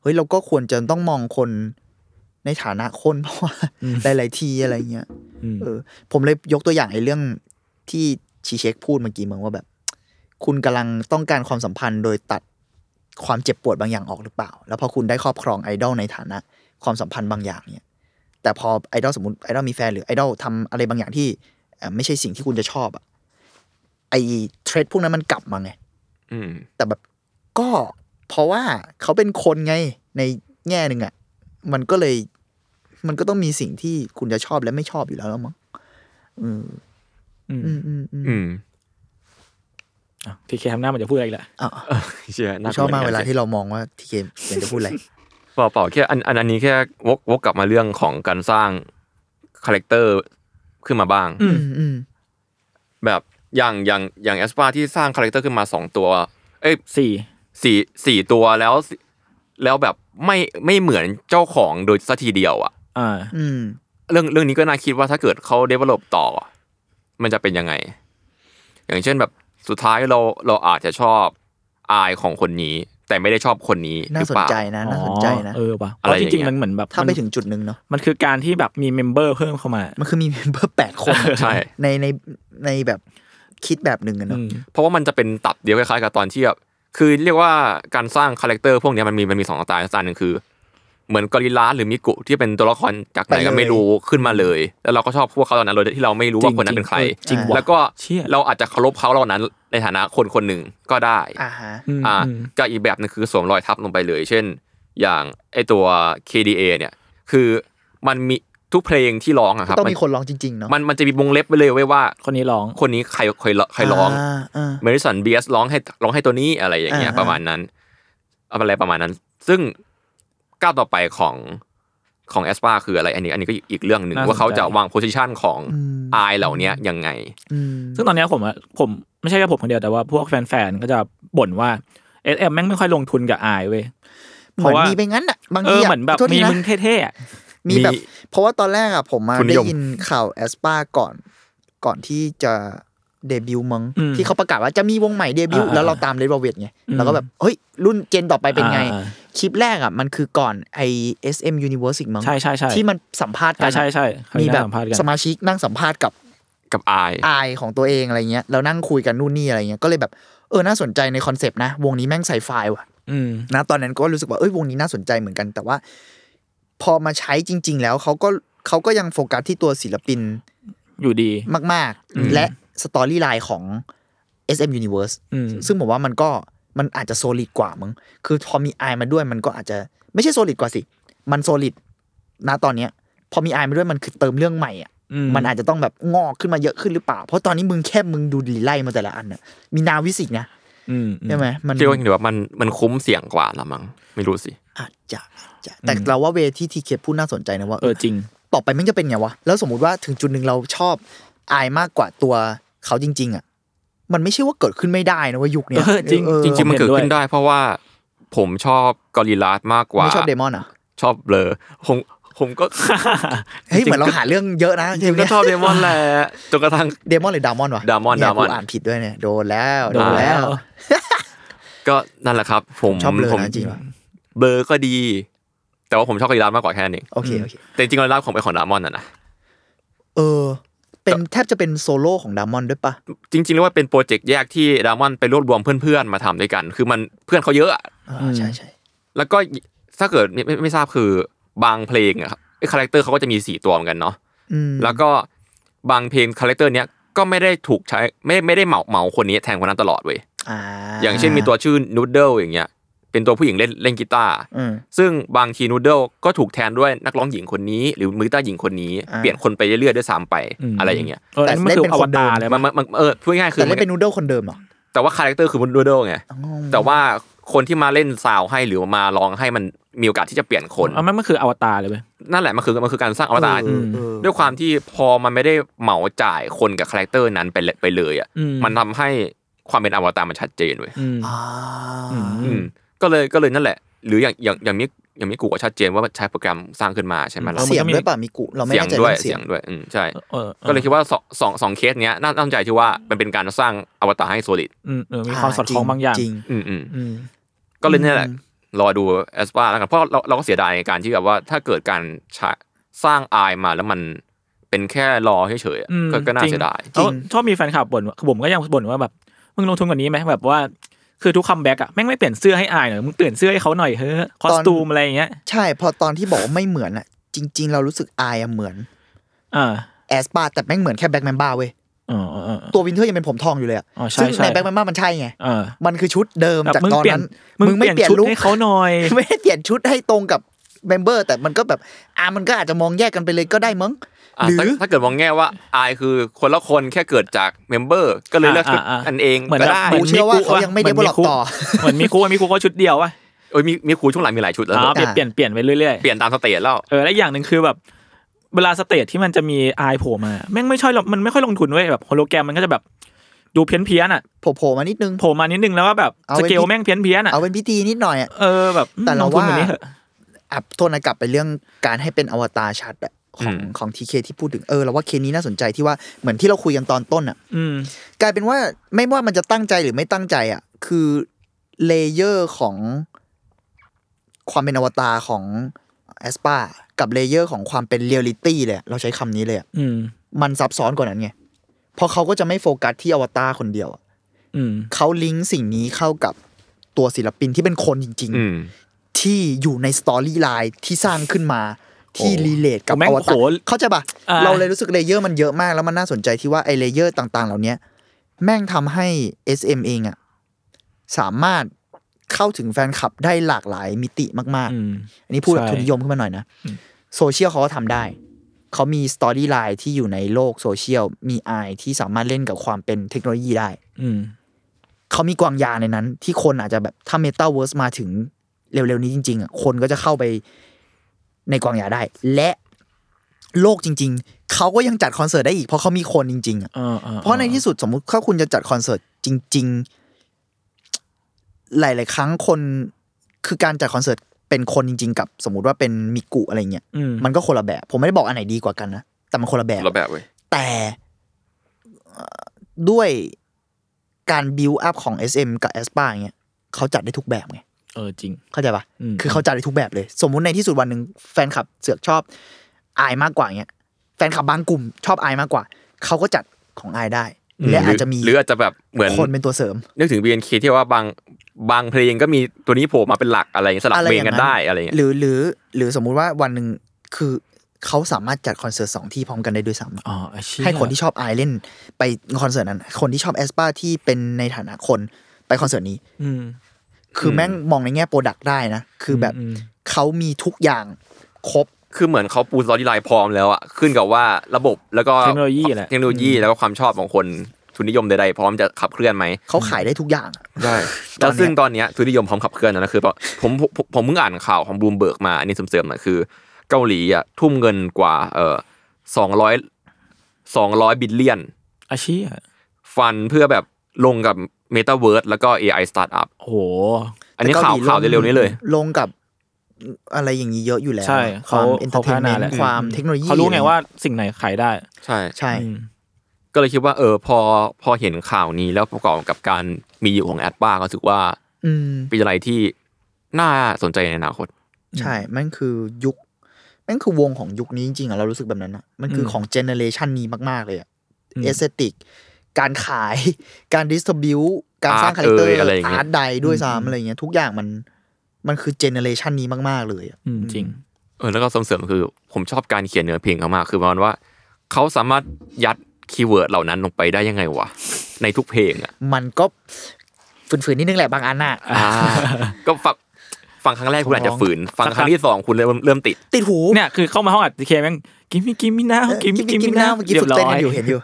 Speaker 4: เฮ้ยเราก็ควรจะต้องมองคนในฐานะคน เพราะว่าหลาย ๆ ทีอะไรเงี้ย
Speaker 2: อืม
Speaker 4: เออผมเลยยกตัวอย่างไอ้เรื่องที่ชีเช็คพูดเมื่อกี้มึงว่าแบบ คุณกำลังต้องการความสัมพันธ์โดยตัดความเจ็บปวดบางอย่างออกหรือเปล่า แล้วพอคุณได้ครอบครองไอดอลในฐานะความสัมพันธ์บางอย่างเนี่ย แต่พอไอดอลสมมติไอดอลมีแฟนหรือไอดอลทำอะไรบางอย่างที่เอ่อไม่ใช่สิ่งที่คุณจะชอบอะไอเทรดพวกนั้นมันกลับมาไง
Speaker 3: อืม
Speaker 4: แต่แบบก็เพราะว่าเขาเป็นคนไงในแง่หนึ่งอะ่ะ มันก็เลยมันก็ต้องมีสิ่งที่คุณจะชอบและไม่ชอบอยู่แล้วแล้วมั้งอืม
Speaker 2: อืม
Speaker 4: อืมอืมอืม
Speaker 3: อืม
Speaker 2: พี่เคทำหน้าเหมันจะพูดอะไรอีกละ
Speaker 4: อ่ะ
Speaker 3: เชื่อน่
Speaker 4: ชอบมาก
Speaker 3: ลัห
Speaker 4: เว
Speaker 3: นน
Speaker 4: ลาที่เรามองว่าทีเกมอยากจะพูดอะไร
Speaker 3: เปล่าเปล่าแค่อันอันอันนี้แค่วกวกกลับมาเรื่องของการสร้างคาแรคเตอร์ขึ้นมาบ้าง
Speaker 4: อืมอืม
Speaker 3: แบบอย่างอย่างอย่างแอสปาที่สร้างคาแรคเตอร์ขึ้นมาสองตัว เอ้ย
Speaker 2: สี่
Speaker 3: สี่สี่ตัวแล้วสิแล้วแบบไม่ไม่เหมือนเจ้าของโดยสักทีเดียวอะ
Speaker 2: อ่า
Speaker 4: อืม
Speaker 3: เรื่องเรื่องนี้ก็น่าคิดว่าถ้าเกิดเขา develop ต่อ มันจะเป็นยังไง อย่างเช่นแบบสุดท้ายเราเราอาจจะชอบอายของคนนี้ แต่ไม่ได้ชอบคนนี้ห
Speaker 4: น่า
Speaker 3: รือ
Speaker 4: ส
Speaker 3: เป
Speaker 4: น
Speaker 3: ล่า
Speaker 4: ใจนะน่าสนใจนะ
Speaker 2: อ๋อเออว่ะเพ
Speaker 3: อะไร
Speaker 2: ราะ
Speaker 3: อ
Speaker 2: จ
Speaker 3: ย่างเงี้ย
Speaker 2: ริงๆมันเหมือนแบบ
Speaker 4: ถ้าไปถึงจุดหนึ่งเนาะ
Speaker 2: มันคือการที่แบบมีเมมเบอร์เพิ่มเข้ามา
Speaker 4: มันคือมีเมมเบอร์แปดคน
Speaker 3: ใช่
Speaker 4: ในในในแบบคิดแบบหนึ่งอะเนาะ
Speaker 2: อืม
Speaker 3: เพราะว่ามันจะเป็นตับเดียวคล้ายๆกับตอนที่แบบคือเรียกว่าการสร้างคาแรคเตอร์พวกเนี้ยมันมีมันมีสองสไตล์สไตล์หนึ่งคือ เหมือนกอริลลาหรือมิกุที่เป็นตัวละครจากไหนก็ไม่รู้ขึ้นมาเลย แล้วเราก็ชอบพวกเขาเหล่านั้นโดยที่เราไม่รู้ว่าคนนั้นเป็นใคร
Speaker 2: จริงๆเออจริงว่ะ
Speaker 3: แล้วก็
Speaker 2: เชี่ย
Speaker 3: เราอาจจะเคารพเขาเหล่านั้นในฐานะคนคนหนึ่งก็ได้
Speaker 4: อ่าฮะ
Speaker 2: อืม
Speaker 3: อ่า
Speaker 2: อืม
Speaker 3: ก็อีกแบบหนึงคือสวมรอยทับลงไปเลย เช่น อย่างไอตัว KDA เนี่ยคือมันมีทุกเพลงที่ร้องอะครับ
Speaker 4: ต้องมี
Speaker 3: น
Speaker 4: คนร้องจริง ๆ เนาะ
Speaker 3: มันมันจะมีวงเล็บไปเลยไว้ว่า
Speaker 2: คนนี้ร้อง
Speaker 3: คนนี้ใครเคยร้องใครร้อง
Speaker 4: าอ่า
Speaker 3: เมริสันเบียสร้องให้ร้องให้ตัวนี้อะไรอย่างเงี้ย
Speaker 4: อ่า
Speaker 3: ประมาณนั้นอะไรประมาณนั้น ซึ่งก้าวต่อไปของของแอสปาคืออะไร อันนี้อันนี้ก็อีกเรื่องหนึ่ง
Speaker 2: น่าสนใจ
Speaker 3: ว่าเขาจะวางโพ i ิชันของ
Speaker 4: อืม
Speaker 3: อายเหล่าเนี้ยยังไง
Speaker 4: อืม
Speaker 2: ซึ่งตอนเนี้ยผมอะผมไม่ใช่แค่ผมคนเดียวแต่ว่าพวกแฟนๆก็จะบ่นว่าเอสเอ็มแม่งไม่ค่อยลงทุนกับอายเว้ย
Speaker 4: เห
Speaker 2: เพ
Speaker 4: มือน
Speaker 2: ราะว่า
Speaker 4: มีไปงั้นอะบาง
Speaker 2: เอ
Speaker 4: ที
Speaker 2: อ
Speaker 4: อะ
Speaker 2: เหมือนแบบ
Speaker 4: โทษที
Speaker 2: มี
Speaker 4: นะ
Speaker 2: มึงเท่ๆอะ
Speaker 4: มีแบบ เพราะว่าตอนแรกอะผมมา
Speaker 3: ทุนนิ
Speaker 4: ได้
Speaker 3: ยม
Speaker 4: ยินข่าวแอสปาก่อนก่อนที่จะเดบิวต์มั้ง
Speaker 2: อืม
Speaker 4: ที่เขาประกาศว่าจะมีวงใหม่เดบิวต์
Speaker 2: อ่า
Speaker 4: แล้วเราตามเลดวเวทไง
Speaker 2: อืม
Speaker 4: เราก็แบบ เฮ้ย รุ่นเจนต่อไปเป็นไง
Speaker 2: อ่า
Speaker 4: คลิปแรกอะมันคือก่อนไอ SM Universe อีกมั้ง
Speaker 2: ใช่ใช่ใช่
Speaker 4: ที่มันสัมภาษณ์กั
Speaker 2: ใช่
Speaker 4: น
Speaker 2: ใช่ใช่ใช่
Speaker 4: มีแบบ
Speaker 2: สัมภาษณ์กัน
Speaker 4: สมาชิกนั่งสัมภาษณ์กับ
Speaker 3: กับอาย
Speaker 4: อายของตัวเองอะไรเงี้ยแล้วนั่งคุยกันนู่นนี่อะไรเงี้ยก็เลยแบบเออน่าสนใจในคอนเซปต์นะ วงนี้แม่งใส่ไฟล์ว่ะ
Speaker 2: อืม
Speaker 4: นะตอนนั้นก็รู้สึกว่าเอ้ยวงนี้น่าสนใจเหมือนกัน แต่ว่า พอมาใช้จริง ๆ แล้วเขาก็เขาก็ยังโฟกัสที่ตัวศิลปิน
Speaker 2: อยู่ดี
Speaker 4: มาก
Speaker 2: อืม
Speaker 4: ๆ และสตอรี่ไลน์ของ SM Universe
Speaker 2: อืม
Speaker 4: ซึ่งผมว่ามันก็มันอาจจะโซลิดกว่ามึง คือพอมีไอมาด้วยมันก็อาจจะไม่ใช่โซลิดกว่าสิ มันโซลิดนะตอนเนี้ย พอมีไอมาด้วยมันคือเติมเรื่องใหม่อ่ะ มันอาจจะต้องแบบงอกขึ้นมาเยอะขึ้นหรือเปล่า เพราะตอนนี้มึงแค่มึงดูดีไล่มาแต่ละอันน่ะ มีนาวิสิกนะ
Speaker 2: อืม
Speaker 4: ใช่ไหมมัน
Speaker 3: เรียกว่าอย่างเดียวว่ามันมันคุ้มเสียงกว่าละมั้งไม่รู้สิ
Speaker 4: อาจจะอาจจะแต่เราว่าเวที่ทีเคพูดน่าสนใจนะว่า
Speaker 2: เออจริง
Speaker 4: ต่อไปมันจะเป็นไงวะ แล้วสมมติว่าถึงจุดหนึ่งเราชอบอายมากกว่าตัวเขาจริง ๆ อ่ะ มันไม่ใช่ว่าเกิดขึ้นไม่ได้นะเว่ายุคเนี้ย
Speaker 2: เออจริง
Speaker 4: เออ
Speaker 3: จริง ๆ มัน
Speaker 2: ผมเห็น
Speaker 3: เกิด
Speaker 2: ด้วย
Speaker 3: ขึ้นได้ เพราะว่าผมชอบกอริลลาสมากกว่า
Speaker 4: ไม่ชอบเดมอนอ่ะ
Speaker 3: ชอบเบลอผมผม ก็
Speaker 4: เฮ้ยเหมือนเราหาเรื่องเยอะนะ
Speaker 3: จริงๆก็ชอบเดมอนแหละจนกระทั่ง
Speaker 4: เดมอนหรือดามอนวะ
Speaker 3: Damon
Speaker 4: เย
Speaker 3: Damon
Speaker 4: กูอ่านผิดด้วยเนี่ยโดนแล้วโดนแล้ว
Speaker 3: ก็นั่นแหละครับ ผม
Speaker 4: ชอบเบลอนะ
Speaker 3: ผม
Speaker 4: จริงเหรอ
Speaker 3: เบลอก็ดี แต่ว่าผมชอบกอริลลาสมากกว่าแค่นั้นเอง
Speaker 4: โอเคโอเค
Speaker 3: แต่จริงๆกอริลลาสของเป็นของดามอนน่ะนะ
Speaker 4: เออ เป็นแทบจะเป็นโซโล่ของดามอนด้วยปะ
Speaker 3: จริงๆเรียกว่าเป็นโปรเจกต์แยกที่ดามอนไปรวบรวมเพื่อนๆมาทำด้วยกัน คือมันเพื่อนเขาเยอะอะ
Speaker 4: อ่าใช่ใช่
Speaker 3: แล้วก็ถ้าเกิดไม่ไม่ไม่ทราบคือบางเพลงอะครับคาแรคเตอร์เขาก็จะมีสี่ตัวเหมือนกันเนาะ
Speaker 4: อืม
Speaker 3: แล้วก็บางเพลงคาแรคเตอร์เนี้ยก็ไม่ได้ถูกใช้ไม่ไม่ได้เหมาเหมาคนนี้แทนคนนั้นตลอดเว้ย
Speaker 4: อ่า
Speaker 3: อย่างเช่นมีตัวชื่อนูดเดิลอย่างเงี้ยเป็นตัวผู้หญิงเล่นเล่นกีตาร์
Speaker 4: อืม
Speaker 3: ซึ่งบางทีนูเดิลก็ถูกแทนด้วยนักร้องหญิงคนนี้ หรือมือกีต้าร์หญิงคนนี้
Speaker 4: อ่า
Speaker 3: เปลี่ยนคนไปเรื่อยๆด้วยซ้ำไป
Speaker 2: ม
Speaker 3: อะไรอย่างเงี้ย
Speaker 2: เออ
Speaker 4: แต่
Speaker 2: อันนี้มันคือ
Speaker 4: เล่นเป็น
Speaker 2: อ
Speaker 4: คว นเดิ
Speaker 2: ตาม รเลย
Speaker 3: มั
Speaker 2: มั้
Speaker 3: น
Speaker 2: ย
Speaker 3: มันมันเออพูดง่ายๆคือ
Speaker 4: แต่เล่นเป็นนูเดิลคนเดิมเหรอ
Speaker 3: แต่ว่าคาแรคเตอร์คือนูเดิลไง
Speaker 4: อ๋อ
Speaker 3: แต่ว่าคนที่มาเล่นซาวให้หรือมาร้องให้มัน มีโอกาสที่จะเปลี่ยนคน
Speaker 2: เอามันมันคืออวตารเลยเว้ย
Speaker 3: นั่นแหละมันคือมันคือการสร้างอวตาร
Speaker 4: เออเออ
Speaker 3: ด้วยความที่พอมันไม่ได้เหมาจ่ายคนกับคาแรคเตอร์นั้นไปเลยไปเลยอ่ะ
Speaker 2: อืม
Speaker 3: มันทำให้ความเป็นอวตารมันชัดเจนเว้ย
Speaker 2: อืม
Speaker 4: อ่า
Speaker 2: อืม
Speaker 3: อืมก็เลยก็เลยนั่นแหละ หรืออย่างอย่างอย่างมิกอย่างมิกูก็ชัดเจนว่าใช้โปรแกรมสร้างขึ้นมาใช่ไหมล่ะ
Speaker 4: เสียงด้วยป่ะมิกุเราไม่
Speaker 3: เสียง
Speaker 4: แน่ใจ
Speaker 3: ด้วย
Speaker 4: เรื่อง
Speaker 3: เสี
Speaker 4: เสี
Speaker 3: ย
Speaker 4: ย
Speaker 3: ง
Speaker 4: ง
Speaker 3: ด้วยอืมใช่
Speaker 2: เออออ
Speaker 3: ก็เลยคิดว่าสองสองสองเคสเนี้ยน่าน่าสนใจที่ว่ามันเป็นการสร้างอวตารให้โซลิด
Speaker 2: อืมเออมีความสอดคล้องบางอย่าง
Speaker 4: จริง
Speaker 3: อืมอืม
Speaker 2: อืม
Speaker 3: ก็เลยเนี่ยแหละรอดูแอสปาแล้วกันเพราะเราเราก็เสียดายในการที่แบบว่าถ้าเกิดการใช้สร้างอายมาแล้วมันเป็นแค่รอเฉยๆอะ
Speaker 2: อืม
Speaker 3: ก็ก็น่า
Speaker 2: จริง
Speaker 3: เสียดาย
Speaker 4: จริง
Speaker 2: เออชอบมีแฟนคลับบ่นว่าผมก็ยังบ่นว่าแบบมึงลงทุนกว่านี้ไหมแบบว่า คือทุกคัมแบ็กอะแม่งไม่เปลี่ยนเสื้อให้อายหน่อยมึงเปลี่ยนเสื้อให้เขาหน่อยเฮ้ยคอสตูมอะไรอย่างเงี้ย
Speaker 4: ใช่พอตอนที่บอกว่าไม่เหมือนอ่ะ จริง ๆ เรารู้สึกอายอะเหมือน
Speaker 2: อ่า
Speaker 4: แอสปาแต่แม่งเหมือนแค่แบ็คแมนบ้าเว้ย
Speaker 2: อ๋ออ๋ออ๋อ
Speaker 4: ตัววินเทอร์ยังเป็นผมทองอยู่เลยอ่ะ
Speaker 2: อ๋อใช่
Speaker 4: ซึ่ง
Speaker 2: ใช่
Speaker 4: ในแบ็คแมนบ้ามันใช่ไง
Speaker 2: เออ
Speaker 4: มันคือชุดเดิม
Speaker 2: แบบ
Speaker 4: จาก
Speaker 2: มึง
Speaker 4: ตอน
Speaker 2: เปลี่ยน
Speaker 4: นั้น
Speaker 2: มึงเปลี่ยนชุด
Speaker 4: ลุค
Speaker 2: ให้เขาหน่อย
Speaker 4: ไม่ได้เปลี่ยนชุดให้ตรงกับเมมเบอร์แต่มันก็แบบอ่ะมันก็อาจจะมองแยกกันไปเลยก็ได้มั้ง
Speaker 3: อ่ะ
Speaker 4: หรือ
Speaker 3: ถ้าถ้าเกิดมองแง่ว่าอายคือคนละคนแค่เกิดจากเมมเบอร์ ก็เลยเลือก
Speaker 2: อ่ะ
Speaker 3: ชุด
Speaker 2: อ่ะ
Speaker 3: อันเอง
Speaker 2: เหมือน
Speaker 3: ก็
Speaker 2: แบบ
Speaker 3: ได้
Speaker 2: เหมือน
Speaker 4: กูเชื่อว่า
Speaker 2: คุ
Speaker 4: เขายังไม่ได้
Speaker 2: เหอน
Speaker 4: develop
Speaker 2: คุ
Speaker 4: ต่อ
Speaker 2: เหมือนมีคุมีคุก็ชุดเดียววะ
Speaker 3: เอ้ยมีมีครูช่วงหลังมีหลายชุดแล้ว
Speaker 2: อ๋อ
Speaker 3: เหรอ
Speaker 2: เปลี่ยนเปลี่ยนเปลี่ยนไปเรื่อย
Speaker 3: เปลี่ยนตามสเตจแล้ว
Speaker 2: ๆเออและอย่างหนึ่งคือแบบ เวลาสเตจที่มันจะมีอายโผล่มาแม่งไม่ช่อยหรอกมันไม่ค่อยลงทุนเว้ยแบบโฮโลแกรมมันก็จะแบบดูเพี้ยนเพี้ยนๆอ่ะ
Speaker 4: โผล่ๆมานิดนึง
Speaker 2: โผล่มานิดนึงแล้วว่าแบบ
Speaker 4: เอา
Speaker 2: ส
Speaker 4: ไว้
Speaker 2: เกล
Speaker 4: ที่
Speaker 2: แม่งเพี้ยนเพี้ยนๆอ่ะ
Speaker 4: เอาเป็นพิธีนิดหน่อยอ่ะ
Speaker 2: เออแบบอืม
Speaker 4: แต่เรา
Speaker 2: ลงทุน
Speaker 4: ว่า
Speaker 2: แบบนี้เถอะ
Speaker 4: อ่ะโทษนะกลับไปเรื่องการให้เป็นอวตารชัดอ่ะของ
Speaker 3: อืม
Speaker 4: ของทีเคที่พูดถึงเออเราว่าเคสนี้น่าสนใจที่ว่าเหมือนที่เราคุยกันตอนต้นอ่ะ
Speaker 2: อืม
Speaker 4: กลายเป็นว่าไม่ว่ามันจะตั้งใจหรือไม่ตั้งใจอ่ะ คือเลเยอร์ของความเป็นอวตารของแอสปากับเลเยอร์ของความเป็นเรียลิตี้เลยอะเราใช้คำนี้เลยอะ
Speaker 2: อืม
Speaker 4: มันซับซ้อนกว่านั้นไงเพราะเขาก็จะไม่โฟกัสที่อวตารคนเดียวอะ
Speaker 2: อืม
Speaker 4: เขาลิงก์สิ่งนี้เข้ากับตัวศิลปินที่เป็นคนจริง
Speaker 3: อืม
Speaker 4: ๆ ที่อยู่ในสตอรี่ไลน์ที่สร้างขึ้นมาที่
Speaker 3: โอ้
Speaker 4: รีเลทกับ
Speaker 2: โอ้แม่ง
Speaker 4: อวตา
Speaker 2: โห
Speaker 4: รเข้าใจปะ
Speaker 2: อ่า
Speaker 4: เราเลยรู้สึกเลเยอร์มันเยอะมากแล้วมันน่าสนใจที่ว่าไอเลเยอร์ต่าง ๆ เหล่าเนี้ย แม่งทำให้ SM เองอะสามารถเข้าถึงแฟนคลับได้หลากหลายมิติมาก
Speaker 2: อืม
Speaker 4: ๆ อันนี้พูดแบบ
Speaker 2: ใช่
Speaker 4: ทุนนิยมขึ้นมาหน่อยนะ โซเชียลเขาก็ทำได้ เขามีสตอรี่ไลน์ที่อยู่ในโลกโซเชียล มีไอที่สามารถเล่นกับความเป็นเทคโนโลยีได้
Speaker 2: อืม
Speaker 4: เขามีกวางยาในนั้น ที่คนอาจจะแบบ ถ้าเมตาเวิร์สมาถึงเร็ว ๆ นี้จริง ๆอะคนก็จะเข้าไปในกวางยาได้ และโลกจริง ๆ เขาก็ยังจัดคอนเสิร์ตได้อีกเพราะเขามีคนจริงๆอะ
Speaker 2: อ่อ่
Speaker 4: เพราะในที่สุดสมมุติถ้าคุณจะจัดคอนเสิร์ตจริง ๆ หลาย ๆ ครั้งคนคือการจัดคอนเสิร์ตเป็นคนจริง ๆ กับสมมุติว่าเป็นมิกุอะไรเงี้ย
Speaker 2: อืม
Speaker 4: มันก็คนละแบบ ผมไม่ได้บอกอันไหนดีกว่ากันนะ แต่มันคนละแบบ
Speaker 3: เราแบบเว้ย
Speaker 4: แต่เอ่อด้วยการบิวอัพของ SM กับ a s p a เงี้ยเขาจัดได้ทุกแบบไง
Speaker 2: เออจริง
Speaker 4: เข้าใจปะ
Speaker 2: อืม
Speaker 4: คือเขาจัดได้ทุกแบบเลย สมมุติในที่สุดวันหนึ่งแฟนคลับเสือกชอบอายมากกว่าเงี้ย แฟนคลับบางกลุ่มชอบอายมากกว่า เขาก็จัดของอายได้ และอาจจะมี
Speaker 3: หรืออาจจะแบบเหมือน
Speaker 4: คนเป็นตัวเสริม
Speaker 3: นึกถึง BNK ที่ว่าบางบางเพลงก็มีตัวนี้โผล่มาเป็นหลักอะไรอย่างเงี้ยสลับ
Speaker 4: อะไร
Speaker 3: เพล
Speaker 4: อง ย่าง
Speaker 3: กันได้อะไรอย่างเงี้ย
Speaker 4: หรือหรือหรือสมมุติว่าวันหนึ่งคือเขาสามารถจัดคอนเสิร์ตสองที่พร้อมกันได้ด้วยซ้ำ
Speaker 2: อ๋อไอ้เย
Speaker 4: ให้คนที่ชอบอายเล่นไปคอนเสิร์ตนั้น คนที่ชอบแอสปาที่เป็นในฐานะคนไปคอนเสิร์ตนี้
Speaker 2: อืม
Speaker 4: คือแม่งมองในแง่โปรดักต์ได้นะ คือแบบ
Speaker 2: อืม
Speaker 4: เขามีทุกอย่างครบ
Speaker 3: คือเหมือนเขาปูสตอรี่ไลน์พร้อมแล้วอ่ะขึ้นกับว่าระบบแล้วก็
Speaker 2: เทคโนโลยีแหละ
Speaker 3: เทคโนโลยีแล้วก็ความชอบของคนทุนนิยมใดๆพร้อมจะขับเคลื่อนไหม
Speaker 4: เขาขายได้ทุกอย่างอะ
Speaker 3: ได้
Speaker 4: ต
Speaker 3: แล้
Speaker 4: อน
Speaker 3: ว
Speaker 4: เนี้ย
Speaker 3: ซึ่งตอนเนี้ยทุนนิยมพร้อมขับเคลื่อนนะนะคือผมผมผมผมเพิ่งอ่านข่าวของบลูมเบิร์กมาอันนี้เสริมๆนะคือ เกาหลีอ่ะทุ่มเงินกว่าเออสองร้อยสองร้อยบิลเลียน
Speaker 2: อาชีพ
Speaker 3: ฟันเพื่อแบบลงกับ Meta v e r s e แล้วก็ AI Startup
Speaker 2: โอ้โห
Speaker 3: อันนี้
Speaker 4: แต่
Speaker 3: ข่าว
Speaker 4: กหล
Speaker 3: ข่าวเร็วๆนี้เลย
Speaker 4: ลงกับอะไรอย่างนี้เยอะอยู่แล้ว
Speaker 2: ใช่
Speaker 4: ควา
Speaker 2: เขา
Speaker 4: มเอนเตอ
Speaker 2: เขา
Speaker 4: ร์
Speaker 2: พัฒ
Speaker 4: เทนเม
Speaker 2: นาน แหละ
Speaker 4: ต์ความ
Speaker 2: อืม
Speaker 4: เทคโนโลยี
Speaker 2: เขารู้ไง
Speaker 4: อะ
Speaker 2: ว่าสิ่งไหนขายได้
Speaker 3: ใช่
Speaker 4: ใช่
Speaker 2: อืม
Speaker 3: ก็เลยคิดว่าเออพอพอเห็นข่าวนี้แล้วประกอบกับการมีอยู่ของแอดบ้าก็รู้สึกว่า
Speaker 4: อืม
Speaker 3: เป็นอะไรที่น่าสนใจในอนาคต
Speaker 4: ใช่มันคือยุคมันคือวงของยุคนี้จริงๆอะเรารู้สึกแบบนั้นอะมันคือของเจเนเรชันนี้มากๆเลยอะเอสเตติก การขาย การดิสทบิวการสร้าง
Speaker 3: Art
Speaker 4: คาแรคเตอร์
Speaker 3: เอ่ยอะไรอย่างเงี้ย
Speaker 4: อาร์ตใดด้วยซ้ำอะไรอย่างเงี้ยทุกอย่างมันมันคือเจเนเรชันนี้มากๆเลยอะ
Speaker 2: อืมจริง
Speaker 3: เออแล้วก็ส่งเสริมคือผมชอบการเขียนเนื้อเพลงเขามากคือประมาณว่าเขาสามารถยัดคีย์เวิร์ดเหล่านั้นลงไปได้ยังไงวะ ในทุกเพลงอ่ะ
Speaker 4: มันก็ฝืนๆนิดนึงแหละบางอันน่ะ
Speaker 3: ก็ฟังฟังครั้งแรกคุณอาจจะฝืน ฟังครั้งที่สองคุณเริ่มเริ่มติด
Speaker 4: ติดหู
Speaker 2: เนี่ยคือเข้ามาห้องอัดเคแม่งกิมมี่กิมมี่นะ
Speaker 4: เออ
Speaker 2: กิมมี่
Speaker 4: กิน
Speaker 2: กิม
Speaker 4: กิน
Speaker 2: มี่นะ
Speaker 4: หน้าเมื่อกี้ฝึกเต้นกันอยู่เห็นอยู่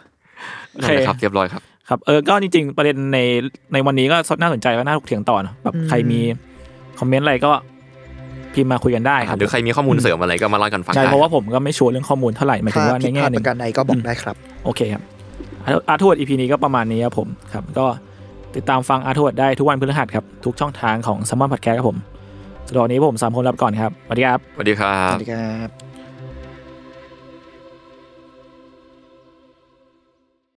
Speaker 2: โอ
Speaker 3: นั่
Speaker 2: เคน
Speaker 3: แหละครับเรียบร้อยครับ
Speaker 2: ครับเออก็จริงๆประเด็นในในวันนี้ก็น่าสนใจก็น่าถกเถียงต่อนะแบบใครมีคอมเมนต์อะไรก็ พิมพ์มาคุยกันได้ครับ
Speaker 3: หรือใครมีข้อมูลเสริมอะไรก็มาเล่ากันฟัง
Speaker 2: ใช่
Speaker 3: ได้
Speaker 2: เพราะว่าผมก็ไม่ชัวร์เรื่องข้อมูลเท่าไหร่หมายถึ
Speaker 4: ถ้าง
Speaker 2: ว่าใน
Speaker 4: ผิดพ
Speaker 2: แง่
Speaker 4: ลาด
Speaker 2: ห
Speaker 4: ป
Speaker 2: นึ่ง
Speaker 4: ระการใดก็บอกได้ครับ
Speaker 2: โอเคครับอาร์ทวดอีพีนี้ก็ประมาณนี้ครับผมครับ ก็ติดตามฟังอาร์ทวดได้ทุกวันพฤหัสครับ ทุกช่องทางของสมอนพอดแคสต์ครับผมสำหรับวันนี้ผมสามคนลาไปก่อนครับสวัสดีครับ
Speaker 3: สวัสดีครั
Speaker 4: สวั
Speaker 3: บ
Speaker 4: สดีครับ